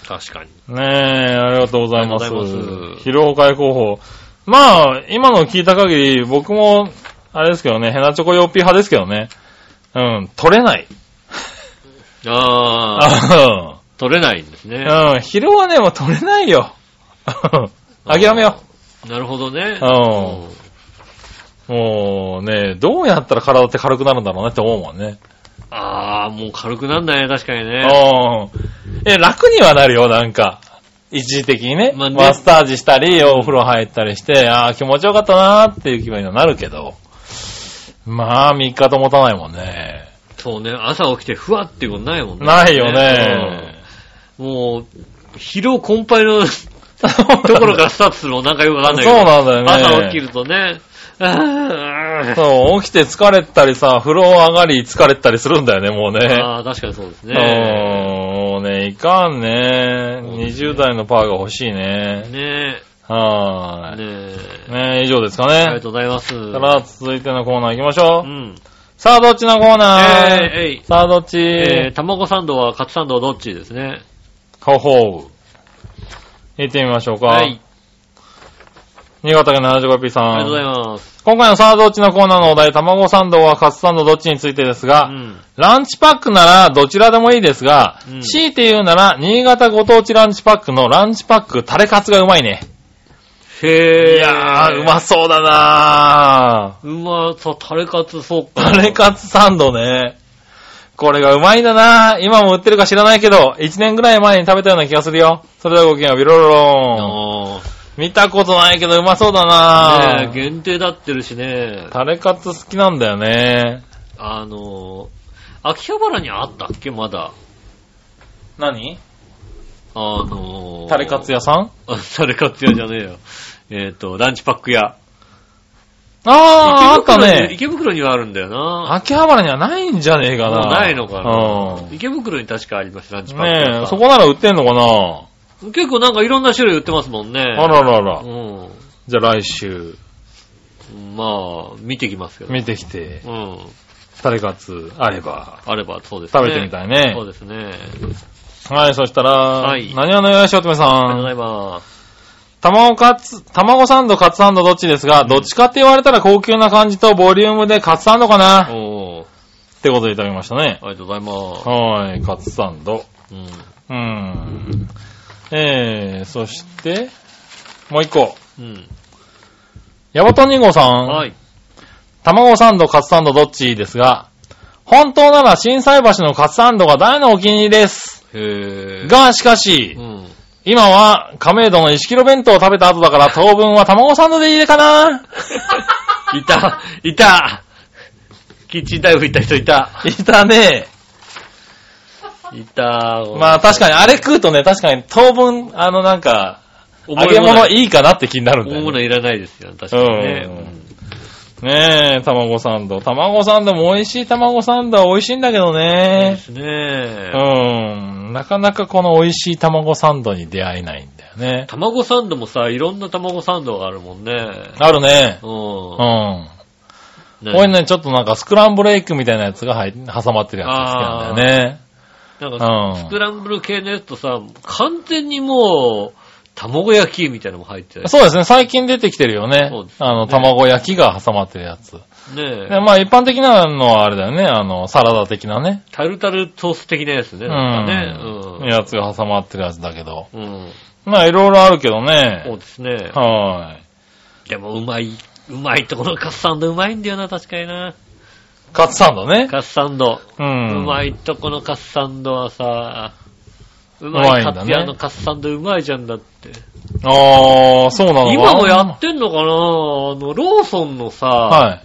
[SPEAKER 2] 確かに。
[SPEAKER 3] ねえ、ありがとうございます。
[SPEAKER 2] ありがとうございます
[SPEAKER 3] 疲労回候補。まあ、今の聞いた限り、僕も、あれですけどね、ヘナチョコヨッピー派ですけどね。うん、取れない。
[SPEAKER 2] ああ、取れないんです
[SPEAKER 3] う
[SPEAKER 2] ね
[SPEAKER 3] ん、。疲労はね、もう取れないよ。 諦めよ
[SPEAKER 2] なるほどね。
[SPEAKER 3] うんう。もうね、どうやったら体って軽くなるんだろうねって思うもんね。
[SPEAKER 2] ああ、もう軽くなんだね、確かに
[SPEAKER 3] う
[SPEAKER 2] ね。
[SPEAKER 3] ん。え、楽にはなるよ、なんか。一時的にね。
[SPEAKER 2] まあね
[SPEAKER 3] マッサージしたり、お風呂入ったりして、ああ、気持ちよかったなーっていう気分にはなるけど。まあ、3日と持たないもんね。
[SPEAKER 2] そうね、朝起きてふわっていうことないもんね。
[SPEAKER 3] ないよね。
[SPEAKER 2] うん。もう、疲労困憊の
[SPEAKER 3] と
[SPEAKER 2] ところからスタートするのなんかよくわかんないけど。
[SPEAKER 3] そうなんだよね。
[SPEAKER 2] 朝起きるとね、あー
[SPEAKER 3] そう、起きて疲れたりさ、風呂上がり疲れたりするんだよね、もうね。
[SPEAKER 2] あー、確かにそうです
[SPEAKER 3] うん
[SPEAKER 2] ね。
[SPEAKER 3] もうね、いかんね。
[SPEAKER 2] そうですね
[SPEAKER 3] 20代のパワーが欲しいね。
[SPEAKER 2] ねえ、
[SPEAKER 3] はーい。
[SPEAKER 2] ねえ。
[SPEAKER 3] ね以上ですか
[SPEAKER 2] ありが
[SPEAKER 3] ね。
[SPEAKER 2] とうございます。
[SPEAKER 3] たら、続いてのコーナー行きましょ
[SPEAKER 2] う
[SPEAKER 3] う。
[SPEAKER 2] ん。
[SPEAKER 3] さあ、どっちのコーナー
[SPEAKER 2] えいえい
[SPEAKER 3] さあ、どっち
[SPEAKER 2] えー、卵サンドはカツサンドはどっちですね。
[SPEAKER 3] ほほう。行ってみましょうか。
[SPEAKER 2] はい。
[SPEAKER 3] 新潟県 75P さん。
[SPEAKER 2] ありがとうございます。
[SPEAKER 3] 今回のさあ、どっちのコーナーのお題、卵サンドはカツサンドどっちについてです
[SPEAKER 2] う
[SPEAKER 3] が、
[SPEAKER 2] ん。
[SPEAKER 3] ランチパックならどちらでもいいですが、
[SPEAKER 2] うん
[SPEAKER 3] 強いて言うなら、新潟ご当地ランチパックのランチパックタレカツがうまいね。
[SPEAKER 2] へえ。
[SPEAKER 3] いやー、うまそうだな
[SPEAKER 2] うまそう、タレカツ、そう
[SPEAKER 3] ー。
[SPEAKER 2] か。
[SPEAKER 3] タレカツサンドね。これがうまいんだなー。今も売ってるか知らないけど、1年ぐらい前に食べたような気がするよ。それではごきげんよう、ビロロロン。
[SPEAKER 2] あ
[SPEAKER 3] 見たことないけどうまそうだ
[SPEAKER 2] あ。
[SPEAKER 3] な
[SPEAKER 2] ねえ
[SPEAKER 3] ー。
[SPEAKER 2] 限定だってるしね。
[SPEAKER 3] タレカツ好きなんだよね。
[SPEAKER 2] あのー、秋葉原にあったっけまだ。
[SPEAKER 3] 何
[SPEAKER 2] あのー、
[SPEAKER 3] タレカ ツ屋さん
[SPEAKER 2] あタレカツ屋じゃねえよ。えっ、と、ランチパック屋。
[SPEAKER 3] あー、あ
[SPEAKER 2] 池
[SPEAKER 3] った
[SPEAKER 2] 袋に
[SPEAKER 3] ね。
[SPEAKER 2] 池袋にはあるんだよな。
[SPEAKER 3] 秋葉原にはないんじゃねえか
[SPEAKER 2] も
[SPEAKER 3] な。
[SPEAKER 2] うないのかな
[SPEAKER 3] う。ん。
[SPEAKER 2] 池袋に確かありました、ランチパック屋
[SPEAKER 3] ね
[SPEAKER 2] が
[SPEAKER 3] え、そこなら売ってんのかな、
[SPEAKER 2] 結構なんかいろんな種類売ってますもんね。
[SPEAKER 3] あららら
[SPEAKER 2] う。
[SPEAKER 3] じゃあ来週、
[SPEAKER 2] ん。まあ、見てきますけど。
[SPEAKER 3] 見てきて、
[SPEAKER 2] うん。
[SPEAKER 3] タレカツあれば、
[SPEAKER 2] あれば、そうですね。
[SPEAKER 3] 食べてみたいね
[SPEAKER 2] そう。ですね。
[SPEAKER 3] はい、そしたら、
[SPEAKER 2] い
[SPEAKER 3] 何話のよしおとめさ
[SPEAKER 2] ありがとうござ
[SPEAKER 3] ん。
[SPEAKER 2] います。
[SPEAKER 3] 卵カツ、卵サンド、カツサンドどっちですが、どっちかって言われたら高級な感じとボリュームでカツサンドかな
[SPEAKER 2] おー、
[SPEAKER 3] ってことでいただきましたね。
[SPEAKER 2] ありがとうございま
[SPEAKER 3] はい、カツサンド。
[SPEAKER 2] す。うん。
[SPEAKER 3] うーん。えー、そして、もう一個。
[SPEAKER 2] うん。
[SPEAKER 3] ヤバト2号さん。
[SPEAKER 2] はい。
[SPEAKER 3] 卵サンド、カツサンドどっちですが、本当なら震災橋のカツサンドが大のお気に入りです。
[SPEAKER 2] へー。、
[SPEAKER 3] が、しか
[SPEAKER 2] う
[SPEAKER 3] し、
[SPEAKER 2] ん。
[SPEAKER 3] 今は亀戸の1キロ弁当を食べた後だから当分は卵サンドでいいかな
[SPEAKER 2] いた、いたキッチンタイム行った人いた。
[SPEAKER 3] いたね。
[SPEAKER 2] いた
[SPEAKER 3] まあ確かにあれ食うとね、確かに当分、あのなんか、
[SPEAKER 2] に
[SPEAKER 3] 揚げ物
[SPEAKER 2] い
[SPEAKER 3] いいかなって気になるんだ
[SPEAKER 2] 大
[SPEAKER 3] よ
[SPEAKER 2] 物
[SPEAKER 3] ね。
[SPEAKER 2] いらないですよ、確かにね。
[SPEAKER 3] うんねえ、卵サンド。卵サンドも美味しい卵サンドは美味しいんだけ
[SPEAKER 2] うん
[SPEAKER 3] ど
[SPEAKER 2] そうで
[SPEAKER 3] ね。
[SPEAKER 2] すね
[SPEAKER 3] う。ん。うん、なかなかこの美味しい卵サンドに出会えないんだよね。
[SPEAKER 2] 卵サンドもさ、いろんな卵サンドがあるもんね。
[SPEAKER 3] あるね。
[SPEAKER 2] う。
[SPEAKER 3] うんん。
[SPEAKER 2] ね
[SPEAKER 3] これね、ちょっとなんかスクランブルエッグみたいなやつが入っ挟まってるやつが好きなんだよね。
[SPEAKER 2] なん
[SPEAKER 3] うん
[SPEAKER 2] か、スクランブル系のやつとさ、完全にもう、卵焼きみたいなのも入ってる。
[SPEAKER 3] そうですね、最近出てきてるよね
[SPEAKER 2] そうで。すね
[SPEAKER 3] あの、卵焼きが挟まってるやつ。
[SPEAKER 2] ね
[SPEAKER 3] でまあ一般的なのはあれだよね、あの、サラダ的なね。
[SPEAKER 2] タルタルソース的なやつね。なんか
[SPEAKER 3] うん。
[SPEAKER 2] ね。
[SPEAKER 3] やつが挟まってるやつだけど。
[SPEAKER 2] うん。うん。
[SPEAKER 3] まあいろいろあるけど
[SPEAKER 2] そう
[SPEAKER 3] ね。
[SPEAKER 2] ですね。
[SPEAKER 3] は
[SPEAKER 2] でも、うまい、うまいとこのカツサンドうまいんだよな、確かにな。
[SPEAKER 3] い。カツサンドね。
[SPEAKER 2] カツサンド。
[SPEAKER 3] う
[SPEAKER 2] う
[SPEAKER 3] ん。
[SPEAKER 2] ま
[SPEAKER 3] い。
[SPEAKER 2] いとこのカツサンドはさ、う
[SPEAKER 3] うま
[SPEAKER 2] ま
[SPEAKER 3] い
[SPEAKER 2] い
[SPEAKER 3] ん
[SPEAKER 2] カ
[SPEAKER 3] だね
[SPEAKER 2] ツ屋のカツサンドうまいじゃんだって。
[SPEAKER 3] ああ、そうなのか
[SPEAKER 2] 今もやってんのかなあの、ローソンのさ、
[SPEAKER 3] はい。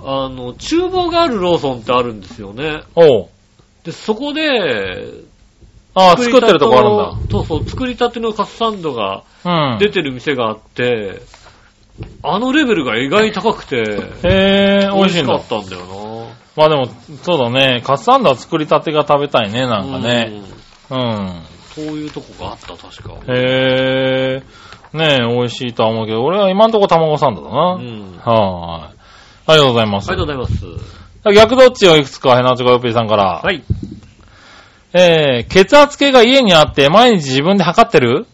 [SPEAKER 2] あの、厨房があるローソンってあるんですよね。
[SPEAKER 3] おう。
[SPEAKER 2] で、そこで、
[SPEAKER 3] ああ、作ってるとこあ
[SPEAKER 2] るんだ。そうそう、作りたてのカツサンドが
[SPEAKER 3] るんだ。うん。
[SPEAKER 2] 出てる店があって、あのレベルが意外に高くて、
[SPEAKER 3] へえ、美味しいん
[SPEAKER 2] か
[SPEAKER 3] だ
[SPEAKER 2] っ。たんだよな。
[SPEAKER 3] まあでも、そうだね。カツサンドは作りたてが食べたいね、なんか
[SPEAKER 2] う
[SPEAKER 3] ね。
[SPEAKER 2] ん。
[SPEAKER 3] うん。
[SPEAKER 2] そういうとこがあった、確か。
[SPEAKER 3] へえ、ねえ、美味しいとは思うけど、俺は今んとこ卵サンドだな。
[SPEAKER 2] うん。あ
[SPEAKER 3] はーい。ありがとうございます。
[SPEAKER 2] りがとうございます。
[SPEAKER 3] 逆どっちをいくつか、ヘナチョコヨッピーさんから。
[SPEAKER 2] はい。
[SPEAKER 3] えー、血圧計が家にあって、毎日自分で測ってる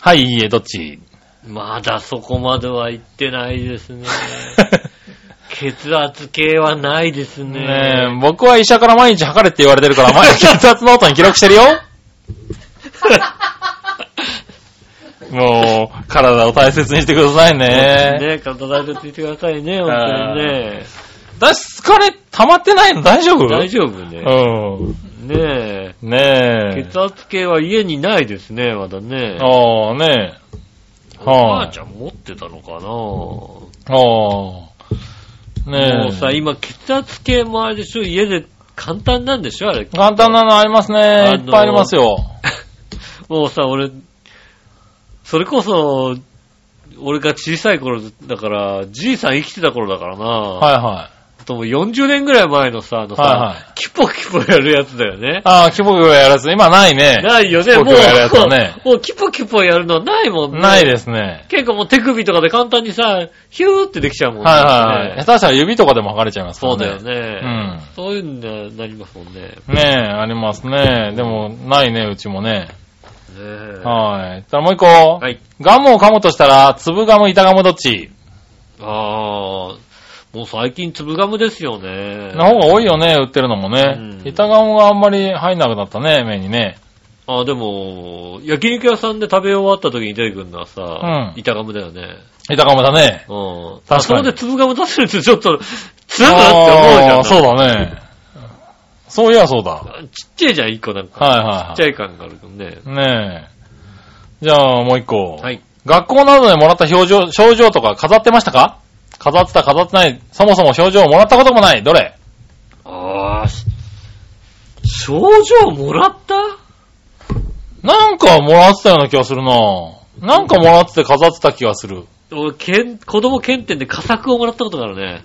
[SPEAKER 3] はい、いいえ、どっ ち
[SPEAKER 2] まだそこまでは行ってないです ね。血圧計はないですね。
[SPEAKER 3] ねえ、僕は医者から毎日測れって言われてるから、毎日血圧ノートに記録し てるよもう、体を大切にしてくださいね。
[SPEAKER 2] ね体大切にしてください ね、本当にね。
[SPEAKER 3] だ疲れ溜まってないの大丈夫
[SPEAKER 2] 大丈夫ね。
[SPEAKER 3] うん。
[SPEAKER 2] ね
[SPEAKER 3] ね
[SPEAKER 2] え。
[SPEAKER 3] え。
[SPEAKER 2] 血圧計は家にないですね、まだね。
[SPEAKER 3] ああ、ねえ。
[SPEAKER 2] おば
[SPEAKER 3] は
[SPEAKER 2] あ
[SPEAKER 3] い
[SPEAKER 2] ちゃん持ってたのかな
[SPEAKER 3] ああ。
[SPEAKER 2] も
[SPEAKER 3] ね
[SPEAKER 2] う
[SPEAKER 3] え。
[SPEAKER 2] さ、今血圧計もあれでしょ、家で簡単なんでしょ、あれ。
[SPEAKER 3] 簡単なのありますね。
[SPEAKER 2] あのー
[SPEAKER 3] いっぱいありますよ。
[SPEAKER 2] もうさ、俺、それこそ、俺が小さい頃だから、じいさん生きてた頃だからな。
[SPEAKER 3] はいは
[SPEAKER 2] ともう40年ぐらい前のさ、あのさ、
[SPEAKER 3] はいはい
[SPEAKER 2] キポキポやるやつだよ
[SPEAKER 3] い
[SPEAKER 2] ね。。
[SPEAKER 3] ああ、キボキボやるやつ、今ないね。
[SPEAKER 2] ないよね、
[SPEAKER 3] キ
[SPEAKER 2] も
[SPEAKER 3] ポ
[SPEAKER 2] う
[SPEAKER 3] キポやるやつはね。
[SPEAKER 2] もうキポキポやるのないもんね。
[SPEAKER 3] ないですね。
[SPEAKER 2] 結構もう手首とかで簡単にさ、ヒューってできちゃうもんね。
[SPEAKER 3] はいはいはい。
[SPEAKER 2] ね
[SPEAKER 3] 下手したら指とかでも剥がれちゃいますから
[SPEAKER 2] そ
[SPEAKER 3] ね。
[SPEAKER 2] うだよね。
[SPEAKER 3] ん
[SPEAKER 2] そういうのになりますもんね。ね
[SPEAKER 3] ねえ、ありますね。でも、ないね、うちもね。
[SPEAKER 2] え
[SPEAKER 3] はい。ただもう一個。
[SPEAKER 2] はい。
[SPEAKER 3] ガムを噛むとしたら、粒ガム、板ガムどっち
[SPEAKER 2] あー、もう最近粒ガムですよね。
[SPEAKER 3] の方が多いよね、売ってるのもね。
[SPEAKER 2] うん
[SPEAKER 3] 板ガムがあんまり入んなくなったね、目にね。
[SPEAKER 2] あー、でも、焼肉屋さんで食べ終わった時に出てくるのはさ、
[SPEAKER 3] うん
[SPEAKER 2] 板ガムだよね。
[SPEAKER 3] 板ガムだね。
[SPEAKER 2] うん。
[SPEAKER 3] 確かに
[SPEAKER 2] あそこで粒ガム出せるってちょっと、つらくなって思うじゃ
[SPEAKER 3] あ
[SPEAKER 2] ん。
[SPEAKER 3] ーそうだね。そういやそうだ。はい
[SPEAKER 2] ちっちゃいじゃん、一個なんか。
[SPEAKER 3] は
[SPEAKER 2] ちっ
[SPEAKER 3] い
[SPEAKER 2] ちゃい感があるけどね。
[SPEAKER 3] はい。ねえ。じゃあ、もう一個。
[SPEAKER 2] はい。
[SPEAKER 3] 学校などでもらった表情、症状とか飾ってましたか飾ってた、飾ってない。そもそも表情をもらったこともない。どれ
[SPEAKER 2] ああ、し症状もらった
[SPEAKER 3] なんかもらってたような気がするななんかもらってて飾ってた気がする。
[SPEAKER 2] 俺、けん、子供検定で佳作をもらったことがあるね。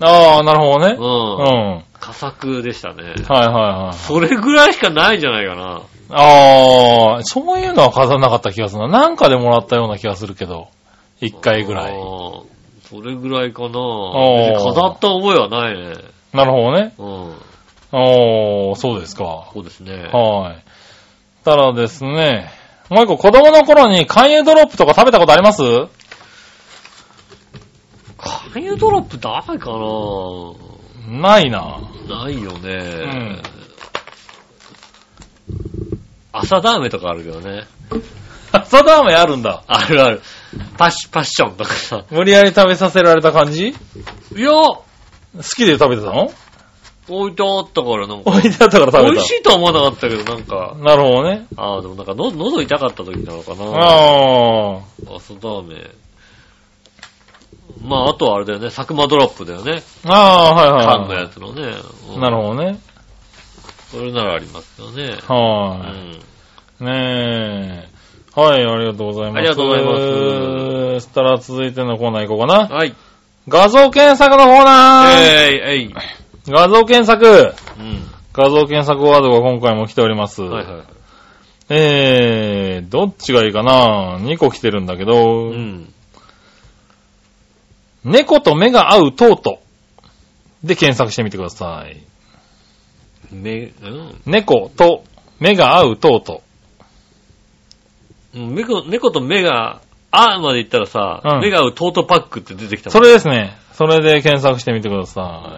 [SPEAKER 3] ああ、なるほど
[SPEAKER 2] う
[SPEAKER 3] ね。うん。
[SPEAKER 2] ん。
[SPEAKER 3] はい
[SPEAKER 2] 佳作でしたね。
[SPEAKER 3] はいはい。
[SPEAKER 2] それぐらいしかないんじゃないかな。
[SPEAKER 3] ああ、そういうのは飾らなかった気がするな。なんかでもらったような気がするけど。一回ぐら
[SPEAKER 2] あ
[SPEAKER 3] い。
[SPEAKER 2] ーそれぐらいかな。
[SPEAKER 3] ー
[SPEAKER 2] 別に飾った覚えはないね。
[SPEAKER 3] なるほどね。
[SPEAKER 2] うん。
[SPEAKER 3] ああ、そうですか。
[SPEAKER 2] そうですね。
[SPEAKER 3] はい。たらですね、もう一個、子供の頃に肝油ドロップとか食べたことあります
[SPEAKER 2] 勧誘ドロップないかな。
[SPEAKER 3] ない な。
[SPEAKER 2] ないよね
[SPEAKER 3] ん。
[SPEAKER 2] 朝ダーメとかあるけどね。
[SPEAKER 3] 朝ダーメンあるんだ。
[SPEAKER 2] あるある。パッシ、パッションとかさ。
[SPEAKER 3] 無理やり食べさせられた感じ
[SPEAKER 2] いや、
[SPEAKER 3] 好きで食べてたの
[SPEAKER 2] 置いてあったからなんか。
[SPEAKER 3] 置いてあったから食べた。
[SPEAKER 2] 美味しいとは思わなかったけど、なんか。
[SPEAKER 3] なるほどね。
[SPEAKER 2] ああ、でもなんかの、喉痛かった時なのかな。
[SPEAKER 3] あ
[SPEAKER 2] 朝ダーメン。まあ、あとはあれだよね。佐久間ドロップだよね。
[SPEAKER 3] あ。ああ、
[SPEAKER 2] 缶の
[SPEAKER 3] はいは
[SPEAKER 2] やつのね。
[SPEAKER 3] い。なる
[SPEAKER 2] ほど。
[SPEAKER 3] ほどね。
[SPEAKER 2] それならありますよね。う
[SPEAKER 3] は
[SPEAKER 2] ん。
[SPEAKER 3] い。ねえ。はい、ありがとうございます。。
[SPEAKER 2] ありがとうございます
[SPEAKER 3] そしたら続いてのコーナー行こうかな。
[SPEAKER 2] はい。
[SPEAKER 3] 画像検索のコーナー、
[SPEAKER 2] えい、えい。
[SPEAKER 3] 画像検索
[SPEAKER 2] うん。
[SPEAKER 3] 画像検索ワードが今回も来ております。
[SPEAKER 2] はいはい。
[SPEAKER 3] えー、どっちがいいかな ?2 個来てるんだけど、
[SPEAKER 2] うん。
[SPEAKER 3] 猫と目が合うトートで検索してみてください。
[SPEAKER 2] 目、うん
[SPEAKER 3] 猫と目が合うトート。
[SPEAKER 2] うん。猫猫と目が、あまで言ったらさ、
[SPEAKER 3] うん
[SPEAKER 2] 目が合うトートパックって出てきたも
[SPEAKER 3] そ
[SPEAKER 2] ん。
[SPEAKER 3] れですね。それで検索してみてくださ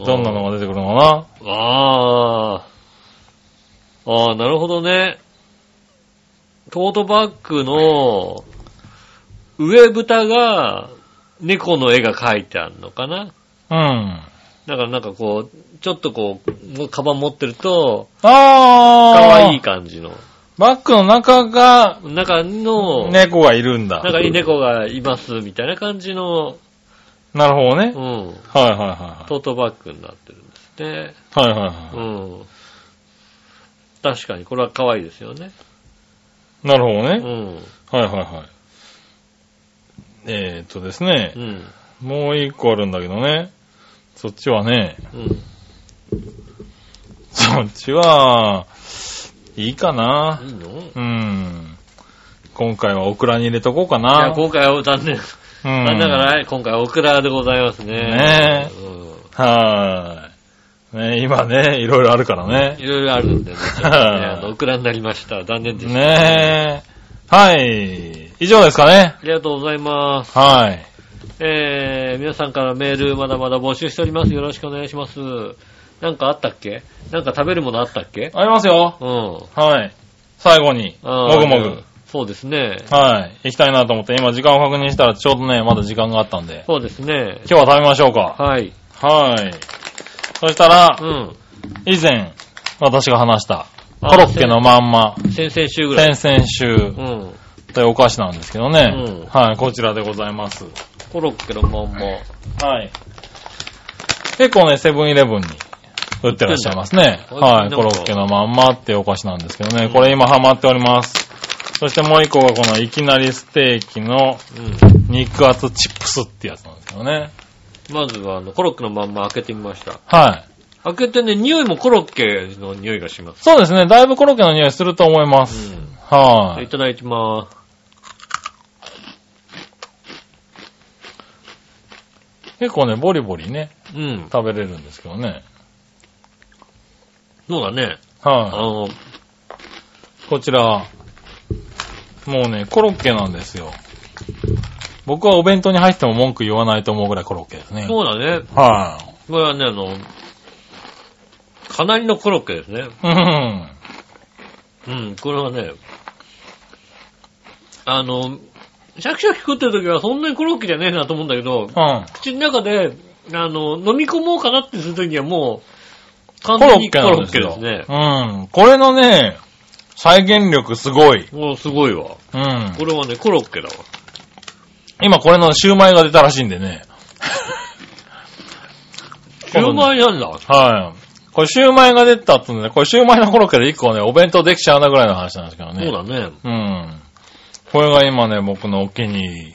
[SPEAKER 3] い。どんなのが出てくるのかな
[SPEAKER 2] ああ。ああ、なるほどね。トートバッグの上蓋が猫の絵が描いてあるのかな
[SPEAKER 3] うん。
[SPEAKER 2] だからなんかこう、ちょっとこう、カバン持ってると、
[SPEAKER 3] あ
[SPEAKER 2] か
[SPEAKER 3] あ
[SPEAKER 2] わいい感じの。
[SPEAKER 3] バッグの中が
[SPEAKER 2] 中の、
[SPEAKER 3] 猫がいるんだ。
[SPEAKER 2] 中に猫がいますみたいな感じの、
[SPEAKER 3] なるほど
[SPEAKER 2] う
[SPEAKER 3] ね。
[SPEAKER 2] ん、
[SPEAKER 3] はいは
[SPEAKER 2] トートバッグになってるんですね。
[SPEAKER 3] いはい。はいはいは
[SPEAKER 2] うん。確かに、これは可愛いですよね。
[SPEAKER 3] い。なるほど
[SPEAKER 2] う
[SPEAKER 3] ね。
[SPEAKER 2] ん。
[SPEAKER 3] はいはいはい。えーっとですね
[SPEAKER 2] う、ん。
[SPEAKER 3] もう一個あるんだけどね。そっちはね、
[SPEAKER 2] うん。。
[SPEAKER 3] そっちは、いいかない
[SPEAKER 2] いのい
[SPEAKER 3] うん。今回はオクラに入れとこうか
[SPEAKER 2] や、
[SPEAKER 3] な。
[SPEAKER 2] 今回は残念。
[SPEAKER 3] うん
[SPEAKER 2] 残念ながら、今回はオクラでございますね。
[SPEAKER 3] ねはーい。ね、今ね、いろいろあるから
[SPEAKER 2] うん。
[SPEAKER 3] ね。
[SPEAKER 2] いろいろあるんでね。ちょっとねあのオクラになりました。残念でした。
[SPEAKER 3] ねえ。はい。以上ですかね。
[SPEAKER 2] ありがとうございます。
[SPEAKER 3] はい。
[SPEAKER 2] えー、皆さんからメールまだまだ募集しております。よろしくお願いします。なんかあったっけなんか食べるものあったっけ
[SPEAKER 3] ありますよ。
[SPEAKER 2] うん。
[SPEAKER 3] はい。最後に、
[SPEAKER 2] あー
[SPEAKER 3] もぐも
[SPEAKER 2] う
[SPEAKER 3] ぐ
[SPEAKER 2] ん。そうですね。
[SPEAKER 3] はい。行きたいなと思って、今時間を確認したらちょうどね、まだ時間があったんで、
[SPEAKER 2] そうですね。
[SPEAKER 3] 今日は食べましょうか。
[SPEAKER 2] はい。
[SPEAKER 3] はい。そした
[SPEAKER 2] う
[SPEAKER 3] ら、
[SPEAKER 2] ん。
[SPEAKER 3] 以前、私が話した、コ
[SPEAKER 2] あ
[SPEAKER 3] ロッケのまんま、
[SPEAKER 2] 先々週ぐらい。
[SPEAKER 3] 先々週
[SPEAKER 2] うん。
[SPEAKER 3] というお菓子なんですけどね。
[SPEAKER 2] うん
[SPEAKER 3] はい、こちらでございます。
[SPEAKER 2] コロッケのまんま。
[SPEAKER 3] はい。結構ね、セブンイレブンに売ってらっしゃいますね。
[SPEAKER 2] うんあ
[SPEAKER 3] は
[SPEAKER 2] れな
[SPEAKER 3] い。
[SPEAKER 2] んか
[SPEAKER 3] コロッケのまんまっていうお菓子なんですけどね。
[SPEAKER 2] ん
[SPEAKER 3] これ今ハマっております。そしてもう一個がこのいきなりステーキの
[SPEAKER 2] うん。
[SPEAKER 3] 肉厚チップスってやつなんですけどね。
[SPEAKER 2] まずは、あの、コロッケのまんま開けてみました。
[SPEAKER 3] はい。
[SPEAKER 2] 開けてね、匂いもコロッケの匂いがします。
[SPEAKER 3] そうですね。だいぶコロッケの匂いすると思いま
[SPEAKER 2] う
[SPEAKER 3] す。
[SPEAKER 2] ん。
[SPEAKER 3] はいい。
[SPEAKER 2] ただきまーす。
[SPEAKER 3] 結構ね、ボリボリね、
[SPEAKER 2] うん。
[SPEAKER 3] 食べれるんですけどね。
[SPEAKER 2] そうだね。あ
[SPEAKER 3] は
[SPEAKER 2] の、
[SPEAKER 3] い。こちら、もうね、コロッケなんですよ。僕はお弁当に入っても文句言わないと思うぐらいコロッケですね。
[SPEAKER 2] そうだね。
[SPEAKER 3] はい。
[SPEAKER 2] これはね、あの、かなりのコロッケですね。
[SPEAKER 3] うん。
[SPEAKER 2] うん、これはね、あの、シャキシャキ食ってる時はそんなにコロッケじゃねえなと思うんだけど、
[SPEAKER 3] うん。
[SPEAKER 2] 口の中で、あの、飲み込もうかなってする時はもう、完
[SPEAKER 3] コロ
[SPEAKER 2] 全
[SPEAKER 3] ッ
[SPEAKER 2] に
[SPEAKER 3] ケ
[SPEAKER 2] コ
[SPEAKER 3] な
[SPEAKER 2] ロ
[SPEAKER 3] ん
[SPEAKER 2] ッ
[SPEAKER 3] です
[SPEAKER 2] ケで
[SPEAKER 3] よ。
[SPEAKER 2] すね。
[SPEAKER 3] うん。これのね、再現力すごい。
[SPEAKER 2] もうすごいわ。
[SPEAKER 3] うん。
[SPEAKER 2] これはね、コロッケだわ。
[SPEAKER 3] 今これのシューマイが出たらしいんでね。
[SPEAKER 2] シューマイなんだ。
[SPEAKER 3] はい。これシューマイが出たってね、これシューマイのコロッケで一個ね、お弁当できちゃうなぐらいの話なんですけどね。
[SPEAKER 2] そうだね。
[SPEAKER 3] うん。これが今ね、僕のお気に入り。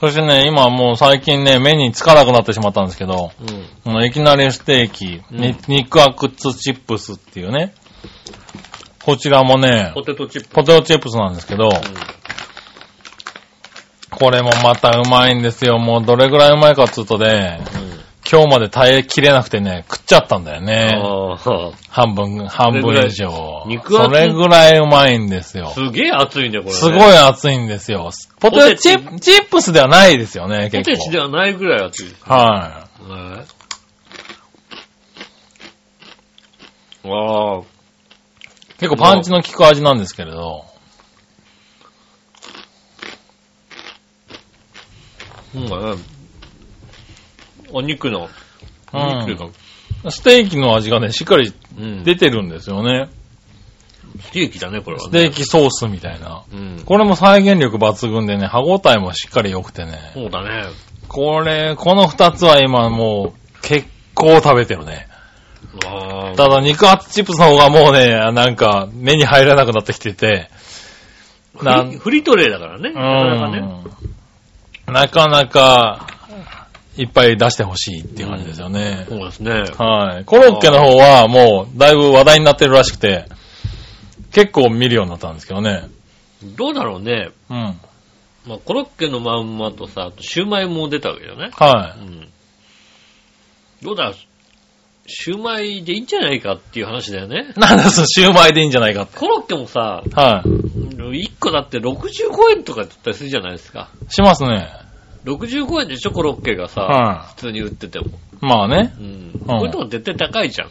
[SPEAKER 3] そしてね、今もう最近ね、目につかなくなってしまったんですけど、
[SPEAKER 2] うん。
[SPEAKER 3] このいきなりステーキ、
[SPEAKER 2] うん
[SPEAKER 3] に肉厚チップスっていうね。こちらもね、
[SPEAKER 2] ポテトチップ。
[SPEAKER 3] ポテトチップスなんですけど、これもまたうまいんですよ。もうどれぐらいうまいかっつうとね、
[SPEAKER 2] うん。うん。
[SPEAKER 3] 今日まで耐えきれなくてね、食っちゃったんだよね。
[SPEAKER 2] あ
[SPEAKER 3] 半分、半
[SPEAKER 2] それぐら
[SPEAKER 3] 分
[SPEAKER 2] い
[SPEAKER 3] 以上。
[SPEAKER 2] 肉厚
[SPEAKER 3] それぐらいうまいんです
[SPEAKER 2] あ。
[SPEAKER 3] よ。
[SPEAKER 2] すげえ熱いね、これ、ね。
[SPEAKER 3] すごい熱いんですよ。ポテトチップチップスではないですよね、
[SPEAKER 2] ポ
[SPEAKER 3] 結
[SPEAKER 2] テチで
[SPEAKER 3] 構。
[SPEAKER 2] はないぐらい熱い。
[SPEAKER 3] は
[SPEAKER 2] はい。ああ、
[SPEAKER 3] い。結構パンチの効く味なんですけれど。
[SPEAKER 2] うんだね。お肉の、
[SPEAKER 3] う
[SPEAKER 2] お
[SPEAKER 3] ん
[SPEAKER 2] 肉が、
[SPEAKER 3] ステーキの味がね、しっかり
[SPEAKER 2] うん、
[SPEAKER 3] 出てるんですよね。
[SPEAKER 2] ステーキだね、これは
[SPEAKER 3] ス
[SPEAKER 2] ね。
[SPEAKER 3] テーキソースみたいな。
[SPEAKER 2] うん。
[SPEAKER 3] これも再現力抜群でね、歯応えもしっかり良くてね。
[SPEAKER 2] そうだね。
[SPEAKER 3] これ、この二つは今もう結構食べてるね。
[SPEAKER 2] ああ。
[SPEAKER 3] ただ肉厚チップスの方がもうね、なんか目に入らなくなってきてて。
[SPEAKER 2] フリフリートレイだからね。な
[SPEAKER 3] う
[SPEAKER 2] かなかね。
[SPEAKER 3] んなかなかいっぱい出してほしいっていう感じですよね。
[SPEAKER 2] そうですね。
[SPEAKER 3] はい。コロッケの方はもう、だいぶ話題になってるらしくて、結構見るようになったんですけどね。
[SPEAKER 2] どうだろうね。
[SPEAKER 3] うん。
[SPEAKER 2] まあ、コロッケのまんまとさ、あとシューマイも出たわけだよね。
[SPEAKER 3] は
[SPEAKER 2] うん。どうだシューマイでいいんじゃないかっていう話だよね。
[SPEAKER 3] い。なんだそのシューマイでいいんじゃないかって。
[SPEAKER 2] コロッケもさ、
[SPEAKER 3] はい。
[SPEAKER 2] 1個だって65円とかだったりするじゃないですか。
[SPEAKER 3] しますね。
[SPEAKER 2] 65円でしょ、コロッケがさ、
[SPEAKER 3] は
[SPEAKER 2] 普通に売ってても。
[SPEAKER 3] い。まあね。
[SPEAKER 2] うん。こういうとこ絶対高いじゃん。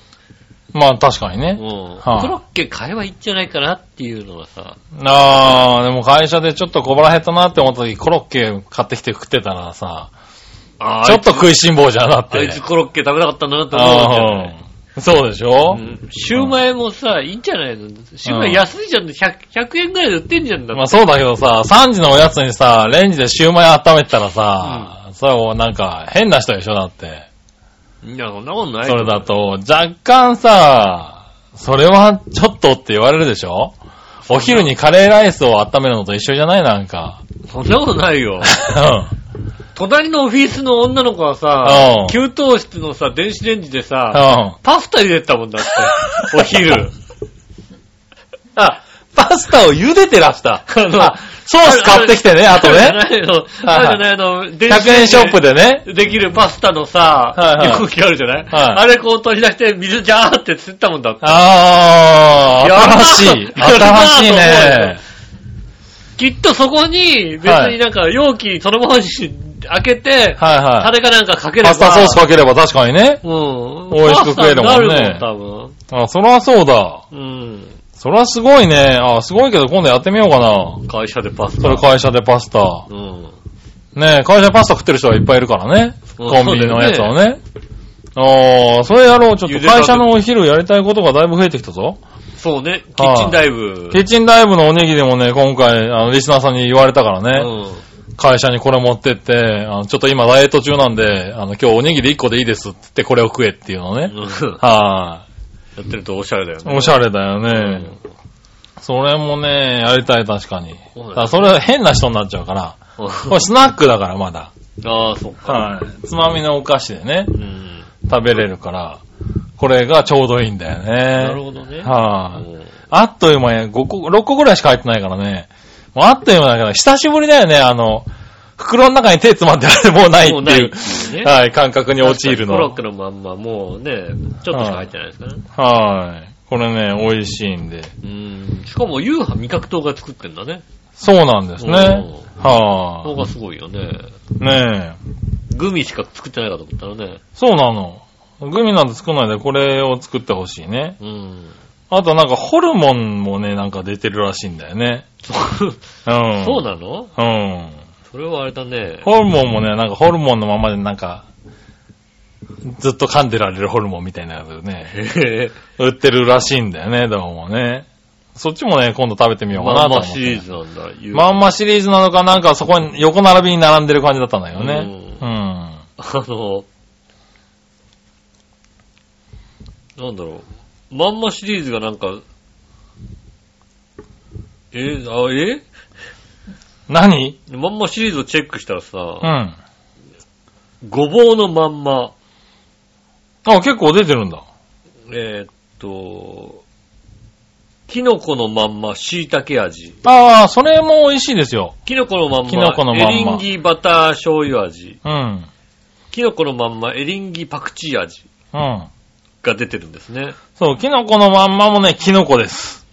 [SPEAKER 3] まあ確かに
[SPEAKER 2] う
[SPEAKER 3] ね。
[SPEAKER 2] ん。
[SPEAKER 3] はい
[SPEAKER 2] コロッケ買えばいいんじゃないかなっていうのがさ、
[SPEAKER 3] ああ、でも会社でちょっと小腹減ったなって思った時、コロッケ買ってきて食ってたらさ、
[SPEAKER 2] あー
[SPEAKER 3] ちょっと食いしん坊じゃなっ
[SPEAKER 2] あ
[SPEAKER 3] て。
[SPEAKER 2] いつコロッケ食べなかったんだなって思うわけじゃない
[SPEAKER 3] ああそうでしょ、
[SPEAKER 2] うんシューマイもさ、いいんじゃないのシューマイ安いじゃん。100, 100円ぐらいで売ってんじゃんだって
[SPEAKER 3] まあそうだけどさ、3時のおやつにさ、レンジでシューマイ温めてたらさ、それはもうなんか変な人でしょだって。
[SPEAKER 2] いや、そんなことない。
[SPEAKER 3] それだと、若干さ、それはちょっとって言われるでしょお昼にカレーライスを温めるのと一緒じゃないなんか。
[SPEAKER 2] そんなことない よ。
[SPEAKER 3] う
[SPEAKER 2] 隣のオフィスの女の子は
[SPEAKER 3] う
[SPEAKER 2] さ
[SPEAKER 3] ん、
[SPEAKER 2] 給湯室のさ、電子レンジで
[SPEAKER 3] ん。
[SPEAKER 2] さ、
[SPEAKER 3] うん。
[SPEAKER 2] パスタ茹でてたもんだ って。お昼。
[SPEAKER 3] あ、パスタを茹でてら した。
[SPEAKER 2] あの
[SPEAKER 3] あ、ソース買ってきてね、あと
[SPEAKER 2] れじゃ
[SPEAKER 3] ね。
[SPEAKER 2] ないの、 あれじゃないの、電
[SPEAKER 3] 100円ショップでね。
[SPEAKER 2] できるパスタのさ、
[SPEAKER 3] はいはい
[SPEAKER 2] 容器あるじゃない、
[SPEAKER 3] はい
[SPEAKER 2] あれこう取り出して水ジャーって吸ったもんだって。
[SPEAKER 3] あ
[SPEAKER 2] やった
[SPEAKER 3] ー、新しい。
[SPEAKER 2] やった
[SPEAKER 3] 新しいね。
[SPEAKER 2] きっとそこに別になんか容器そのままに開けて、
[SPEAKER 3] はいは
[SPEAKER 2] タレかなんかかけれ
[SPEAKER 3] い。
[SPEAKER 2] ば。
[SPEAKER 3] パスタソースかければ確かにね。
[SPEAKER 2] うん。
[SPEAKER 3] 美味しく食えるもんね
[SPEAKER 2] パスタになるもん、
[SPEAKER 3] あ、そらそうだ。
[SPEAKER 2] 多分。
[SPEAKER 3] そらすごいね。あ、すごいけど今度やってみようかな
[SPEAKER 2] う。ん。会社でパスタ。
[SPEAKER 3] それ会社でパスタ。
[SPEAKER 2] うん。
[SPEAKER 3] ねえ、会社でパスタ食ってる人がいっぱいいるからね。
[SPEAKER 2] うん
[SPEAKER 3] コンビニのやつをね。ああ、それやろう。ちょっ
[SPEAKER 2] ゆ
[SPEAKER 3] と
[SPEAKER 2] でたて
[SPEAKER 3] 会社のお昼やりたいことがだいぶ増えてきたぞ。
[SPEAKER 2] そうね。キッチンダイブ。
[SPEAKER 3] キッチンライブのおにぎりもね、今回、あの、リスナーさんに言われたからね。
[SPEAKER 2] う
[SPEAKER 3] 会社にこれ持ってって、あの、ちょっと今ダイエット中なんで、あの、今日おにぎり1個でいいですって言ってこれを食えっていうのね。
[SPEAKER 2] ん。
[SPEAKER 3] は
[SPEAKER 2] やってるとオシャレだよ
[SPEAKER 3] い。
[SPEAKER 2] ね。
[SPEAKER 3] おしゃれだよね。
[SPEAKER 2] うん
[SPEAKER 3] それもね、やりたい確かに。
[SPEAKER 2] そうだね
[SPEAKER 3] だからそれは変な人になっちゃうから。これスナックだからまだ。
[SPEAKER 2] ああ、そっか。
[SPEAKER 3] はい。つまみのお菓子でね、
[SPEAKER 2] うん。
[SPEAKER 3] 食べれるから、これがちょうどいいんだよね。
[SPEAKER 2] なるほどね。
[SPEAKER 3] は
[SPEAKER 2] う
[SPEAKER 3] い。
[SPEAKER 2] ん
[SPEAKER 3] あっという間に5個、6個ぐらいしか入ってないからね。もうあっという間だから、久しぶりだよね、あの、袋の中に手詰まってあれもうない
[SPEAKER 2] もう
[SPEAKER 3] って
[SPEAKER 2] ない
[SPEAKER 3] い
[SPEAKER 2] っ
[SPEAKER 3] う
[SPEAKER 2] ていうね。
[SPEAKER 3] はい、感覚に陥るの。
[SPEAKER 2] コロッケのまんま、もうね、ちょっとしか入ってないですからね。
[SPEAKER 3] はい。これね、美味しいんで。
[SPEAKER 2] うん。しかも、夕飯味覚糖が作ってんだね。
[SPEAKER 3] そうなんですね。
[SPEAKER 2] そこ
[SPEAKER 3] は
[SPEAKER 2] がすごいよね。
[SPEAKER 3] い。ねえ。
[SPEAKER 2] グミしか作ってないかと思ったらね。
[SPEAKER 3] そうなの。グミなんて作らないでこれを作ってほしいね。
[SPEAKER 2] うん。
[SPEAKER 3] あとなんかホルモンもね、なんか出てるらしいんだよね。
[SPEAKER 2] そう
[SPEAKER 3] うん。
[SPEAKER 2] そうなの
[SPEAKER 3] うん。
[SPEAKER 2] それはあれだね。
[SPEAKER 3] ホルモンもね、なんかホルモンのままでなんか、ずっと噛んでられるホルモンみたいなやつね、
[SPEAKER 2] へへ
[SPEAKER 3] 売ってるらしいんだよね、どうもね。そっちもね、今度食べてみようかな
[SPEAKER 2] まん
[SPEAKER 3] と思っ
[SPEAKER 2] ま
[SPEAKER 3] て。
[SPEAKER 2] シリーズなんだ。夕
[SPEAKER 3] まんまシリーズなのか、なんかそこに横並びに並んでる感じだったんだよね。
[SPEAKER 2] う
[SPEAKER 3] うん。
[SPEAKER 2] あの、なんだろう。まんまシリーズがなんか、えあ、え
[SPEAKER 3] 何
[SPEAKER 2] まんまシリーズをチェックしたらさ
[SPEAKER 3] う、ん。
[SPEAKER 2] ごぼうのまんま、
[SPEAKER 3] あ、結構出てるんだ。
[SPEAKER 2] えーっと、キノコのまんま、椎茸味。
[SPEAKER 3] ああ、それも美味しいですよ。
[SPEAKER 2] キノコのまんま、
[SPEAKER 3] キノコのまんま
[SPEAKER 2] エリンギバター醤油味。
[SPEAKER 3] うん。
[SPEAKER 2] キノコのまんま、エリンギパクチー味
[SPEAKER 3] うん。
[SPEAKER 2] が出てるんですね。
[SPEAKER 3] そう、キノコのまんまもね、キノコです。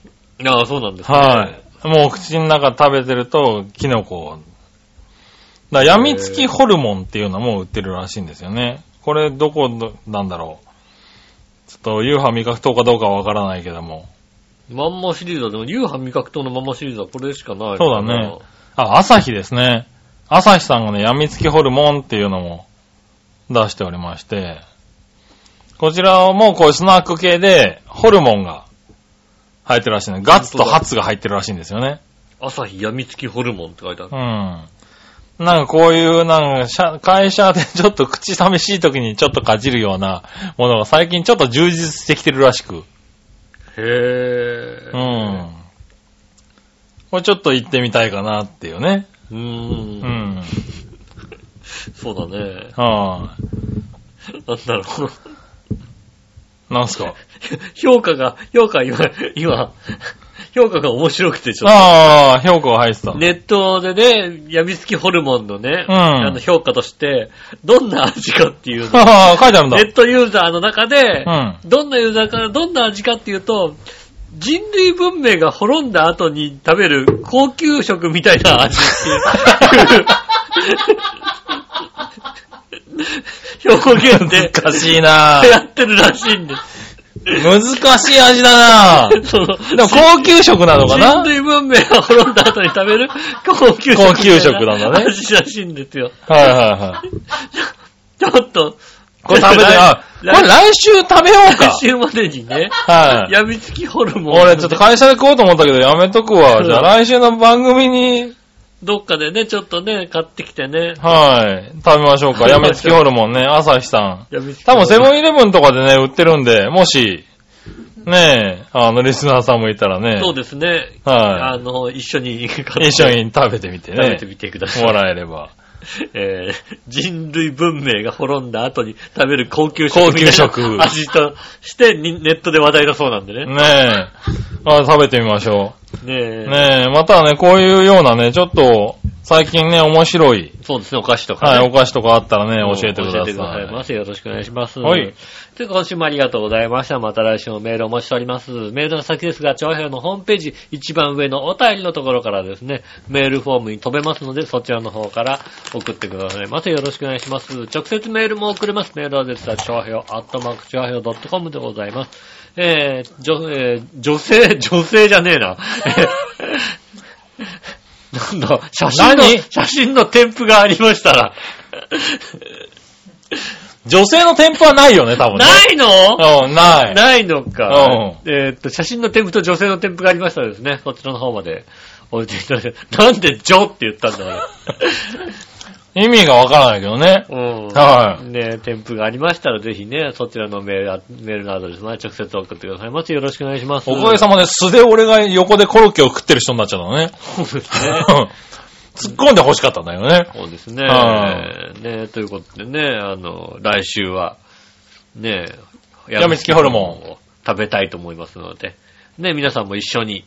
[SPEAKER 2] ああ、そうなんですね。
[SPEAKER 3] はい。もう口の中食べてると、キノコ。だから、やみつきホルモンっていうのも売ってるらしいんですよね。これ、どこの、なんだろう。ちょっと、夕飯味覚糖かどうかはわからないけども。
[SPEAKER 2] まんまシリーズは、でも、夕飯味覚糖のまんまシリーズはこれしかない。
[SPEAKER 3] そうだね。あ、朝日ですね。朝日さんがね、やみつきホルモンっていうのも出しておりまして、こちらもこういうスナック系で、ホルモンが入ってるらしいね。ガツとハツが入ってるらしいんですよね。
[SPEAKER 2] 朝日やみつきホルモンって書いてあ
[SPEAKER 3] う
[SPEAKER 2] る。
[SPEAKER 3] ん。なんかこういう、なんか社、会社でちょっと口寂しい時にちょっとかじるようなものが最近ちょっと充実してきてるらしく。
[SPEAKER 2] へ
[SPEAKER 3] う
[SPEAKER 2] ー。
[SPEAKER 3] ん。これちょっと行ってみたいかなっていうね。
[SPEAKER 2] うん。う。
[SPEAKER 3] うんん。
[SPEAKER 2] そうだね。
[SPEAKER 3] は
[SPEAKER 2] なんだろう。
[SPEAKER 3] い。なんすか
[SPEAKER 2] 評価が、評価今、今、評価が面白くてちょっ
[SPEAKER 3] ああ、評価が入ってた
[SPEAKER 2] と。。ネットでね、やみつきホルモンのね、
[SPEAKER 3] うん
[SPEAKER 2] あの評価として、どんな味かっていうのを
[SPEAKER 3] ああ、書いてあるんだ。
[SPEAKER 2] ネットユーザーの中で、
[SPEAKER 3] う
[SPEAKER 2] どんなユーザーからどんな味かっていうと、人類文明が滅んだ後に食べる高級食みたいな味っ ていう表現で
[SPEAKER 3] 難しいな
[SPEAKER 2] やってるらしいんです。
[SPEAKER 3] 難しい味だなで
[SPEAKER 2] その
[SPEAKER 3] も高級食なのか
[SPEAKER 2] 人
[SPEAKER 3] な
[SPEAKER 2] 類文明が滅んだ後に食べる高級食みたいな
[SPEAKER 3] 高級食なんだね
[SPEAKER 2] 味らしいんですよ。
[SPEAKER 3] はいはいはい。
[SPEAKER 2] ちょっと、
[SPEAKER 3] これ食 べて、あ、これ来週食べようか
[SPEAKER 2] 来。週までにね、
[SPEAKER 3] はい。
[SPEAKER 2] やみつきホルモンをね。
[SPEAKER 3] 俺ちょっと会社で食おうと思ったけどやめとくわ。じゃあ来週の番組に、
[SPEAKER 2] どっかでね、ちょっとね、買ってきてね。
[SPEAKER 3] はい、食べましょうか。やめつきホルモンね、朝日さん。
[SPEAKER 2] やみつき
[SPEAKER 3] 多分セ
[SPEAKER 2] ホルモン
[SPEAKER 3] ブンイレブンとかでね、売ってるんで、もし、ねえ、あの、リスナーさんもいたらね、
[SPEAKER 2] そうですね。あ
[SPEAKER 3] は
[SPEAKER 2] の、一緒 に、
[SPEAKER 3] い。一緒
[SPEAKER 2] に
[SPEAKER 3] に食べてみて
[SPEAKER 2] 食べ
[SPEAKER 3] ね
[SPEAKER 2] て、みてください。
[SPEAKER 3] もらえれば。
[SPEAKER 2] えー人類文明が滅んだ後に食べる高級食
[SPEAKER 3] 高級食
[SPEAKER 2] みたいな味としてにネットで話題だそうなんでね。
[SPEAKER 3] ねえ、あ食べてみましょ
[SPEAKER 2] ねえ
[SPEAKER 3] う。ねえ、またね、こういうようなね、ちょっと、最近ね、面白い、
[SPEAKER 2] そうですね、お菓子とかね。
[SPEAKER 3] はい、お菓子とかあったらね、教えてくだ
[SPEAKER 2] 教えてくだ
[SPEAKER 3] さ
[SPEAKER 2] さい
[SPEAKER 3] い。
[SPEAKER 2] ませ。よろしくお願いします。
[SPEAKER 3] はい。
[SPEAKER 2] ということで今週もありがとうございました。また来週もメールお待ちしております。メールの先ですが、長編のホームページ、一番上のお便りのところからですね、メールフォームに飛べますので、そちらの方から送ってくださいませ。よろしくお願いします。直接メールも送れます。メールアドレスは、長編、アットマーク、長編 .com でございます。えー、女、えー女性、女性じゃねえな。 なんだ、写真の、
[SPEAKER 3] 何
[SPEAKER 2] 写真の添付がありましたら、
[SPEAKER 3] 女性の店舗はないよね、多分ね。
[SPEAKER 2] ないの
[SPEAKER 3] うん、ない。
[SPEAKER 2] ないのか。
[SPEAKER 3] う
[SPEAKER 2] えーっと、写真の添付と女性の添付がありましたらですね、そちらの方まで置いていただいて、なんでジョって言ったんだろ
[SPEAKER 3] 意味がわからないけどね。
[SPEAKER 2] う。うん。
[SPEAKER 3] はい
[SPEAKER 2] ね添付がありましたらぜひね、そちらのメールあ、メールのアドレスまで直接送ってくださいませ。よろしくお願いします。
[SPEAKER 3] おかげさまで素で俺が横でコロッケを食ってる人になっちゃったのね。
[SPEAKER 2] そうですね。
[SPEAKER 3] 突っ込んで欲しかったんだよね。
[SPEAKER 2] そうですね
[SPEAKER 3] は。
[SPEAKER 2] ねということでね、あの、来週は、ね
[SPEAKER 3] やみつきホルモン
[SPEAKER 2] を食べたいと思いますので、ね、皆さんも一緒に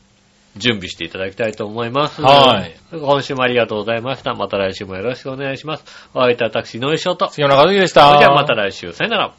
[SPEAKER 2] 準備していただきたいと思います。
[SPEAKER 3] はい。
[SPEAKER 2] 今週もありがとうございました。また来週もよろしくお願いします。お相手は私、井上翔と。そ
[SPEAKER 3] 杉村和樹でした。
[SPEAKER 2] れではまた来週、さよなら。